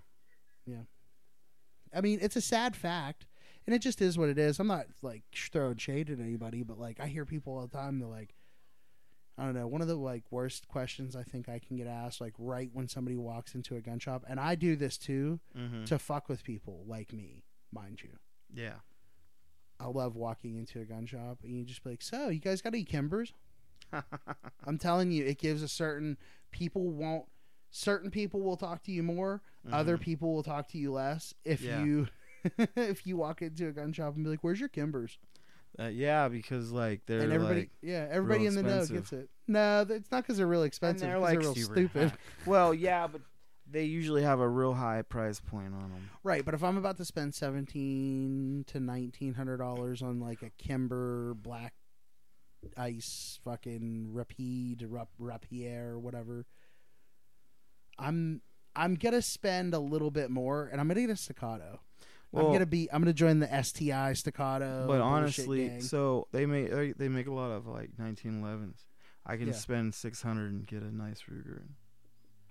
B: I mean, it's a sad fact, and it just is what it is. I'm not like sh- throwing shade at anybody, but like I hear people all the time they're like, I don't know, one of the like worst questions I think I can get asked, like right when somebody walks into a gun shop, and I do this too
A: Mm-hmm.
B: to fuck with people like me, mind you.
A: Yeah.
B: I love walking into a gun shop and you just be like, "So, you guys got any Kimbers?" I'm telling you, it gives a certain people won't. Certain people will talk to you more. Other people will talk to you less. If
A: Mm-hmm. Yeah.
B: you if you walk into a gun shop and be like, "Where's your Kimbers?"
A: Uh, yeah, because like they're
B: and everybody,
A: like,
B: yeah, everybody in the know
A: expensive.
B: gets it. No, th- it's not because they're real
A: and
B: expensive.
A: they're
B: 'cause
A: like
B: real stupid.
A: well, yeah, but they usually have a real high price point on them.
B: Right, but if I'm about to spend seventeen to nineteen hundred dollars on like a Kimber Black Ice fucking Rapide Rap, Rapier whatever, I'm I'm gonna spend a little bit more, and I'm gonna get a staccato.
A: Well,
B: I'm gonna be I'm gonna join the STI staccato.
A: but
B: Oh, bullshit
A: honestly,
B: gang.
A: so they make they they make a lot of like 1911s. I can
B: Yeah.
A: spend 600 and get a nice Ruger.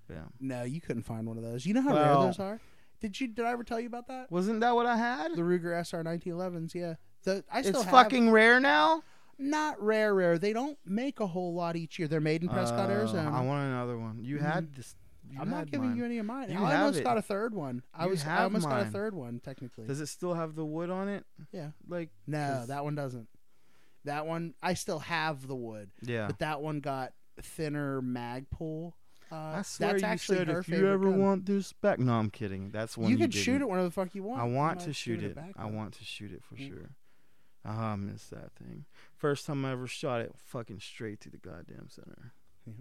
A: Yeah.
B: no, you couldn't find one of those. You know how
A: Well-
B: rare those are. Did you? Did I ever tell you about that?
A: Wasn't that what I had?
B: The Ruger SR 1911s. Yeah, the, I still
A: It's
B: have-
A: fucking rare now.
B: not rare, rare. They don't make a whole lot each year. They're made in Prescott,
A: Uh,
B: Arizona.
A: I want another one. You had this. you
B: Mm-hmm. I'm not
A: had
B: giving
A: mine.
B: you any of mine.
A: You
B: I
A: have
B: almost
A: it.
B: got a third one. I
A: You
B: was
A: have
B: I almost got a
A: mine.
B: third one technically.
A: Does it still have the wood on it?
B: Yeah.
A: Like
B: no,
A: does-
B: that one doesn't. That one I still have the wood,
A: yeah.
B: but that one got thinner mag pull. Uh,
A: I swear
B: that's
A: you
B: actually
A: said
B: her
A: if you
B: favorite
A: ever
B: gun.
A: want this back. No, I'm kidding. That's one
B: you can
A: didn't.
B: shoot it whenever the fuck you want.
A: I
B: I'm
A: want
B: not
A: to shoot
B: giving
A: it.
B: back,
A: I
B: though.
A: want to shoot it for
B: Mm.
A: sure. Ah, I miss that thing. First time I ever shot it, fucking straight to the goddamn center.
B: It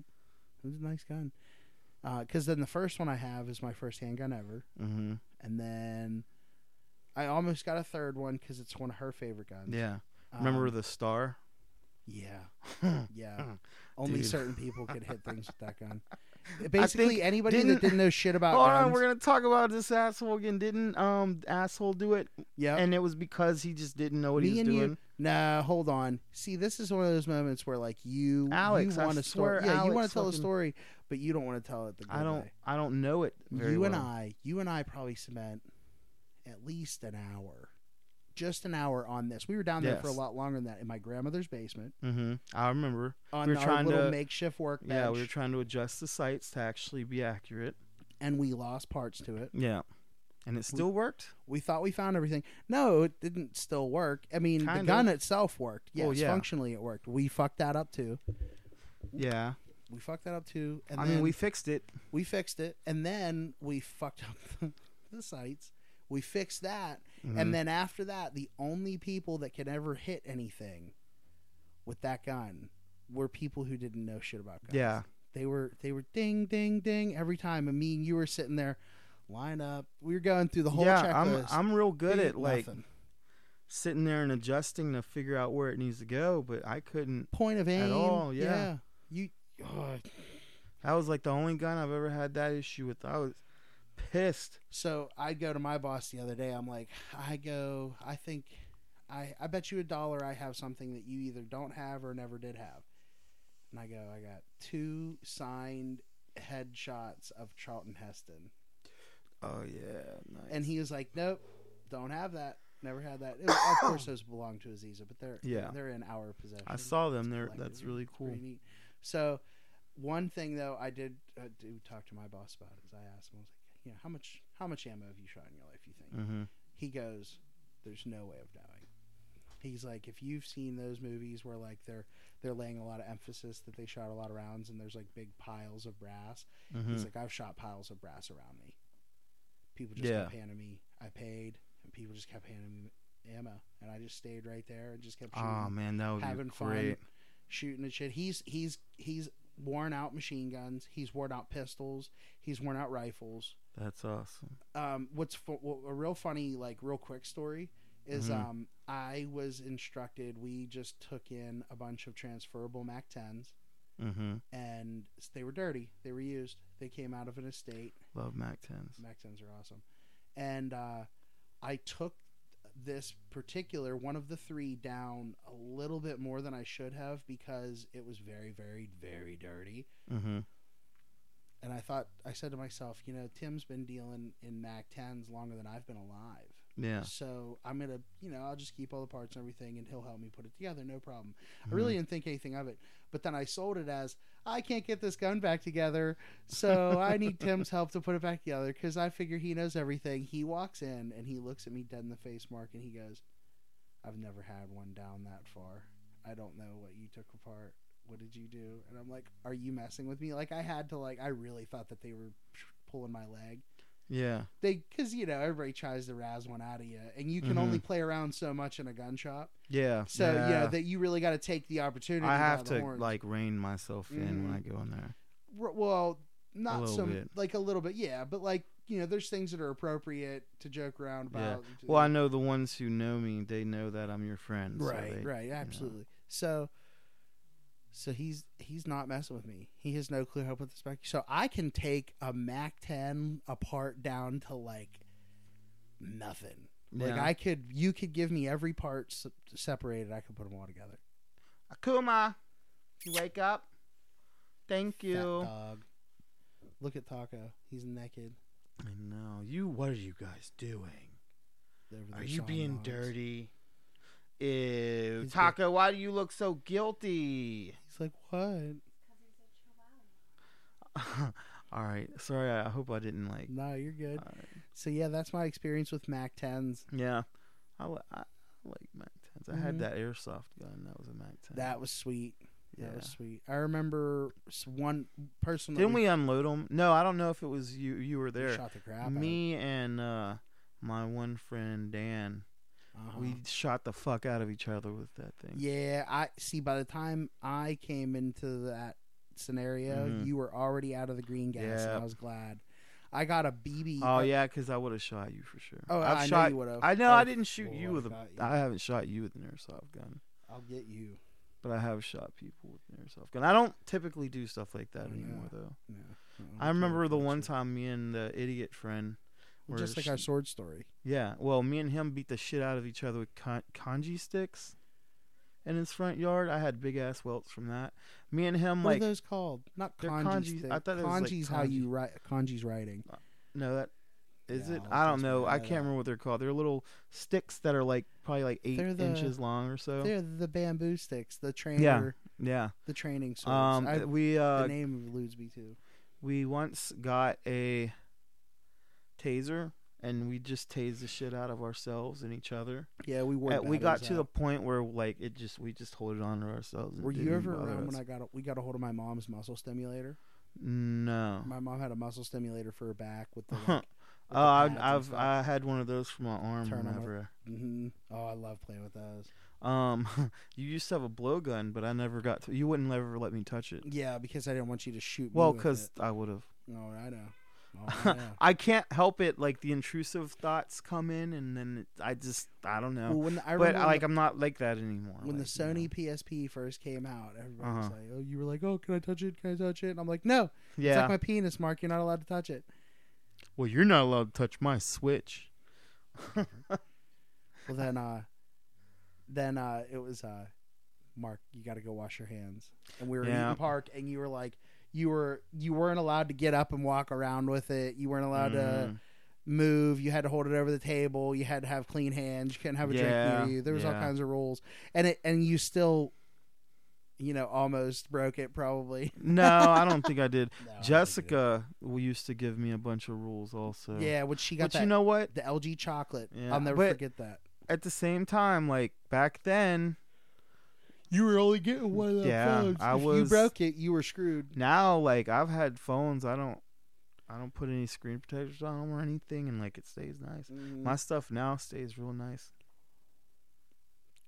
B: was a nice gun. Because then the first one I have is my first handgun ever,
A: Mm-hmm.
B: and then I almost got a third one because it's one of her favorite guns.
A: Yeah. Remember
B: Um,
A: the star?
B: Yeah. Yeah. Only
A: Dude.
B: certain people could hit things with that gun. Basically, anybody
A: didn't-
B: that didn't know shit about
A: Hold
B: guns.
A: on, we're gonna talk about this asshole again. Didn't um asshole do it?
B: yeah.
A: And it was because he just didn't know what he
B: Me
A: was
B: and you-
A: doing.
B: Nah, hold on. See, this is one of those moments where like you,
A: Alex,
B: you
A: I
B: want to
A: swear,
B: story. Yeah, you want
A: Alex
B: to tell a
A: fucking-
B: story, but you don't want to tell it the good
A: I don't.
B: way.
A: I don't know it. Very
B: you
A: well.
B: and I, you and I probably spent at least an hour, just an hour on this. We were down there for a
A: Yes.
B: lot longer than that in my grandmother's basement
A: Mm-hmm. I remember.
B: on
A: We were
B: our
A: trying
B: little
A: to-
B: makeshift workbench,
A: Yeah, we were trying to adjust the sights to actually be accurate.
B: and we lost parts to it.
A: Yeah. And it still worked.
B: we thought we found everything. No, it didn't still work. I mean,
A: Kind
B: the
A: of.
B: gun itself worked. Yes,
A: Oh, yeah.
B: functionally it worked. We fucked that up too.
A: Yeah.
B: We fucked that up too. And
A: I
B: then
A: mean, we fixed it.
B: we fixed it, and then we fucked up the, sights. We fixed that,
A: Mm-hmm.
B: and then after that, the only people that could ever hit anything with that gun were people who didn't know shit about guns.
A: Yeah.
B: They were they were ding ding ding every time. And me and you were sitting there, line up. We were going through the whole
A: yeah, I'm
B: checklist.
A: I'm real good
B: Beat
A: at like
B: nothing.
A: sitting there and adjusting to figure out where it needs to go, but I couldn't.
B: point of aim
A: all, yeah.
B: You. oh.
A: That was like the only gun I've ever had that issue with. I was pissed.
B: So I go to my boss the other day. I'm like, I go. I think, I I bet you a dollar I have something that you either don't have or never did have. And I go, I got two signed headshots of Charlton Heston,
A: Oh yeah, nice.
B: and he was like, Nope, don't have that. Never had that. It was- of course, those belong to Aziza, but they're
A: Yeah.
B: they're in our possession.
A: I saw them. They're
B: collected.
A: that's really cool.
B: Pretty neat. So, one thing though, I did uh, do talk to my boss about is I asked him, I was like, you know, how much how much ammo have you shot in your life? You think?
A: Mm-hmm.
B: He goes, there's no way of knowing. He's like, if you've seen those movies where like they're they're laying a lot of emphasis that they shot a lot of rounds and there's like big piles of brass.
A: Mm-hmm. Hmm.
B: He's like, I've shot piles of brass around me. People just kept
A: Yeah.
B: handing me. I paid, and people just kept handing me ammo, and I just stayed right there and just kept shooting
A: Oh man, that would
B: having
A: be great.
B: fun shooting and shit. He's he's he's worn out machine guns. He's worn out pistols. He's worn out rifles.
A: That's awesome.
B: Um, what's fu- what, a real funny like real quick story is
A: Mhm.
B: um I was instructed. We just took in a bunch of transferable Mac tens,
A: Mm-hmm.
B: and s- they were dirty. They were used. They came out of an estate.
A: Love Mac tens.
B: Mac tens are awesome, and uh, I took this particular one of the three down a little bit more than I should have because it was very, very, very dirty.
A: Mm-hmm.
B: And I thought I said to myself, you know, Tim's been dealing in Mac tens longer than I've been alive.
A: Yeah.
B: So I'm gonna, you know, I'll just keep all the parts and everything, and he'll help me put it together, no problem. I really didn't think anything of it, but then I sold it as I can't get this gun back together, so I need Tim's help to put it back together because I figure he knows everything. He walks in and he looks at me dead in the face, Mark, and he goes, "I've never had one down that far. I don't know what you took apart." What did you do? And I'm like, are you messing with me? Like, I had to, like, I really thought that they were pulling my leg
A: Mm-hmm. Yeah.
B: they because you know everybody tries to razz one out of you, and you can
A: Mhm.
B: only play around so much in a gun shop.
A: Yeah.
B: So
A: yeah.
B: you know that you really got to take the opportunity.
A: I
B: by
A: have
B: the
A: to
B: horns.
A: like rein myself in when
B: Mhm.
A: I go in there.
B: R- well, not
A: little
B: some
A: bit.
B: like a little bit, yeah, but like you know, there's things that are appropriate to joke around
A: Yeah.
B: about.
A: Well, I know the ones who know me; they know that I'm your friend. so
B: right,
A: they-
B: right, absolutely. So, so he's he's not messing with me. He has no clue how to put this back. So I can take a Mac 10 apart down to like nothing. Like
A: Yeah.
B: I could, you could give me every part s- separated. I could put them all together.
A: Akuma, you wake up. Thank
B: Fat
A: you.
B: dog. Look at Taco. He's naked.
A: I know you. What are you guys doing?
B: Over there
A: Are you
B: sawing
A: being
B: logs.
A: dirty? Ew,
B: He's
A: Taco. Why do you look so guilty?
B: He's like, what?
A: All right. Sorry. I hope I didn't like.
B: No, you're good.
A: All right.
B: So yeah, that's my experience with Mac tens.
A: Yeah. I, li- I like Mac 10s. I had
B: Mhm.
A: that airsoft gun. That was a Mac 10.
B: That was sweet.
A: yeah.
B: That was sweet. I remember s- one person. that
A: Didn't we unload them? No, I don't know if it was you. You were
B: we
A: there.
B: shot the crap.
A: Me and uh, my one friend Dan,
B: out. Uh-huh.
A: we shot the fuck out of each other with that thing.
B: Yeah, I see. By the time I came into that scenario,
A: Mhm.
B: you were already out of the green gas, and
A: Yep.
B: I was glad. I got a BB.
A: Oh yeah, because I would have shot you for sure.
B: Oh,
A: I've
B: I know
A: shot.
B: you would've. Oh,
A: I know I
B: I've
A: didn't shoot you
B: would've
A: with a.
B: shot you.
A: I haven't shot you with an airsoft gun,
B: I'll get you.
A: but I have shot people with an airsoft gun. I don't typically do stuff like that
B: Oh,
A: anymore,
B: yeah.
A: though.
B: No, no,
A: I remember the one
B: unfortunately.
A: time me and the idiot friend. were
B: just like
A: sh-
B: our sword story.
A: Yeah, well, me and him beat the shit out of each other with kan- kanji sticks in his front yard. I had big ass welts from that. Me and him,
B: what
A: like,
B: are those called? Not
A: They're
B: kanji.
A: kanjis.
B: thing.
A: I thought it was, like,
B: kanji's how you write. Kanji's writing.
A: no, that is
B: Yeah,
A: it?
B: I'll
A: I don't
B: just
A: know. I
B: write it
A: can't
B: out.
A: remember what they're called. They're little sticks that are like probably like eight
B: They're the-
A: inches long or so.
B: They're the bamboo sticks. The trainer.
A: Yeah.
B: The training swords.
A: Um,
B: I,
A: we uh,
B: the name eludes me too.
A: we once got a taser and we just tased the shit out of ourselves and each other.
B: Yeah, we were.
A: Uh, we got to the point where like it just we just hold it on to ourselves. and
B: Were
A: it
B: you
A: didn't
B: ever
A: bother
B: around
A: us.
B: when I got a, we got a hold of my mom's muscle stimulator?
A: No.
B: My mom had a muscle stimulator for her back with the.
A: Huh.
B: Like,
A: Oh, I,
B: pads and
A: I've
B: stuff.
A: I had one of those for my arm
B: Turn 'em up.
A: whenever.
B: hmm Oh, I love playing with those.
A: Um, you used to have a blowgun, but I never got. To, you wouldn't ever let me touch it.
B: Yeah, because I didn't want you to shoot.
A: Well,
B: me with
A: because
B: it.
A: I would have.
B: Oh, I know. Oh, I know.
A: I can't help it. Like the intrusive thoughts come in, and then it, I just I don't know.
B: Well, when I
A: but
B: remember
A: I,
B: when
A: like
B: the-
A: I'm not like that anymore.
B: when the
A: like, you know.
B: Sony PSP first came out, everybody was
A: Uh-huh.
B: like, "Oh, you were like, oh, can I touch it? Can I touch it?" And I'm like, "No, it's
A: yeah.
B: like my penis, Mark. You're not allowed to touch it."
A: well, you're not allowed to touch my Switch.
B: Well, then, uh, then uh, it was, uh, Mark, you got to go wash your hands. And we were in
A: Yeah.
B: Eaton Park, and you were like, you were you weren't allowed to get up and walk around with it. You weren't allowed to
A: Mhm.
B: move. You had to hold it over the table. You had to have clean hands. You couldn't have a
A: Yeah,
B: drink near you. There was all
A: yeah.
B: kinds of rules, and it and you still, you know, almost broke it probably.
A: No, I don't think I did.
B: No, I don't think you did.
A: Jessica used to give me a bunch of rules also.
B: Yeah, when she got
A: But
B: that
A: you know what?
B: the LG chocolate.
A: Yeah,
B: I'll never
A: but-
B: forget that.
A: At the same time, like back then,
B: You were only getting one of
A: those Yeah, phones. I
B: if you
A: was-
B: broke it, you were screwed.
A: now like I've had phones. I don't, I don't put any screen protectors on 'em or anything, and like it stays nice. My stuff now stays real nice.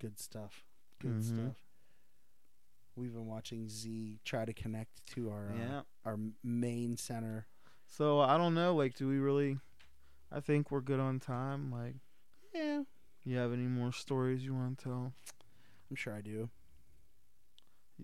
B: Good stuff. Good
A: Mhm.
B: stuff. We've been watching Z try to connect to our uh,
A: Yeah.
B: our main center.
A: So I don't know. Like, do we really? I think we're good on time. Like,
B: Yeah,
A: you have any more stories you want to tell?
B: I'm sure I do.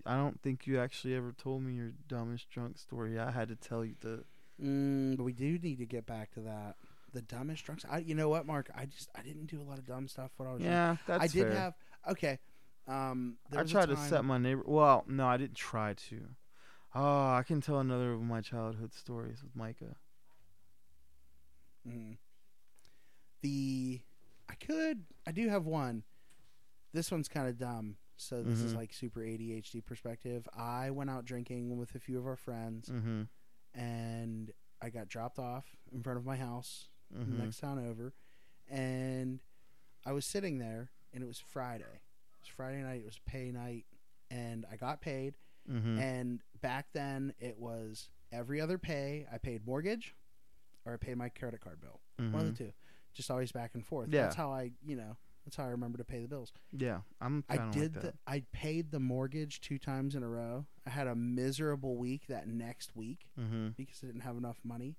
A: I don't think you actually ever told me your dumbest drunk story. I had to tell you the.
B: Mm, but we do need to get back to that. The dumbest drunks. I, you know what, Mark? I just I didn't do a lot of dumb stuff when I was.
A: Yeah,
B: drunk.
A: that's
B: I did
A: fair.
B: have okay. Um, there
A: I
B: was a
A: tried to
B: time-
A: set my neighbor. Well, no, I didn't try to. Oh, I can tell another of my childhood stories with Micah.
B: Mm. Mm-hmm. The could. I do have one. This one's kind of dumb. So this is
A: Mhm.
B: like super ADHD perspective. I went out drinking with a few of our friends,
A: Mm-hmm.
B: and I got dropped off in front of my house
A: Mhm.
B: next town over, and I was sitting there, and it was Friday. It was Friday night. It was pay night, and I got paid.
A: Mm-hmm.
B: And back then, it was every other pay I paid mortgage, or I paid my credit card bill. One
A: mm-hmm.
B: of the two, just always back and forth.
A: Yeah.
B: That's how I, you know, that's how I remember to pay the bills.
A: Yeah, I'm.
B: I
A: Kinda
B: did.
A: Like
B: the,
A: that.
B: I paid the mortgage two times in a row. I had a miserable week that next week
A: Mm-hmm.
B: because I didn't have enough money,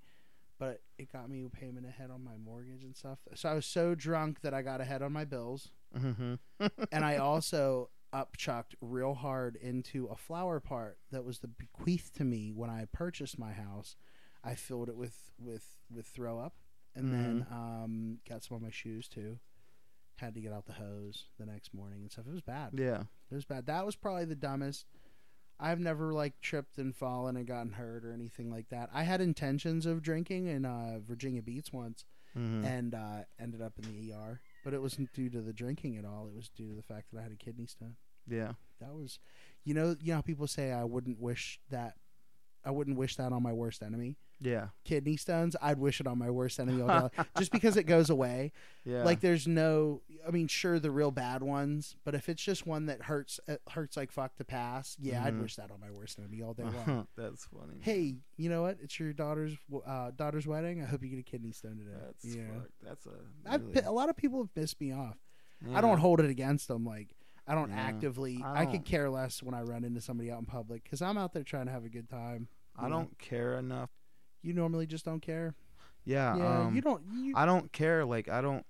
B: but it got me a payment ahead on my mortgage and stuff. So I was so drunk that I got ahead on my bills,
A: Mm-hmm.
B: and I also upchucked real hard into a flower part that was the bequeathed to me when I purchased my house. I filled it with with with throw up, and then um, got some on my shoes too. Had to get out the hose the next morning and stuff. It was bad.
A: Yeah.
B: It was bad. That was probably the dumbest. I've never like tripped and fallen and gotten hurt or anything like that. I had intentions of drinking in uh, Virginia Beach once
A: Mm-hmm.
B: and uh, ended up in the ER, but it wasn't due to the drinking at all. It was due to the fact that I had a kidney stone.
A: Yeah.
B: That was, you know, you know how people say I wouldn't wish that. I wouldn't wish that on my worst enemy.
A: Yeah.
B: Kidney stones, I'd wish it on my worst enemy all day, just because it goes away.
A: Yeah.
B: Like there's no, I mean, sure the real bad ones, but if it's just one that hurts, it hurts like fuck to pass. Yeah, I'd
A: Mhm.
B: wish that on my worst enemy all day long.
A: That's funny.
B: hey, you know what? It's your daughter's uh, daughter's wedding. I hope you get a kidney stone today.
A: That's
B: you know?
A: fuck. That's a.
B: I've
A: really-
B: pi- a lot of people have pissed me off.
A: yeah.
B: I don't hold it against them. Like I don't
A: Yeah.
B: actively.
A: I
B: I,
A: don't-
B: could care less when I run into somebody out in public because I'm out there trying to have a good time.
A: I don't care enough.
B: You normally just don't care.
A: Yeah.
B: yeah,
A: um,
B: you don't. You,
A: I don't care. Like I don't.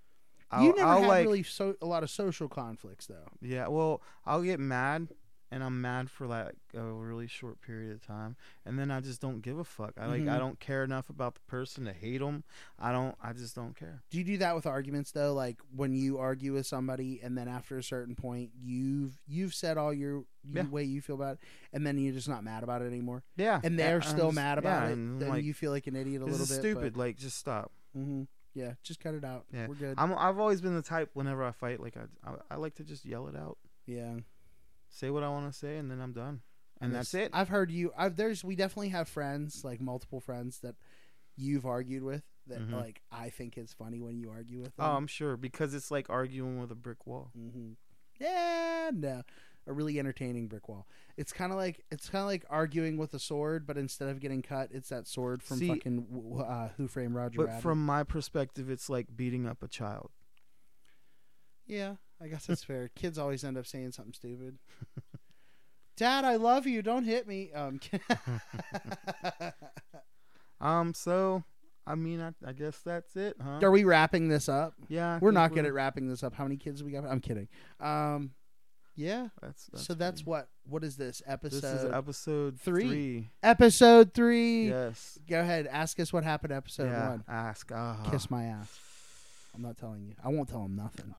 A: I'll,
B: you never
A: I'll
B: have
A: like.
B: really so a lot of social conflicts though.
A: Yeah. Well, I'll get mad, and I'm mad for like a really short period of time, and then I just don't give a fuck. I like. I
B: Mhm.
A: don't care enough about the person to hate them. I don't. I just don't care.
B: Do you do that with arguments though? Like when you argue with somebody, and then after a certain point, you've you've said all your you,
A: Yeah.
B: way you feel about it, and then you're just not mad about it anymore,
A: Yeah.
B: and they're
A: I'm
B: still
A: just- yeah,
B: mad about it.
A: and I'm
B: Then
A: like,
B: you feel like an idiot a
A: this
B: little
A: is
B: bit.
A: stupid. Like, just stop.
B: hmm Yeah, just cut it out.
A: Yeah.
B: We're good.
A: I'm, I've always been the type whenever I fight, like I, I, I like to just yell it out,
B: yeah,
A: say what I want to say, and then I'm done, and, that's
B: it's-
A: it.
B: I've heard you. I've there's we definitely have friends like multiple friends that you've argued with that
A: Mhm.
B: like I think it's funny when you argue with them.
A: oh, I'm sure because it's like arguing with a brick wall.
B: Mm-hmm. Yeah, no. A really entertaining brick wall. It's kind of like it's kind of like arguing with a sword, but instead of getting cut, it's that sword from
A: See-
B: fucking w- w- uh, Who Framed Roger
A: But
B: Rabbit.
A: from my perspective, it's like beating up a child.
B: yeah, I guess that's fair. Kids always end up saying something stupid. Dad, I love you. Don't hit me. Um,
A: Uh-huh. Um, so I mean, I, I guess that's it, huh?
B: are we wrapping this up?
A: Yeah, I
B: We're
A: think
B: not good at wrapping this up. How many kids do we got? I'm kidding. Um, yeah.
A: That's,
B: so that's
A: pretty-
B: what. What is this episode?
A: This is episode
B: three.
A: three.
B: episode three.
A: Yes.
B: Go ahead. Ask us what happened. Episode
A: yeah.
B: one.
A: Ask. Ah.
B: Kiss my ass. I'm not telling you. I won't tell him nothing.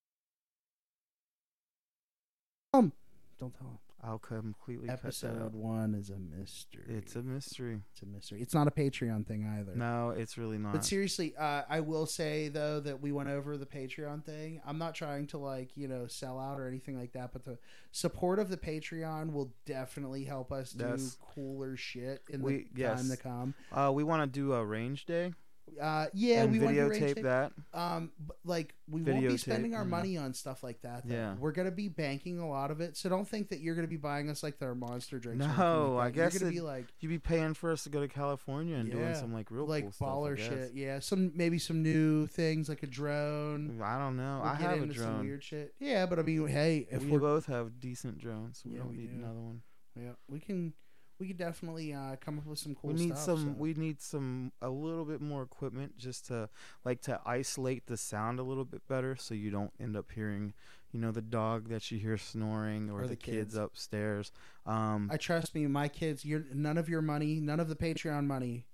B: Um, don't tell him.
A: I'll completely cut that out.
B: Episode one is a mystery.
A: It's a mystery.
B: It's a mystery. It's not a Patreon thing either.
A: No, it's really not.
B: But seriously, uh, I will say though that we went over the Patreon thing. I'm not trying to like you know sell out or anything like that, but the support of the Patreon will definitely help us do
A: Yes.
B: cooler shit in
A: We-
B: the
A: yes.
B: time to come.
A: uh, we want to do a range day
B: Uh, yeah,
A: and
B: we want to
A: videotape that.
B: um but, like we won't be
A: Videotape,
B: spending our
A: mhm.
B: money on stuff like that though.
A: Yeah.
B: we're gonna be banking a lot of it so don't think that you're gonna be buying us like their monster drinks or anything
A: No,
B: like
A: I
B: that. you're
A: guess
B: gonna
A: it-
B: be like
A: You'd be paying for us to go to California and doing
B: Yeah.
A: some like real
B: like
A: cool stuff, I
B: baller
A: guess.
B: shit yeah some maybe some new things like a drone
A: I don't know.
B: We'll
A: Oh, I
B: get
A: have a
B: into some
A: drone.
B: weird shit yeah but i mean hey if
A: we
B: we are
A: both have decent drones. We
B: Yeah,
A: don't
B: we
A: need
B: do.
A: another one.
B: yeah we can we could definitely uh come up with some cool
A: we need
B: stuff,
A: some.
B: so.
A: We need some a little bit more equipment just to like to isolate the sound a little bit better, so you don't end up hearing, you know, the dog that you hear snoring or, the, kids.
B: kids.
A: upstairs. Um,
B: i trust me my kids you're none of your money none of the patreon money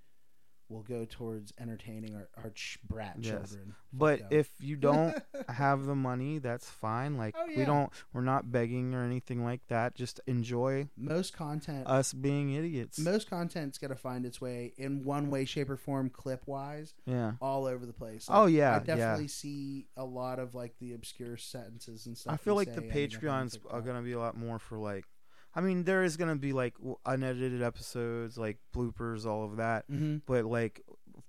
B: will go towards entertaining our, our ch- brat
A: Yes.
B: children.
A: But
B: them.
A: if you don't have the money, that's fine. Like
B: Oh,
A: we
B: yeah.
A: don't we're not begging or anything like that. Just enjoy
B: most content,
A: us being idiots.
B: most content's gonna find its way in one way, shape, or form, clip wise,
A: yeah.
B: all over the place.
A: Oh, yeah,
B: I
A: yeah.
B: definitely see a lot of like the obscure sentences and stuff.
A: I feel
B: we
A: like the
B: say ending up on
A: Patreons
B: TikTok.
A: are gonna be a lot more for like, I mean, there is gonna be like w- unedited episodes, like bloopers, all of that,
B: Mhm.
A: but like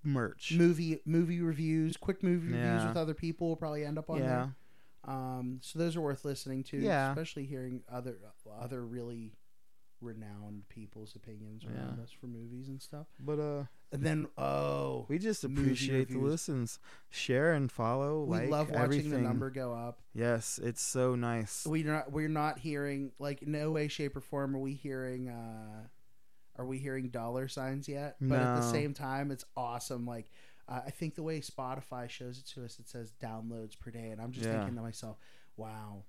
A: merch.
B: movie movie reviews, quick movie reviews
A: Yeah.
B: with other people will probably end up on
A: yeah,
B: there. Um, so those are worth listening to,
A: Yeah.
B: especially hearing other other really renowned people's opinions around us for movies and stuff.
A: but uh,
B: And then oh,
A: we just
B: Movie
A: appreciate the
B: reviews.
A: listens. Share and follow.
B: we
A: like,
B: love watching
A: everything.
B: the number go up.
A: Yes, it's so nice.
B: We're not we're not hearing like in no way, shape, or form are we hearing uh are we hearing dollar signs yet? But at the
A: No.
B: same time, it's awesome. Like uh, I think the way Spotify shows it to us, it says downloads per day, and I'm just
A: Yeah.
B: thinking to myself, wow,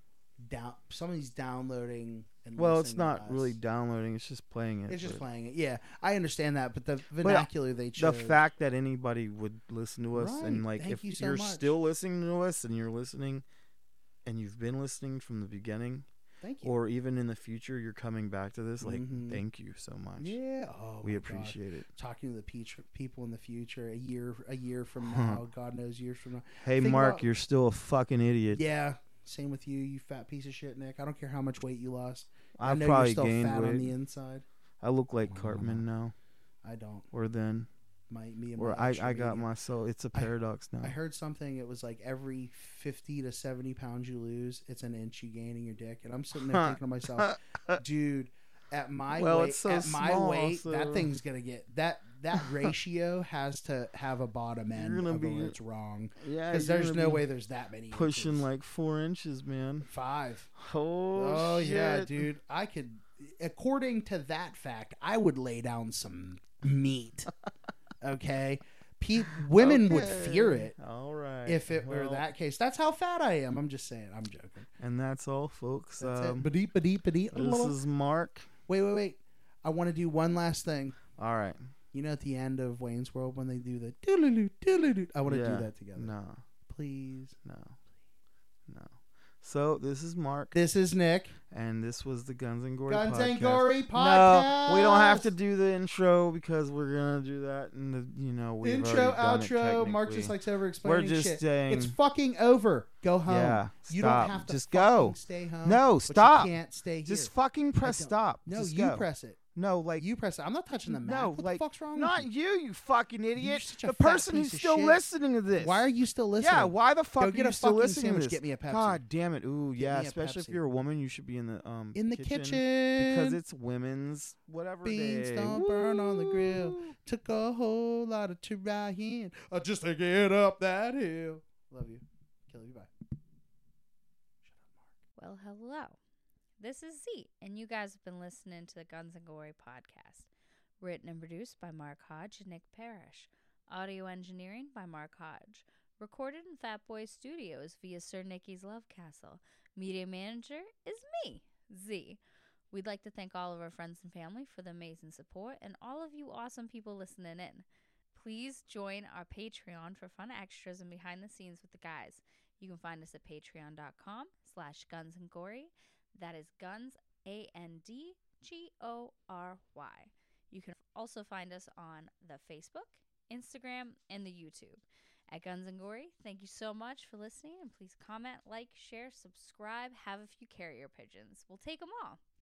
B: down somebody's downloading. And
A: well, it's
B: listening to
A: not really
B: us.
A: downloading; it's just playing it.
B: It's just
A: but
B: playing it. Yeah, I understand that, but the vernacular they
A: uh, The
B: chose.
A: fact that anybody would listen to us and
B: Right,
A: like
B: thank
A: if
B: you so
A: are
B: much.
A: still listening to us and you're listening, and you've been listening from the beginning.
B: Thank you.
A: or even in the future you're coming back to this like
B: Mhm.
A: thank you so much
B: yeah. Oh,
A: we
B: my God.
A: appreciate it
B: talking to the peach people in the future. A year, a year from
A: Huh.
B: now, God knows years from now.
A: hey
B: Think
A: mark
B: about-
A: you're still a fucking idiot
B: Yeah. Same with you, you fat piece of shit, Nick. I don't care how much weight you lost. I,
A: i've
B: know you're
A: probably
B: still
A: gained
B: fat on the
A: weight
B: inside.
A: i look like
B: Wow.
A: cartman now
B: I don't.
A: or then
B: My me and
A: or
B: my
A: i,
B: ex
A: I
B: were
A: got
B: eating-
A: my soul it's a
B: I-
A: paradox now
B: I heard something. It was like every fifty to seventy pounds you lose, it's an inch you gain in your dick. And I'm sitting there thinking to myself, dude, at my
A: Well,
B: weight,
A: it's so
B: at my
A: small,
B: weight,
A: so-
B: that thing's gonna get that that ratio has to have a bottom end.
A: You're gonna
B: of
A: be-
B: where it's wrong
A: yeah
B: because
A: you're
B: there's
A: gonna
B: no
A: be
B: way there's that many
A: pushing
B: inches.
A: like four inches man
B: five.
A: oh,
B: Oh yeah,
A: shit.
B: dude. I could, according to that fact, I would lay down some meat. Okay, Pe- women would
A: Okay.
B: fear it
A: all right
B: if it were
A: Well,
B: that case. That's how fat I am. I'm just saying. I'm joking.
A: and that's all folks
B: That's
A: um,
B: it. Ba-dee, ba-dee, ba-dee.
A: this is mark
B: Wait, wait, wait. I want to do one last thing.
A: all right
B: You know, at the end of Wayne's World, when they do the doodle doodle I want to
A: Yeah.
B: do that together,
A: no
B: please.
A: no no so this is mark
B: This is Nick
A: And this was the Guns and Gory
B: Guns
A: podcast.
B: and Gory podcast.
A: No, we don't have to do the intro because we're gonna do that in the you know we
B: intro, outro. Mark just likes over explaining
A: We're just
B: shit.
A: saying-
B: It's fucking over. Go home.
A: Yeah,
B: You don't
A: stop.
B: have to
A: Just
B: fucking
A: go.
B: Stay home.
A: No,
B: but you
A: stop.
B: can't stay here.
A: just fucking press
B: don't-
A: stop.
B: no,
A: Just
B: you
A: go.
B: press it.
A: No, like
B: You press it. I'm not touching the Mac.
A: No,
B: what
A: like
B: the fuck's wrong
A: not
B: with
A: you, you fucking
B: You're
A: idiot.
B: such a
A: The
B: fat
A: person
B: piece
A: who's
B: of
A: still
B: shit.
A: listening to
B: you?
A: this.
B: Why are you still listening?
A: Yeah, why the fuck
B: Go
A: are
B: get
A: you
B: a
A: still
B: fucking
A: listening
B: sandwich,
A: to this?
B: get me a Pepsi.
A: God damn it! Ooh, yeah,
B: me a
A: especially if
B: Pepsi.
A: you're a woman, you should be in the um
B: In the kitchen.
A: because it's women's whatever
B: Beans
A: day.
B: don't burn on the grill.
A: Woo.
B: Took a whole lot of trying uh, just to get up that hill. Love you. Kill you. Bye.
D: Well, hello. This is Z, and you guys have been listening to the Guns and Glory podcast. Written and produced by Mark Hodge and Nick Parrish. Audio engineering by Mark Hodge. Recorded in Fat Boy Studios via Sir Nicky's Love Castle. Media manager is me, Z. We'd like to thank all of our friends and family for the amazing support and all of you awesome people listening in. Please join our Patreon for fun extras and behind the scenes with the guys. You can find us at patreon.com slash guns and gory. That is guns, A N D G O R Y. You can also find us on the Facebook, Instagram, and the YouTube. At Guns and Gory, thank you so much for listening and please comment, like, share, subscribe, have a few carrier pigeons. We'll take them all.